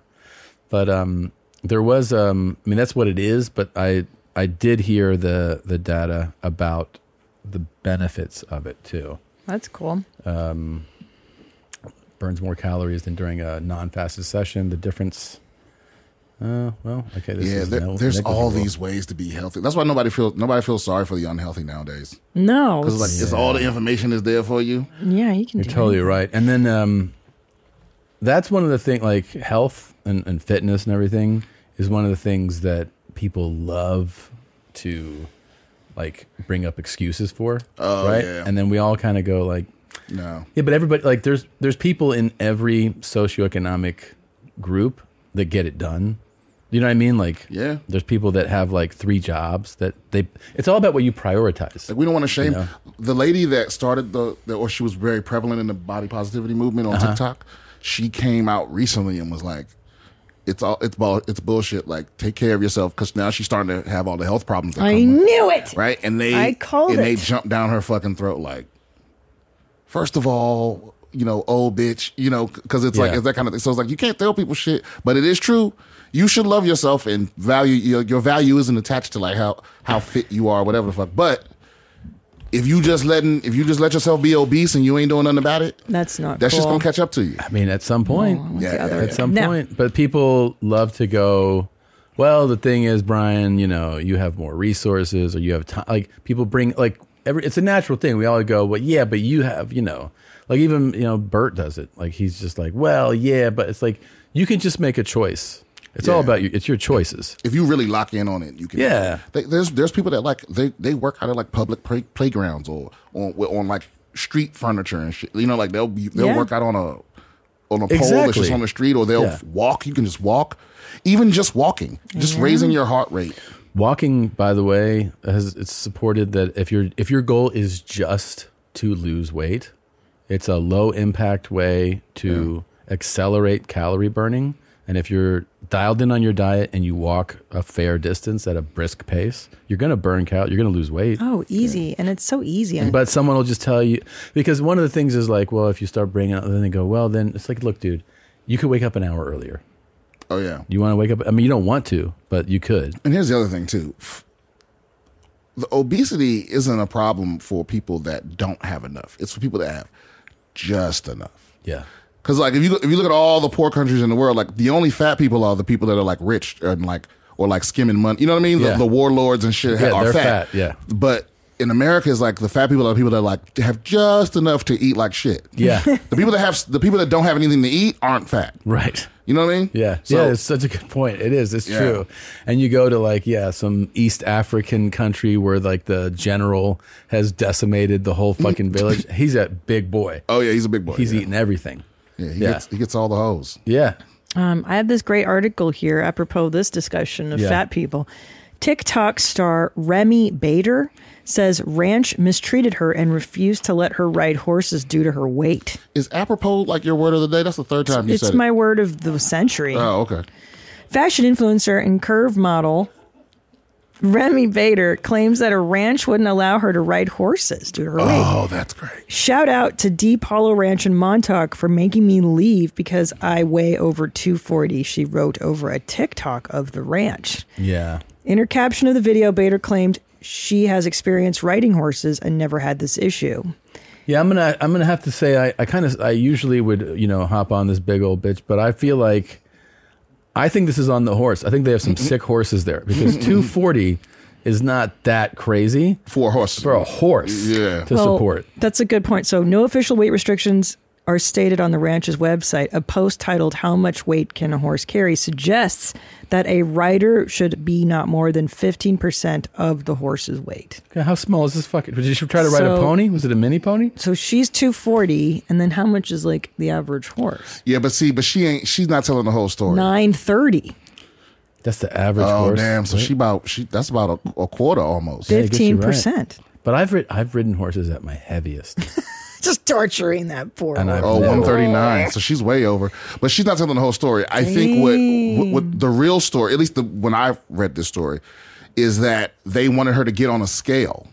Speaker 2: but um, there was um, I mean that's what it is, but I I did hear the the data about the benefits of it too.
Speaker 1: That's cool.
Speaker 2: Um, burns more calories than during a non-fasted session. The difference. Uh, well, okay. This
Speaker 3: yeah,
Speaker 2: is
Speaker 3: there,
Speaker 2: no-
Speaker 3: there's all
Speaker 2: negligible.
Speaker 3: these ways to be healthy. That's why nobody feels nobody feels sorry for the unhealthy nowadays.
Speaker 1: No,
Speaker 3: because like
Speaker 1: it's-
Speaker 3: it's all the information is there for you.
Speaker 1: Yeah, you can
Speaker 2: You're
Speaker 1: do
Speaker 2: totally right. And then um, that's one of the things, like health and, and fitness and everything, is one of the things that people love to like bring up excuses for.
Speaker 3: Oh,
Speaker 2: right.
Speaker 3: yeah.
Speaker 2: And then we all kind of go like,
Speaker 3: No.
Speaker 2: yeah, but everybody like there's there's people in every socioeconomic group that get it done. You know what I mean? Like,
Speaker 3: yeah,
Speaker 2: there's people that have like three jobs that they. It's all about what you prioritize.
Speaker 3: Like we don't want to shame
Speaker 2: know?
Speaker 3: the lady that started the, the or she was very prevalent in the body positivity movement on
Speaker 2: Uh-huh.
Speaker 3: TikTok. She came out recently and was like, it's all it's bull, it's bullshit. Like take care of yourself because now she's starting to have all the health problems. That
Speaker 1: I
Speaker 3: come with-
Speaker 1: knew it.
Speaker 3: right? And they
Speaker 1: I called
Speaker 3: and they
Speaker 1: it.
Speaker 3: jump down her fucking throat. Like, first of all, you know, old bitch, you know, because it's like
Speaker 2: Yeah.
Speaker 3: it's that kind of thing. So it's like you can't tell people shit, but it is true. You should love yourself and value your, your value isn't attached to like how how fit you are, whatever the fuck. But if you just letting if you just let yourself be obese and you ain't doing nothing about it,
Speaker 1: That's not.
Speaker 3: that's
Speaker 1: cool.
Speaker 3: just gonna catch up to you.
Speaker 2: I mean, at some
Speaker 1: Oh,
Speaker 2: point,
Speaker 3: Yeah, yeah,
Speaker 2: at
Speaker 3: yeah.
Speaker 2: some
Speaker 1: Now-
Speaker 2: point. But people love to go. Well, the thing is, Brian, you know, you have more resources, or you have time. Like people bring like every. It's a natural thing. We all go, well, yeah, but you have, you know, like even you know, Bert does it. Like he's just like, well, yeah, but it's like you can just make a choice. It's all
Speaker 3: Yeah.
Speaker 2: about you. It's your choices.
Speaker 3: If you really lock in on it, you can.
Speaker 2: Yeah.
Speaker 3: They, there's there's people that like they, they work out at like public play, playgrounds or on on like street furniture and shit. You know, like they'll be- they'll
Speaker 2: Yeah.
Speaker 3: work out on a on a pole that's just
Speaker 2: Exactly.
Speaker 3: on the street, or they'll
Speaker 2: Yeah.
Speaker 3: walk. You can just walk, even just walking, just
Speaker 2: Yeah.
Speaker 3: raising your heart rate.
Speaker 2: Walking, by the way, has it's supported that if your if your goal is just to lose weight, it's a low impact way to accelerate calorie burning. And if you're dialed in on your diet and you walk a fair distance at a brisk pace, you're gonna burn cal. You're gonna lose weight.
Speaker 1: Oh, easy, and it's so easy.
Speaker 2: But someone will just tell you because one of the things is like, well, if you start bringing up, then they go, well, then it's like, look, dude, you could wake up an hour earlier.
Speaker 3: Oh yeah.
Speaker 2: You want to wake up? I mean, you don't want to, but you could.
Speaker 3: And here's the other thing too. The obesity isn't a problem for people that don't have enough. It's for people that have just enough.
Speaker 2: Yeah.
Speaker 3: Because like if you if you look at all the poor countries in the world, like the only fat people are the people that are like rich and like or like skimming money. You know what I mean?
Speaker 2: Yeah.
Speaker 3: The, the warlords and shit
Speaker 2: Yeah,
Speaker 3: are
Speaker 2: they're
Speaker 3: fat.
Speaker 2: fat, yeah.
Speaker 3: But in America, it's like the fat people are the people that like have just enough to eat like shit.
Speaker 2: Yeah.
Speaker 3: the people that have the people that don't have anything to eat aren't fat.
Speaker 2: Right.
Speaker 3: You know what I mean?
Speaker 2: Yeah.
Speaker 3: So-
Speaker 2: yeah, it's such a good point. It is. It's
Speaker 3: Yeah.
Speaker 2: true. And you go to like, yeah, some East African country where like the general has decimated the whole fucking village. He's a big boy.
Speaker 3: Oh yeah, he's a big boy.
Speaker 2: He's eating everything.
Speaker 3: Yeah. He
Speaker 2: Yeah.
Speaker 3: gets he gets all the hoes.
Speaker 2: Yeah.
Speaker 1: Um, I have this great article here apropos of this discussion of
Speaker 2: Yeah.
Speaker 1: fat people. TikTok star Remy Bader says ranch mistreated her and refused to let her ride horses due to her weight.
Speaker 3: Is apropos like your word of the day? That's the third time you
Speaker 1: it's
Speaker 3: said
Speaker 1: my
Speaker 3: it.
Speaker 1: word of the century.
Speaker 3: Oh, okay.
Speaker 1: Fashion influencer and curve model Remy Bader claims that a ranch wouldn't allow her to ride horses due to her weight.
Speaker 3: Oh, that's great.
Speaker 1: Shout out to Deep Hollow Ranch in Montauk for making me leave because I weigh over 240, she wrote over a TikTok of the ranch.
Speaker 2: Yeah.
Speaker 1: In her caption of the video, Bader claimed she has experience riding horses and never had this issue.
Speaker 2: Yeah, I'm gonna I'm gonna have to say I, I kind of I usually would you know hop on this big old bitch, but I feel like I think this is on the horse. I think they have some sick horses there because 240 is not that crazy
Speaker 3: for a horse
Speaker 2: for a horse.
Speaker 3: Yeah,
Speaker 2: to support.
Speaker 1: That's a good point. So, no official weight restrictions are stated on the ranch's website. A post titled "How much weight can a horse carry?" suggests that a rider should be not more than fifteen percent of the horse's weight.
Speaker 2: God, how small is this fucking? Did you try to ride a
Speaker 1: So-
Speaker 2: pony? Was it a mini pony?
Speaker 1: So she's two forty, and then how much is like the average horse?
Speaker 3: Yeah, but see, but she ain't. She's not telling the whole story.
Speaker 1: Nine thirty.
Speaker 2: That's the average.
Speaker 3: oh
Speaker 2: horse,
Speaker 3: damn! So
Speaker 2: right?
Speaker 3: she about she that's about a, a quarter almost.
Speaker 2: Yeah, I guess you're right.
Speaker 1: 15%.
Speaker 2: But I've rid- I've ridden horses at my heaviest.
Speaker 1: Just torturing that poor.
Speaker 2: And I've
Speaker 1: horse.
Speaker 3: Oh,
Speaker 2: never-
Speaker 3: 139. So she's way over, but she's not telling the whole story. I think what, what what the real story, at least the, when I read this story, is that they wanted her to get on a scale.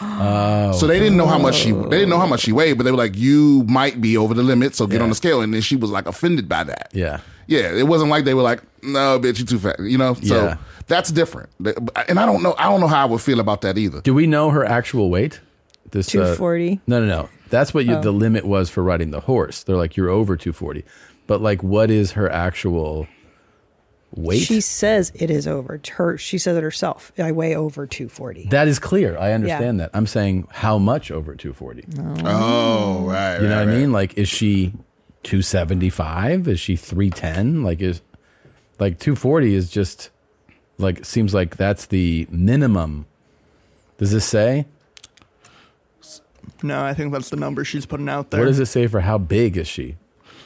Speaker 2: oh,
Speaker 3: so they didn't know how much she they didn't know how much she weighed, but they were like, "You might be over the limit, so get on the scale." And then she was like offended by that.
Speaker 2: yeah.
Speaker 3: Yeah, it wasn't like they were like, "No, bitch, you too fat," you know. So
Speaker 2: Yeah.
Speaker 3: that's different. And I don't know. I don't know how I would feel about that either.
Speaker 2: Do we know her actual weight? This uh,
Speaker 1: 240?
Speaker 2: no, no, no. That's what you,
Speaker 1: Oh.
Speaker 2: the limit was for riding the horse. They're like you're over 240, but like what is her actual weight?
Speaker 1: She says it is over. Her, she says it herself. I weigh over two forty.
Speaker 2: that is clear. I understand that. I'm saying how much over 240.
Speaker 3: Oh, right.
Speaker 2: you know
Speaker 3: right,
Speaker 2: what I
Speaker 3: right.
Speaker 2: mean? Like, is she 275? Is she 310? Like, is like 240 is just like seems like that's the minimum. Does this say?
Speaker 16: No, I think that's the number she's putting out there.
Speaker 2: What does it say for how big is she?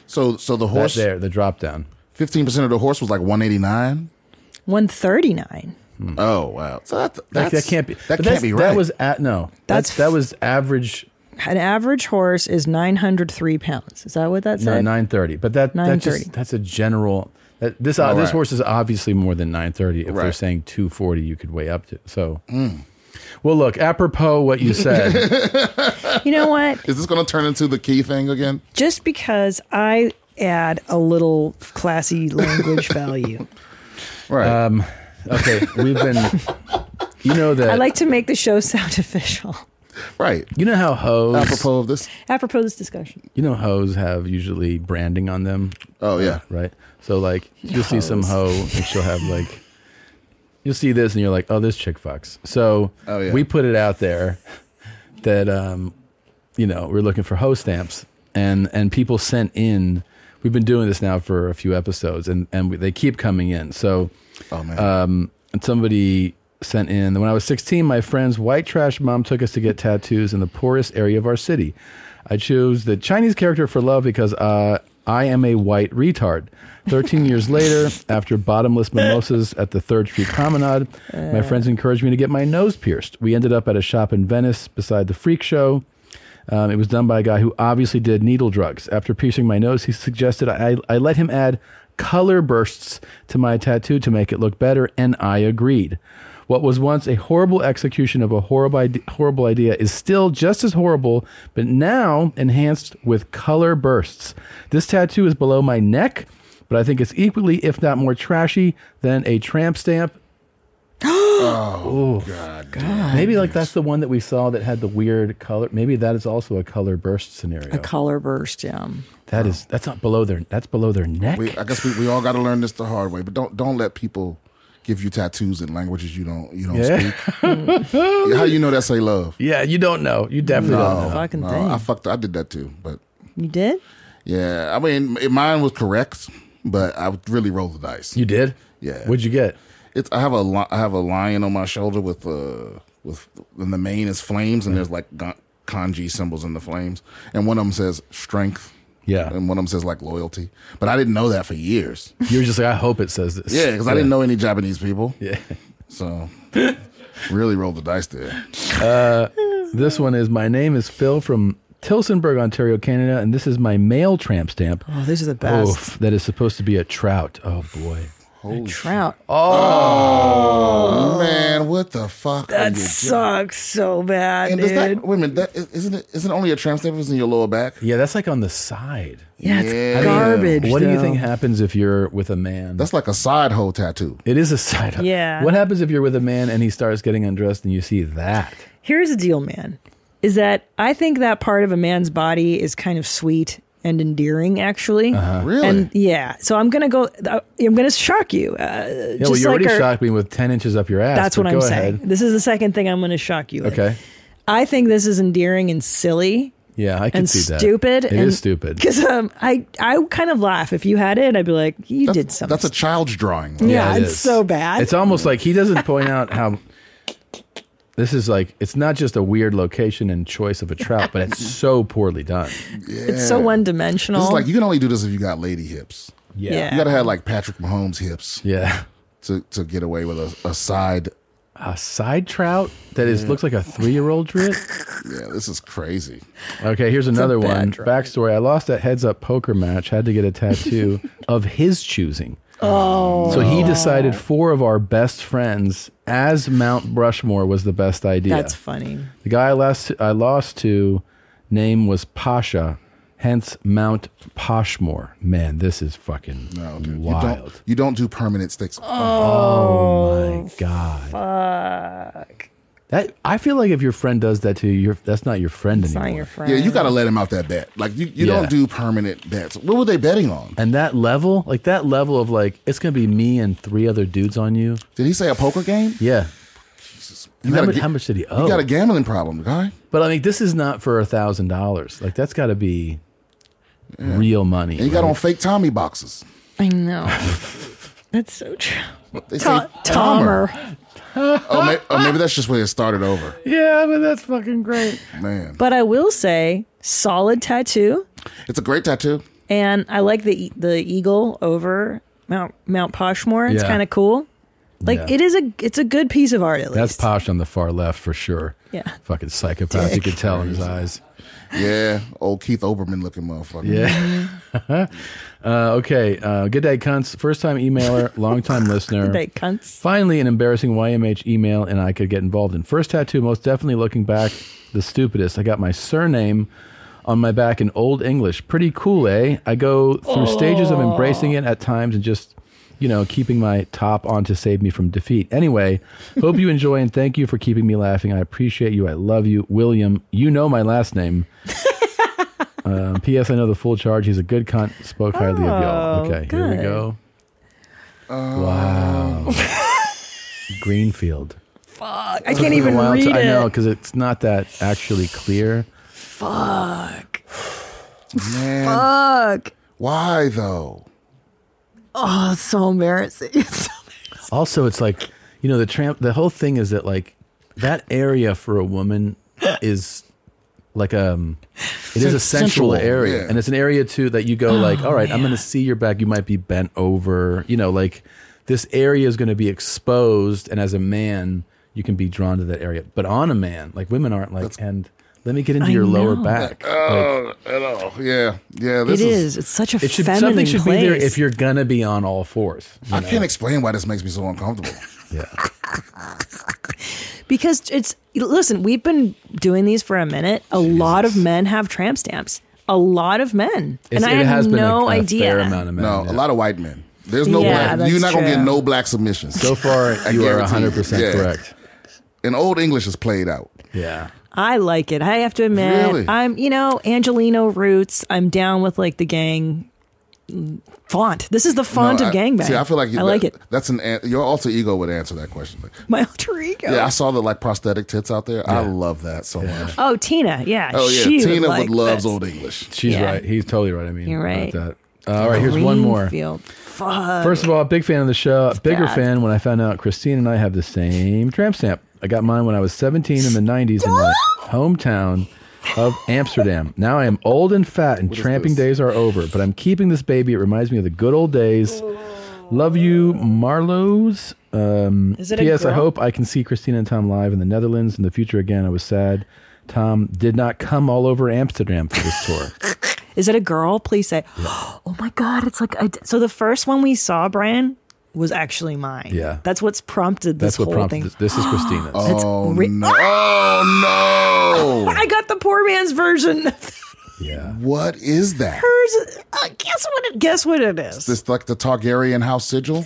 Speaker 3: So, so the
Speaker 2: That
Speaker 3: horse
Speaker 2: there, the drop down.
Speaker 3: Fifteen percent of the horse was like one eighty nine.
Speaker 1: One thirty nine.
Speaker 3: Oh wow! So that,
Speaker 2: Like,
Speaker 3: that's,
Speaker 2: Hmm. that can't be.
Speaker 3: That
Speaker 2: but
Speaker 3: can't
Speaker 2: that's-
Speaker 3: be right.
Speaker 2: That was at no. That's, that was average.
Speaker 1: An average horse is nine hundred three pounds. Is that what that
Speaker 2: No,
Speaker 1: said?
Speaker 2: nine thirty. But that that
Speaker 1: 930.
Speaker 2: just that's a general. That- This uh,
Speaker 3: All
Speaker 2: this
Speaker 3: right.
Speaker 2: horse is obviously more than 930. If they're
Speaker 3: Right. Mm.
Speaker 2: saying 240, you could weigh up to. So, well, look, apropos what you said,
Speaker 1: You know what?
Speaker 3: Is this going to turn into the key thing again?
Speaker 1: Just because I add a little classy language value,
Speaker 3: right?
Speaker 2: Um, okay, we've been. You know that
Speaker 1: I like to make the show sound official.
Speaker 3: right.
Speaker 2: You know how hoes
Speaker 3: apropos of this.
Speaker 1: Apropos this discussion,
Speaker 2: You know hoes have usually branding on them.
Speaker 3: Oh yeah,
Speaker 2: right. So like you'll see some hoe
Speaker 1: Hoes.
Speaker 2: and she'll have like you'll see this and you're like, oh, this chick fucks. So
Speaker 3: Oh, yeah.
Speaker 2: we put it out there that um, you know we're looking for hoe stamps and and people sent in. We've been doing this now for a few episodes and and we, they keep coming in. So
Speaker 3: oh man,
Speaker 2: um, and somebody sent in when I was 16, my friend's white trash mom took us to get tattoos in the poorest area of our city. I chose the Chinese character for love because uh, I am a white retard. 13 years later, after bottomless mimosas at the Third Street Promenade, my
Speaker 7: Uh.
Speaker 2: friends encouraged me to get my nose pierced. We ended up at a shop in Venice beside the freak show. Um, it was done by a guy who obviously did needle drugs. After piercing my nose, he suggested I, I let him add color bursts to my tattoo to make it look better, and I agreed. What was once a horrible execution of a horrible idea, horrible idea is still just as horrible, but now enhanced with color bursts. This tattoo is below my neck, but I think it's equally, if not more trashy, than a tramp stamp.
Speaker 3: oh,
Speaker 2: God. Maybe like that's the one that we saw that had the weird color. Maybe that is also a color burst scenario.
Speaker 1: a color burst. Yeah.
Speaker 2: That is that's not below their that's below their neck.
Speaker 3: We, I guess we, we all got to learn this the hard way. But don't don't let people give you tattoos in languages you don't you don't
Speaker 2: Yeah.
Speaker 3: speak. How you know that's a love?
Speaker 2: Yeah, you don't know. You definitely
Speaker 3: no,
Speaker 2: don't know. Fucking
Speaker 3: no,
Speaker 2: thing.
Speaker 3: I fucked. I did that too, but
Speaker 1: You did?
Speaker 3: yeah. I mean, m- mine was correct, but I would really rolled the dice.
Speaker 2: You did?
Speaker 3: Yeah.
Speaker 2: What'd you get?
Speaker 3: It's I have a li- I have a lion on my shoulder with uh with and the mane is flames and there's like gon- kanji symbols in the flames and one of them says strength.
Speaker 2: Yeah.
Speaker 3: And one of them says like loyalty, but I didn't know that for years.
Speaker 2: You're just like I hope it says this.
Speaker 3: Yeah, because I didn't know any Japanese people.
Speaker 2: Yeah.
Speaker 3: So really rolled the dice there.
Speaker 2: Uh, this one is my name is Phil from Tilsonburg, Ontario, Canada, and this is my male tramp stamp.
Speaker 1: Oh, these are the best.
Speaker 2: Oof, that is supposed to be a trout. Oh boy.
Speaker 3: Holy
Speaker 1: Trout.
Speaker 3: Oh, man, what the fuck?
Speaker 1: That sucks so bad,
Speaker 3: And does
Speaker 1: dude.
Speaker 3: that, wait a minute, that, isn't it? Isn't it only a tramp stamp? It's in your lower back.
Speaker 2: Yeah, that's like on the side.
Speaker 1: Yeah, it's
Speaker 2: I mean,
Speaker 3: garbage,
Speaker 2: What do you
Speaker 3: though.
Speaker 2: think happens if you're with a man?
Speaker 3: That's like a side hole tattoo.
Speaker 2: It is a side hoe.
Speaker 1: Yeah.
Speaker 2: What happens if you're with a man and he starts getting undressed and you see that?
Speaker 1: Here's the deal, man. Is that I think that part of a man's body is kind of sweet and endearing, actually.
Speaker 2: Uh-huh. Really?
Speaker 1: And yeah. So I'm gonna go. I'm gonna shock you. Uh,
Speaker 2: Yeah,
Speaker 1: just
Speaker 2: well,
Speaker 1: like
Speaker 2: you already
Speaker 1: our-
Speaker 2: shocked me with ten inches up your ass.
Speaker 1: That's
Speaker 2: but
Speaker 1: what I'm
Speaker 2: go
Speaker 1: saying.
Speaker 2: ahead.
Speaker 1: This is the second thing I'm gonna shock you. with.
Speaker 2: Okay.
Speaker 1: I think this is endearing and silly.
Speaker 2: Yeah, I can
Speaker 1: and
Speaker 2: see that.
Speaker 1: stupid.
Speaker 2: It is
Speaker 1: and,
Speaker 2: stupid.
Speaker 1: Because um, I I kind of laugh if you had it. I'd be like, you did something.
Speaker 3: That's a child's drawing.
Speaker 1: Yeah,
Speaker 2: it
Speaker 1: it's
Speaker 2: is.
Speaker 1: so bad.
Speaker 2: It's almost like he doesn't point out how this is like. It's not just a weird location and choice of a trout, but it's so poorly done.
Speaker 1: It's so one dimensional.
Speaker 3: This is like you can only do this if you got lady hips.
Speaker 1: Yeah. Yeah.
Speaker 3: you gotta have like Patrick Mahomes hips.
Speaker 2: Yeah,
Speaker 3: to to get away with a, a side
Speaker 2: a side trout that is looks like a three year old drit.
Speaker 3: Yeah, this is crazy.
Speaker 2: Okay, here's
Speaker 3: It's a
Speaker 2: another
Speaker 3: bad
Speaker 2: one.
Speaker 3: drawing.
Speaker 2: Backstory: I lost that heads up poker match. Had to get a tattoo of his choosing.
Speaker 1: oh.
Speaker 2: So he decided four of our best friends as Mount Brushmore was the best idea.
Speaker 1: That's funny.
Speaker 2: The guy I lost, I lost to name was Pasha, hence Mount Poshmore. Man, this is fucking
Speaker 3: Oh, You
Speaker 2: wild.
Speaker 3: don't, you don't do permanent sticks.
Speaker 2: Oh, my god.
Speaker 1: Fuck.
Speaker 2: That I feel like if your friend does that to you, you're, that's not your friend
Speaker 1: not
Speaker 2: anymore.
Speaker 1: your friend.
Speaker 3: Yeah, you gotta let him out that bet. Like you, you
Speaker 2: Yeah.
Speaker 3: don't do permanent bets. What were they betting on?
Speaker 2: And that level, like that level of like, it's gonna be me and three other dudes on you.
Speaker 3: Did he say a poker game?
Speaker 2: Yeah.
Speaker 3: You
Speaker 2: And how,
Speaker 3: gotta
Speaker 2: much,
Speaker 3: get-
Speaker 2: how much did he owe?
Speaker 3: You got a gambling problem, guy.
Speaker 2: But I mean, this is not for a thousand dollars. Like that's got to be real money.
Speaker 3: And you got
Speaker 2: right?
Speaker 3: on fake Tommy boxes.
Speaker 1: I know. That's so true.
Speaker 3: They
Speaker 1: To-
Speaker 3: say Tomer. Oh, may, oh, maybe that's just where it started over.
Speaker 2: Yeah, but that's fucking great.
Speaker 3: Man,
Speaker 1: But I will say, solid tattoo,
Speaker 3: it's a great tattoo.
Speaker 1: and I like the e- the eagle over Mount Mount Poshmore. It's
Speaker 2: Yeah.
Speaker 1: kind of cool. Like
Speaker 2: Yeah.
Speaker 1: it is a it's a good piece of art. At least.
Speaker 2: That's Posh on the far left for sure.
Speaker 1: Yeah. Mm-hmm.
Speaker 2: Fucking psychopath. You
Speaker 3: Dick.
Speaker 2: could tell in his eyes.
Speaker 3: Yeah, old Keith Oberman looking motherfucker.
Speaker 2: Yeah. uh, okay. Uh, good day, cunts. First time emailer, long time listener.
Speaker 1: Good day, cunts.
Speaker 2: Finally, an embarrassing YMH email, and I could get involved in. First tattoo, most definitely looking back, the stupidest. I got my surname on my back in Old English. Pretty cool, eh? I go through stages of embracing it at times and just. You know, keeping my top on to save me from defeat. Anyway, hope you enjoy and thank you for keeping me laughing. I appreciate you. I love you. William, you know my last name. Um, P.S. I know the full charge. He's a good cunt. Spoke highly of y'all.
Speaker 1: Oh,
Speaker 2: Okay, here we
Speaker 1: good.
Speaker 2: go. Wow. Greenfield.
Speaker 1: Fuck. I
Speaker 2: Took
Speaker 1: can't
Speaker 2: me a
Speaker 1: even
Speaker 2: while
Speaker 1: read
Speaker 2: to-
Speaker 1: it.
Speaker 2: I know because it's not that actually clear.
Speaker 1: Fuck.
Speaker 3: Man.
Speaker 1: Fuck.
Speaker 3: Why though?
Speaker 1: Oh, it's so embarrassing. It's so
Speaker 2: Also, it's like you know the tramp. The whole thing is that like that area for a woman is like um it is a
Speaker 3: It's
Speaker 2: central
Speaker 3: sensual,
Speaker 2: area
Speaker 3: yeah.
Speaker 2: and it's an area too that you go like
Speaker 3: Oh,
Speaker 2: all right i'm gonna see your back you might be bent over you know like this area is gonna be exposed and as a man you can be drawn to that area but on a man like women aren't like and let me get into
Speaker 1: I
Speaker 2: your lower
Speaker 1: know.
Speaker 2: back
Speaker 3: Oh, at all. Yeah, yeah.
Speaker 1: It
Speaker 3: This
Speaker 1: is. It's such a
Speaker 2: it should
Speaker 1: feminine
Speaker 2: something should
Speaker 1: place.
Speaker 2: be there if you're gonna be on all fours you
Speaker 3: I
Speaker 2: know?
Speaker 3: can't explain why this makes me so uncomfortable.
Speaker 2: yeah.
Speaker 1: because it's listen, we've been doing these for a minute. A lot of men have tramp stamps. A lot of men, and I had no idea.
Speaker 3: No, a lot of white men. There's no
Speaker 1: Yeah,
Speaker 3: black. You're
Speaker 1: that's
Speaker 3: not gonna get
Speaker 1: true.
Speaker 3: no black submissions.
Speaker 2: So far,
Speaker 3: I
Speaker 2: you are
Speaker 3: guarantee
Speaker 2: 100% correct.
Speaker 3: And old English is played out.
Speaker 2: Yeah.
Speaker 1: I like it. I have to admit,
Speaker 3: Really?
Speaker 1: I'm you know Angelino roots. I'm down with like the gang mm, font. This is the font
Speaker 3: No,
Speaker 1: of
Speaker 3: I-
Speaker 1: gangbang.
Speaker 3: See, I feel like you,
Speaker 1: I like it.
Speaker 3: That's an an- your alter ego would answer that question. Like,
Speaker 1: My alter ego.
Speaker 3: yeah, I saw the like prosthetic tits out there. I love that so much.
Speaker 1: Oh, Tina. Yeah.
Speaker 3: Oh yeah,
Speaker 1: she
Speaker 3: Tina
Speaker 1: like
Speaker 3: would love
Speaker 1: this.
Speaker 3: old English.
Speaker 2: She's right. He's totally right. I mean,
Speaker 1: You're right.
Speaker 2: About that. Uh, all right, here's one more.
Speaker 1: Greenfield. Fuck.
Speaker 2: First of all, big fan of the show. Bigger
Speaker 1: bad.
Speaker 2: fan when I found out Christine and I have the same tramp stamp. I got mine when I was 17 in the 90s in my hometown of Amsterdam. Now I am old and fat, and tramping days are over. But I'm keeping this baby. It reminds me of the good old days. Love you, Marlowe's. Um,
Speaker 1: Is it a
Speaker 2: P.S. I
Speaker 1: girl?
Speaker 2: hope I can see Christina and Tom live in the Netherlands in the future again. I was sad. Tom did not come all over Amsterdam for this tour.
Speaker 1: Is it a girl? Please say. Oh my god! It's like I d so. The first one we saw, Brian, was actually mine.
Speaker 2: Yeah.
Speaker 1: That's what's prompted this
Speaker 2: That's what
Speaker 1: whole
Speaker 2: prompted
Speaker 1: thing.
Speaker 2: this. This is Christina's.
Speaker 1: That's Oh, ri- no.
Speaker 3: Oh no!
Speaker 1: I got the poor man's version.
Speaker 2: Yeah.
Speaker 3: What is that?
Speaker 1: Hers. Uh, guess what? It, guess what it is.
Speaker 3: Is this like the Targaryen house sigil?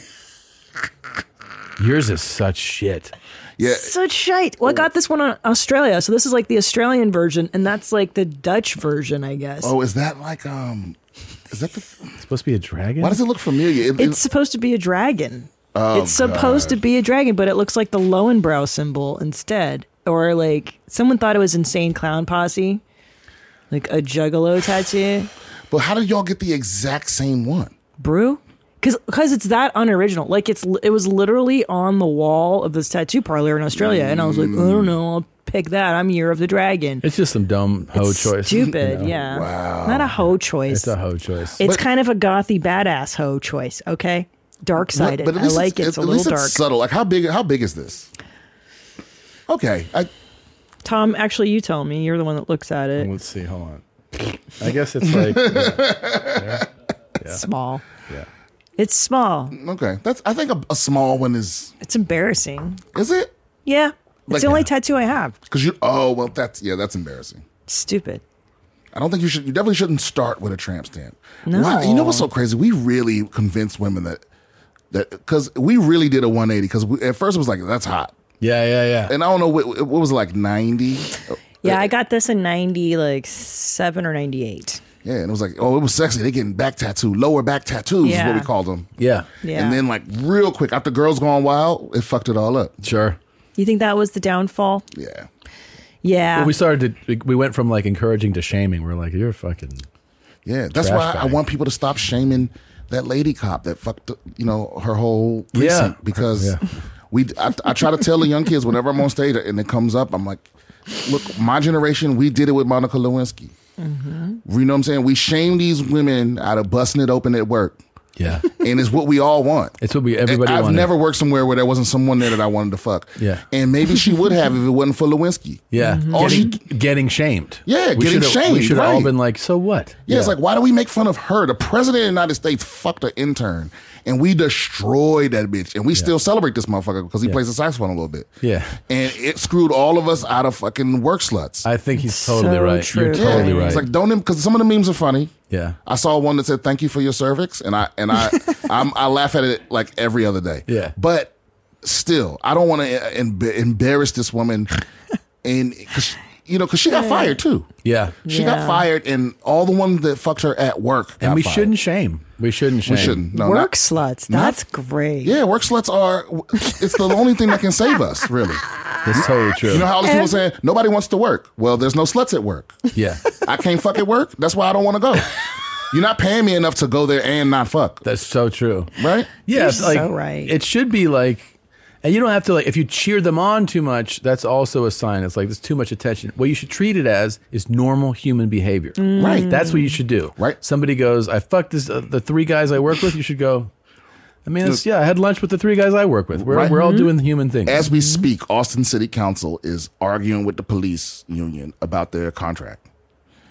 Speaker 2: Yours is such shit.
Speaker 3: Yeah.
Speaker 1: Such shite. Well, I
Speaker 2: Oh.
Speaker 1: got this one on Australia, so this is like the Australian version, and that's like the Dutch version, I guess.
Speaker 3: Oh, is that like um? Is that the? It's
Speaker 2: supposed to be a dragon.
Speaker 3: Why does it look familiar? It- it-
Speaker 1: it's supposed to be a dragon.
Speaker 3: Oh,
Speaker 1: it's supposed to
Speaker 3: God.
Speaker 1: be a dragon, but it looks like the Lowenbrow symbol instead, or like someone thought it was Insane Clown Posse, like a Juggalo tattoo.
Speaker 3: But how did y'all get the exact same one?
Speaker 1: Brew. Cause, Cause, it's that unoriginal. Like it's, li- it was literally on the wall of this tattoo parlor in Australia, and I was like, I don't know, I'll pick that. I'm Year of the Dragon.
Speaker 2: It's just some dumb hoe choice.
Speaker 1: Stupid,
Speaker 2: you know?
Speaker 1: yeah. Not a hoe choice.
Speaker 2: It's a hoe choice.
Speaker 1: It's kind of a gothy badass hoe choice, okay? Dark sided. I like it. It's a
Speaker 3: at
Speaker 1: little
Speaker 3: least
Speaker 1: dark.
Speaker 3: It's subtle. Like how big? How big is this? Okay, I,
Speaker 1: Tom, actually, you tell me. You're the one that looks at it.
Speaker 2: Let's see. Hold on. I guess it's like yeah. Yeah.
Speaker 1: Small.
Speaker 2: Yeah.
Speaker 1: It's small.
Speaker 3: Okay, that's. I think a, a small one is.
Speaker 1: It's embarrassing.
Speaker 3: Is it?
Speaker 1: Yeah. It's
Speaker 3: Like-
Speaker 1: the only tattoo I have.
Speaker 3: Because you. Oh well, that's yeah, that's embarrassing.
Speaker 1: Stupid.
Speaker 3: I don't think you should. You definitely shouldn't start with a tramp stamp.
Speaker 1: No.
Speaker 3: Why- you know what's so crazy? We really convinced women that that because we really did a 180. Because at first it was like that's hot.
Speaker 2: Yeah, yeah, yeah.
Speaker 3: And I don't know what, what was it like Oh, 90.
Speaker 1: Yeah, I got this in 90, like seven or 98.
Speaker 3: Yeah, and it was like, oh, it was sexy. They getting back tattoo, lower back tattoos is
Speaker 1: Yeah.
Speaker 3: what we called them.
Speaker 2: Yeah.
Speaker 1: Yeah.
Speaker 3: And then like real quick after girls gone wild, it fucked it all up.
Speaker 2: Sure.
Speaker 1: You think that was the downfall?
Speaker 3: Yeah.
Speaker 1: Yeah.
Speaker 2: Well, we started to, we went from like encouraging to shaming. We're like, you're fucking.
Speaker 3: Yeah, that's
Speaker 2: Trash
Speaker 3: why I
Speaker 2: bag.
Speaker 3: want people to stop shaming that lady cop that fucked, you know, her whole precinct
Speaker 2: Yeah.
Speaker 3: because
Speaker 2: Yeah.
Speaker 3: we. I, I try to tell the young kids whenever I'm on stage and it comes up, I'm like, look, my generation, we did it with Monica Lewinsky. You know what I'm saying? We shamed these women out of busting it open at work.
Speaker 2: Yeah.
Speaker 3: and it's what we all want.
Speaker 2: It's what we everybody.
Speaker 3: I've
Speaker 2: wanted.
Speaker 3: never worked somewhere where there wasn't someone there that I wanted to fuck.
Speaker 2: Yeah.
Speaker 3: And maybe she would have if it wasn't for Lewinsky.
Speaker 2: Yeah,
Speaker 3: Mm-hmm. All she
Speaker 2: getting, getting shamed.
Speaker 3: Yeah,
Speaker 2: We should've-
Speaker 3: getting
Speaker 2: We
Speaker 3: shamed,
Speaker 2: should have all
Speaker 3: right.
Speaker 2: been like, "So what?"
Speaker 3: Yeah, it's like, why do we make fun of her? The president of the United States fucked an intern, and we destroyed that bitch, and we still celebrate this motherfucker because he plays the saxophone a little bit,
Speaker 2: Yeah,
Speaker 3: and it screwed all of us out of fucking work sluts.
Speaker 2: I think he's totally right. You're
Speaker 3: Yeah.
Speaker 2: totally right.
Speaker 3: It's like don't because some of the memes are funny.
Speaker 2: yeah,
Speaker 3: I saw one that said "Thank you for your cervix," and I and I I'm, I laugh at it like every other day.
Speaker 2: Yeah.
Speaker 3: but still, I don't want to em- embarrass this woman, and cause, you know, because she got fired too.
Speaker 2: yeah.
Speaker 3: She got fired, and all the ones that fucked her at work.
Speaker 2: and
Speaker 3: got
Speaker 2: we
Speaker 3: fired.
Speaker 2: shouldn't shame. We shouldn't shame.
Speaker 3: We shouldn't. No,
Speaker 1: work
Speaker 3: not-
Speaker 1: sluts.
Speaker 3: not-
Speaker 1: That's great.
Speaker 3: Yeah, work sluts are. It's the only thing that can save us, really.
Speaker 2: That's totally true.
Speaker 3: You know how all these people saying nobody wants to work. Well, there's no sluts at work.
Speaker 2: Yeah,
Speaker 3: I can't fuck at work. That's why I don't want to go. You're not paying me enough to go there and not fuck,
Speaker 2: that's so true.
Speaker 3: right?
Speaker 2: Yeah,
Speaker 1: You're
Speaker 2: it's like
Speaker 1: so right.
Speaker 2: it should be like, and you don't have to like if you cheer them on too much. That's also a sign. It's like there's too much attention. What you should treat it as is normal human behavior.
Speaker 1: Mm.
Speaker 3: Right.
Speaker 2: That's what you should do. Right. Somebody goes, I fucked this, uh, the three guys I work with. You should go. I mean, it's, yeah, I had lunch with the three guys I work with. We're,
Speaker 3: Right.
Speaker 2: we're
Speaker 1: Mm-hmm.
Speaker 2: all doing human things.
Speaker 3: As we speak, Austin City Council is arguing with the police union about their contract.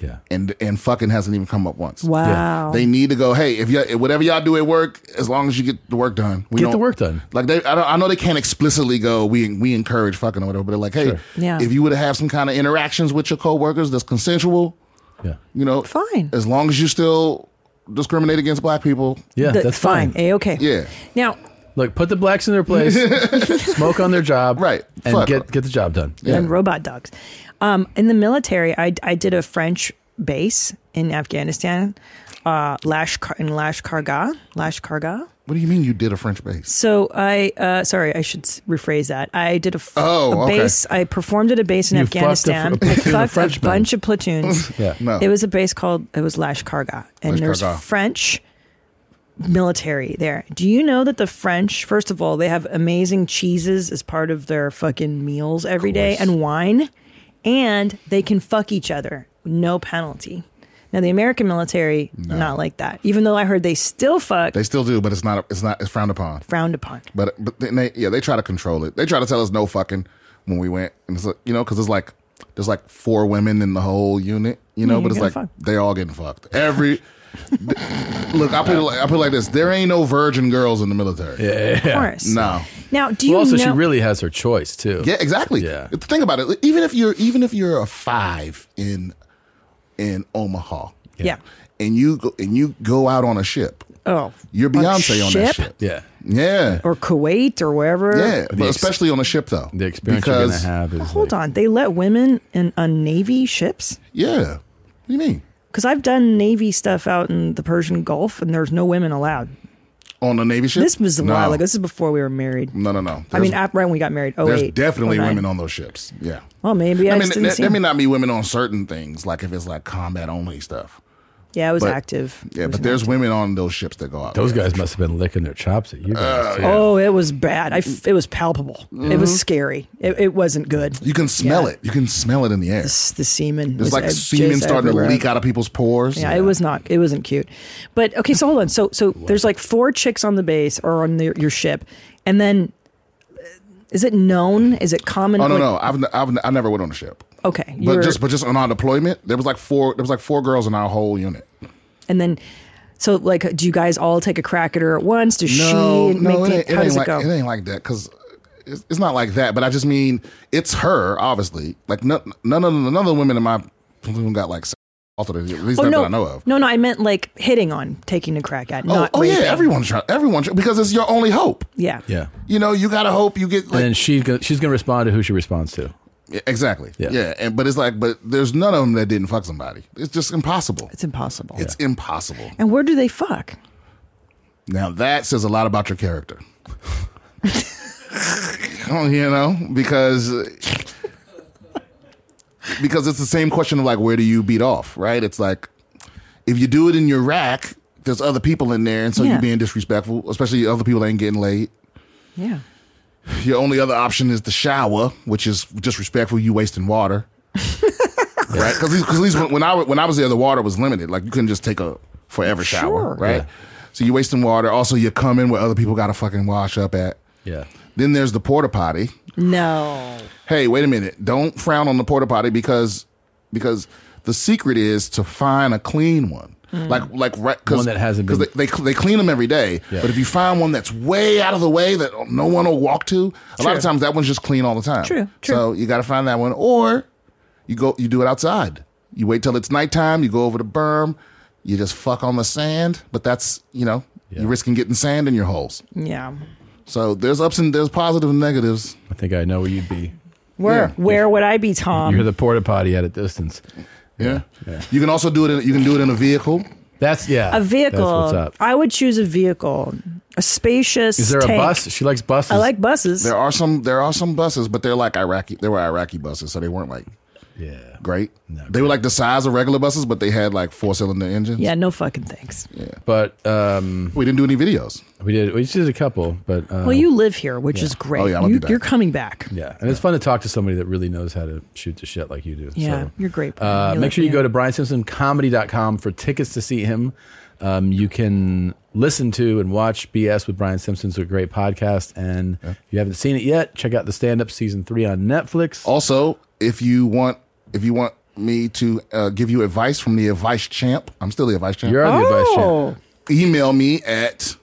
Speaker 2: Yeah.
Speaker 3: And and fucking hasn't even come up once.
Speaker 1: Wow. Yeah.
Speaker 3: They
Speaker 2: Um,
Speaker 3: need to go, hey, if you whatever y'all do at work, as long as you get the work done. We
Speaker 2: Get
Speaker 3: don't-
Speaker 2: the work done.
Speaker 3: Like they I, don't, I know they can't explicitly go we we encourage fucking or whatever, but they're like, hey,
Speaker 2: Sure.
Speaker 1: Yeah.
Speaker 3: if you would have some kind of interactions with your coworkers that's consensual,
Speaker 2: Yeah.
Speaker 3: you know,
Speaker 1: fine.
Speaker 3: As long as you still discriminate against black people.
Speaker 2: Yeah, that's fine.
Speaker 1: A okay.
Speaker 3: Yeah.
Speaker 1: Now,
Speaker 2: Look, put the blacks in their place, smoke on their job, right, and
Speaker 3: Fuck.
Speaker 2: get get the job done.
Speaker 1: and robot dogs. Um, in the military, I, I did a French base in Afghanistan, uh, Lash in Lash Karga, Lash Karga.
Speaker 3: What do you mean you did a French base?
Speaker 1: So I, uh, sorry, I should s- rephrase that. I did a, f-
Speaker 3: Oh,
Speaker 1: a
Speaker 3: okay.
Speaker 1: base. I performed at a base in
Speaker 2: You fucked a fr-
Speaker 1: Afghanistan.
Speaker 2: a platoon
Speaker 1: I
Speaker 2: of
Speaker 1: fucked a
Speaker 2: Frenchmen.
Speaker 1: bunch of platoons.
Speaker 2: Yeah. No.
Speaker 1: It was a base called it was Lash Karga, and
Speaker 2: Lash
Speaker 1: there's
Speaker 2: Karga.
Speaker 1: French military there. Do you know that the French, first of all, they have amazing cheeses as part of their fucking meals every day, and wine, and they can fuck each other no penalty. Now the American military not like that. Even though I heard they still fuck
Speaker 3: They still do, but it's not it's not it's frowned upon.
Speaker 1: frowned upon.
Speaker 3: But but then they, yeah, they try to control it. They try to tell us no fucking when we went, and it's like, you know because it's like there's like four women in the whole unit, you know.
Speaker 1: Yeah,
Speaker 3: but
Speaker 1: you're
Speaker 3: it's
Speaker 1: gonna
Speaker 3: like
Speaker 1: fuck.
Speaker 3: they all getting fucked. Every look, I put it like, I put it like this: there ain't no virgin girls in the military.
Speaker 2: Yeah. Of
Speaker 1: course.
Speaker 3: No.
Speaker 1: Now do you
Speaker 2: Well, also, she
Speaker 1: know-
Speaker 2: really has her choice too.
Speaker 3: Yeah, exactly.
Speaker 2: Yeah,
Speaker 3: Think about it. Even if you're even if you're a five in in Omaha,
Speaker 1: Yeah.
Speaker 3: and you go and you go out on a ship,
Speaker 1: Oh.
Speaker 3: you're
Speaker 1: On
Speaker 3: Beyonce on that ship.
Speaker 2: yeah.
Speaker 3: Yeah.
Speaker 1: Or Kuwait or wherever.
Speaker 3: Yeah, but especially on a ship though. The
Speaker 2: experience you're gonna have is
Speaker 1: Hold on. They let women in on Navy ships?
Speaker 3: Yeah. What do you mean?
Speaker 1: Because I've done Navy stuff out in the Persian Gulf and there's no women allowed.
Speaker 3: On a Navy ship?
Speaker 1: This was a
Speaker 3: No.
Speaker 1: while ago. This is before we were married.
Speaker 3: No, no, no.
Speaker 1: I mean,
Speaker 3: There's-
Speaker 1: after right when we got married. Oh,
Speaker 3: there's
Speaker 1: wait.
Speaker 3: definitely women on those ships. Yeah.
Speaker 1: Well, maybe I,
Speaker 3: I mean,
Speaker 1: just didn't
Speaker 3: there,
Speaker 1: see.
Speaker 3: there may not be women on certain things, like if it's like combat only stuff.
Speaker 1: yeah, it was
Speaker 3: but-
Speaker 1: active.
Speaker 3: Yeah, but there's women on those ships that go out.
Speaker 2: those guys must have been licking their chops at you guys. too.
Speaker 1: Oh, it was bad. I f- it was palpable. It was scary. It, it wasn't good.
Speaker 3: Mm-hmm. You can smell it. You can smell it in the air.
Speaker 1: It's the semen.
Speaker 3: It's
Speaker 1: was
Speaker 3: like
Speaker 1: ev-
Speaker 3: semen
Speaker 1: just
Speaker 3: starting
Speaker 1: everywhere.
Speaker 3: to leak out of people's pores.
Speaker 1: Yeah, it was not. It wasn't cute. But okay, so hold on. So so there's like four chicks on the base or on the, your ship, and then uh, is it known? Is it common?
Speaker 3: Oh no,
Speaker 1: like-
Speaker 3: no, I've, n- I've n- I never went on a ship.
Speaker 1: Okay, you
Speaker 3: But
Speaker 1: were-
Speaker 3: just but just on our deployment, there was like four there was like four girls in our whole unit.
Speaker 1: and then so like, do you guys all take a crack at her at once? Does she make
Speaker 3: it
Speaker 1: the,
Speaker 3: ain't, it
Speaker 1: how
Speaker 3: ain't
Speaker 1: does
Speaker 3: like
Speaker 1: it go?
Speaker 3: it ain't like that because it's, it's not like that. But I just mean it's her, obviously. Like no, none of the- none of the women in my platoon got like assaulted. At least
Speaker 1: oh
Speaker 3: not
Speaker 1: no,
Speaker 3: that I know of.
Speaker 1: no, no. I meant like hitting on, taking a crack at.
Speaker 3: Oh,
Speaker 1: not
Speaker 3: oh yeah,
Speaker 1: raping.
Speaker 3: everyone try, everyone try, because it's your only hope.
Speaker 1: Yeah.
Speaker 2: yeah.
Speaker 3: You know, you gotta hope you get
Speaker 2: and then she go, she's gonna respond to who she responds to.
Speaker 3: Yeah, exactly.
Speaker 2: Yeah.
Speaker 3: Yeah. and but it's like, but there's none of them that didn't fuck somebody. It's just impossible.
Speaker 1: It's impossible.
Speaker 3: It's impossible.
Speaker 1: And where do they fuck?
Speaker 3: Now that says a lot about your character. Oh, you know, because because it's the same question of like, where do you beat off, right? It's like if you do it in your rack, there's other people in there, and so
Speaker 1: Yeah.
Speaker 3: you're being disrespectful, especially other people ain't getting laid.
Speaker 1: Yeah.
Speaker 3: Your only other option is the shower, which is disrespectful. You wasting water, right? Because at least when, when I wa- when I was there, the water was limited. Like you couldn't just take a forever shower,
Speaker 1: Sure.
Speaker 3: right?
Speaker 2: Yeah.
Speaker 3: So you're wasting water. Also, you're coming where other people got to fucking wash up at.
Speaker 2: Yeah.
Speaker 3: Then there's the porta potty.
Speaker 1: No.
Speaker 3: Hey, wait a minute. Don't frown on the porta potty because because the secret is to find a clean one.
Speaker 2: Mm.
Speaker 3: Like like right cause,
Speaker 2: One that hasn't
Speaker 3: 'cause
Speaker 2: been-
Speaker 3: they, they they clean them every day.
Speaker 2: Yeah.
Speaker 3: But if you find one that's way out of the way that no one will walk to, a lot of
Speaker 2: True.
Speaker 3: times that one's just clean all the time.
Speaker 2: True, true.
Speaker 3: So you got to find that one or you go you do it outside. You wait till it's nighttime, you go over the berm, you just fuck on the sand, but that's, you know, you're risking getting sand in your holes.
Speaker 1: Yeah.
Speaker 3: So there's ups and there's positive and negatives.
Speaker 2: I think I know where you'd be.
Speaker 1: Where where would I be, Tom?
Speaker 2: You're the porta potty at a distance.
Speaker 3: Yeah.
Speaker 2: yeah.
Speaker 3: You can also do it. In, you can do it in a vehicle.
Speaker 2: That's yeah.
Speaker 1: a vehicle.
Speaker 2: That's what's up.
Speaker 1: I would choose a vehicle. A spacious.
Speaker 3: Is there a
Speaker 1: tank.
Speaker 3: bus?
Speaker 2: She likes buses.
Speaker 1: I like buses.
Speaker 3: There are some there are some buses, but they're like Iraqi. They were Iraqi buses, so they weren't like
Speaker 2: yeah
Speaker 3: great. They were like the size of regular buses, but they had like four cylinder engines.
Speaker 1: Yeah, no fucking thanks.
Speaker 3: Yeah.
Speaker 2: But um,
Speaker 3: we didn't do any videos.
Speaker 2: We did. We just did a couple, but uh,
Speaker 1: well, you live here, which
Speaker 2: yeah.
Speaker 1: is great.
Speaker 2: Oh, yeah, I'm gonna
Speaker 1: you,
Speaker 2: be back.
Speaker 1: you're coming back.
Speaker 2: Yeah, and it's fun to talk to somebody that really knows how to shoot the shit like you do.
Speaker 1: Yeah,
Speaker 2: So,
Speaker 1: you're great, Brian.
Speaker 2: Uh,
Speaker 1: You
Speaker 2: make
Speaker 1: like
Speaker 2: sure you
Speaker 1: me.
Speaker 2: go to briansimpsoncomedy.com for tickets to see him. Um, you can listen to and watch BS with Brian Simpson's a great podcast. And if you haven't seen it yet, check out the stand up season three on Netflix.
Speaker 3: Also, if you want if you want me to uh, give you advice from the advice champ, I'm still the advice champ.
Speaker 2: You're the advice
Speaker 1: Oh.
Speaker 2: champ.
Speaker 3: Email me at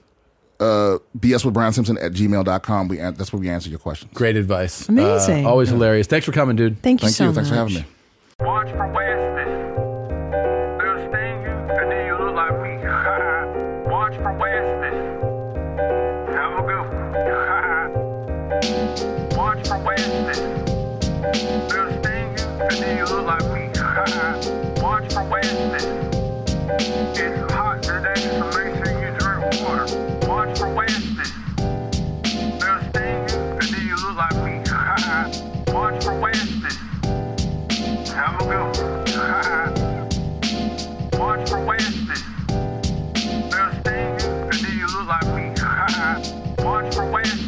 Speaker 3: uh, bs with Brian Simpson at gmail.com. We an- that's where we answer your questions.
Speaker 2: Great advice.
Speaker 3: Amazing.
Speaker 2: Uh, always
Speaker 3: Yeah.
Speaker 2: hilarious. Thanks for coming, dude.
Speaker 1: Thank you
Speaker 3: Thank
Speaker 1: so
Speaker 3: you. Thanks for
Speaker 1: much.
Speaker 3: having me.
Speaker 14: Watch for Wespis. They'll sting you, and then you look like me. Watch for Wespis. Have a good one. Watch for Wespis. They'll sting you, and then you look like me. Watch for Wespis. It's hot today, so make sure you drink water. Watch for Wespis. They'll sting you, and then you look like me. Watch for Wespis. Have a good one. Watch for Weston. They'll sting you, and then you look like me. Watch for Weston.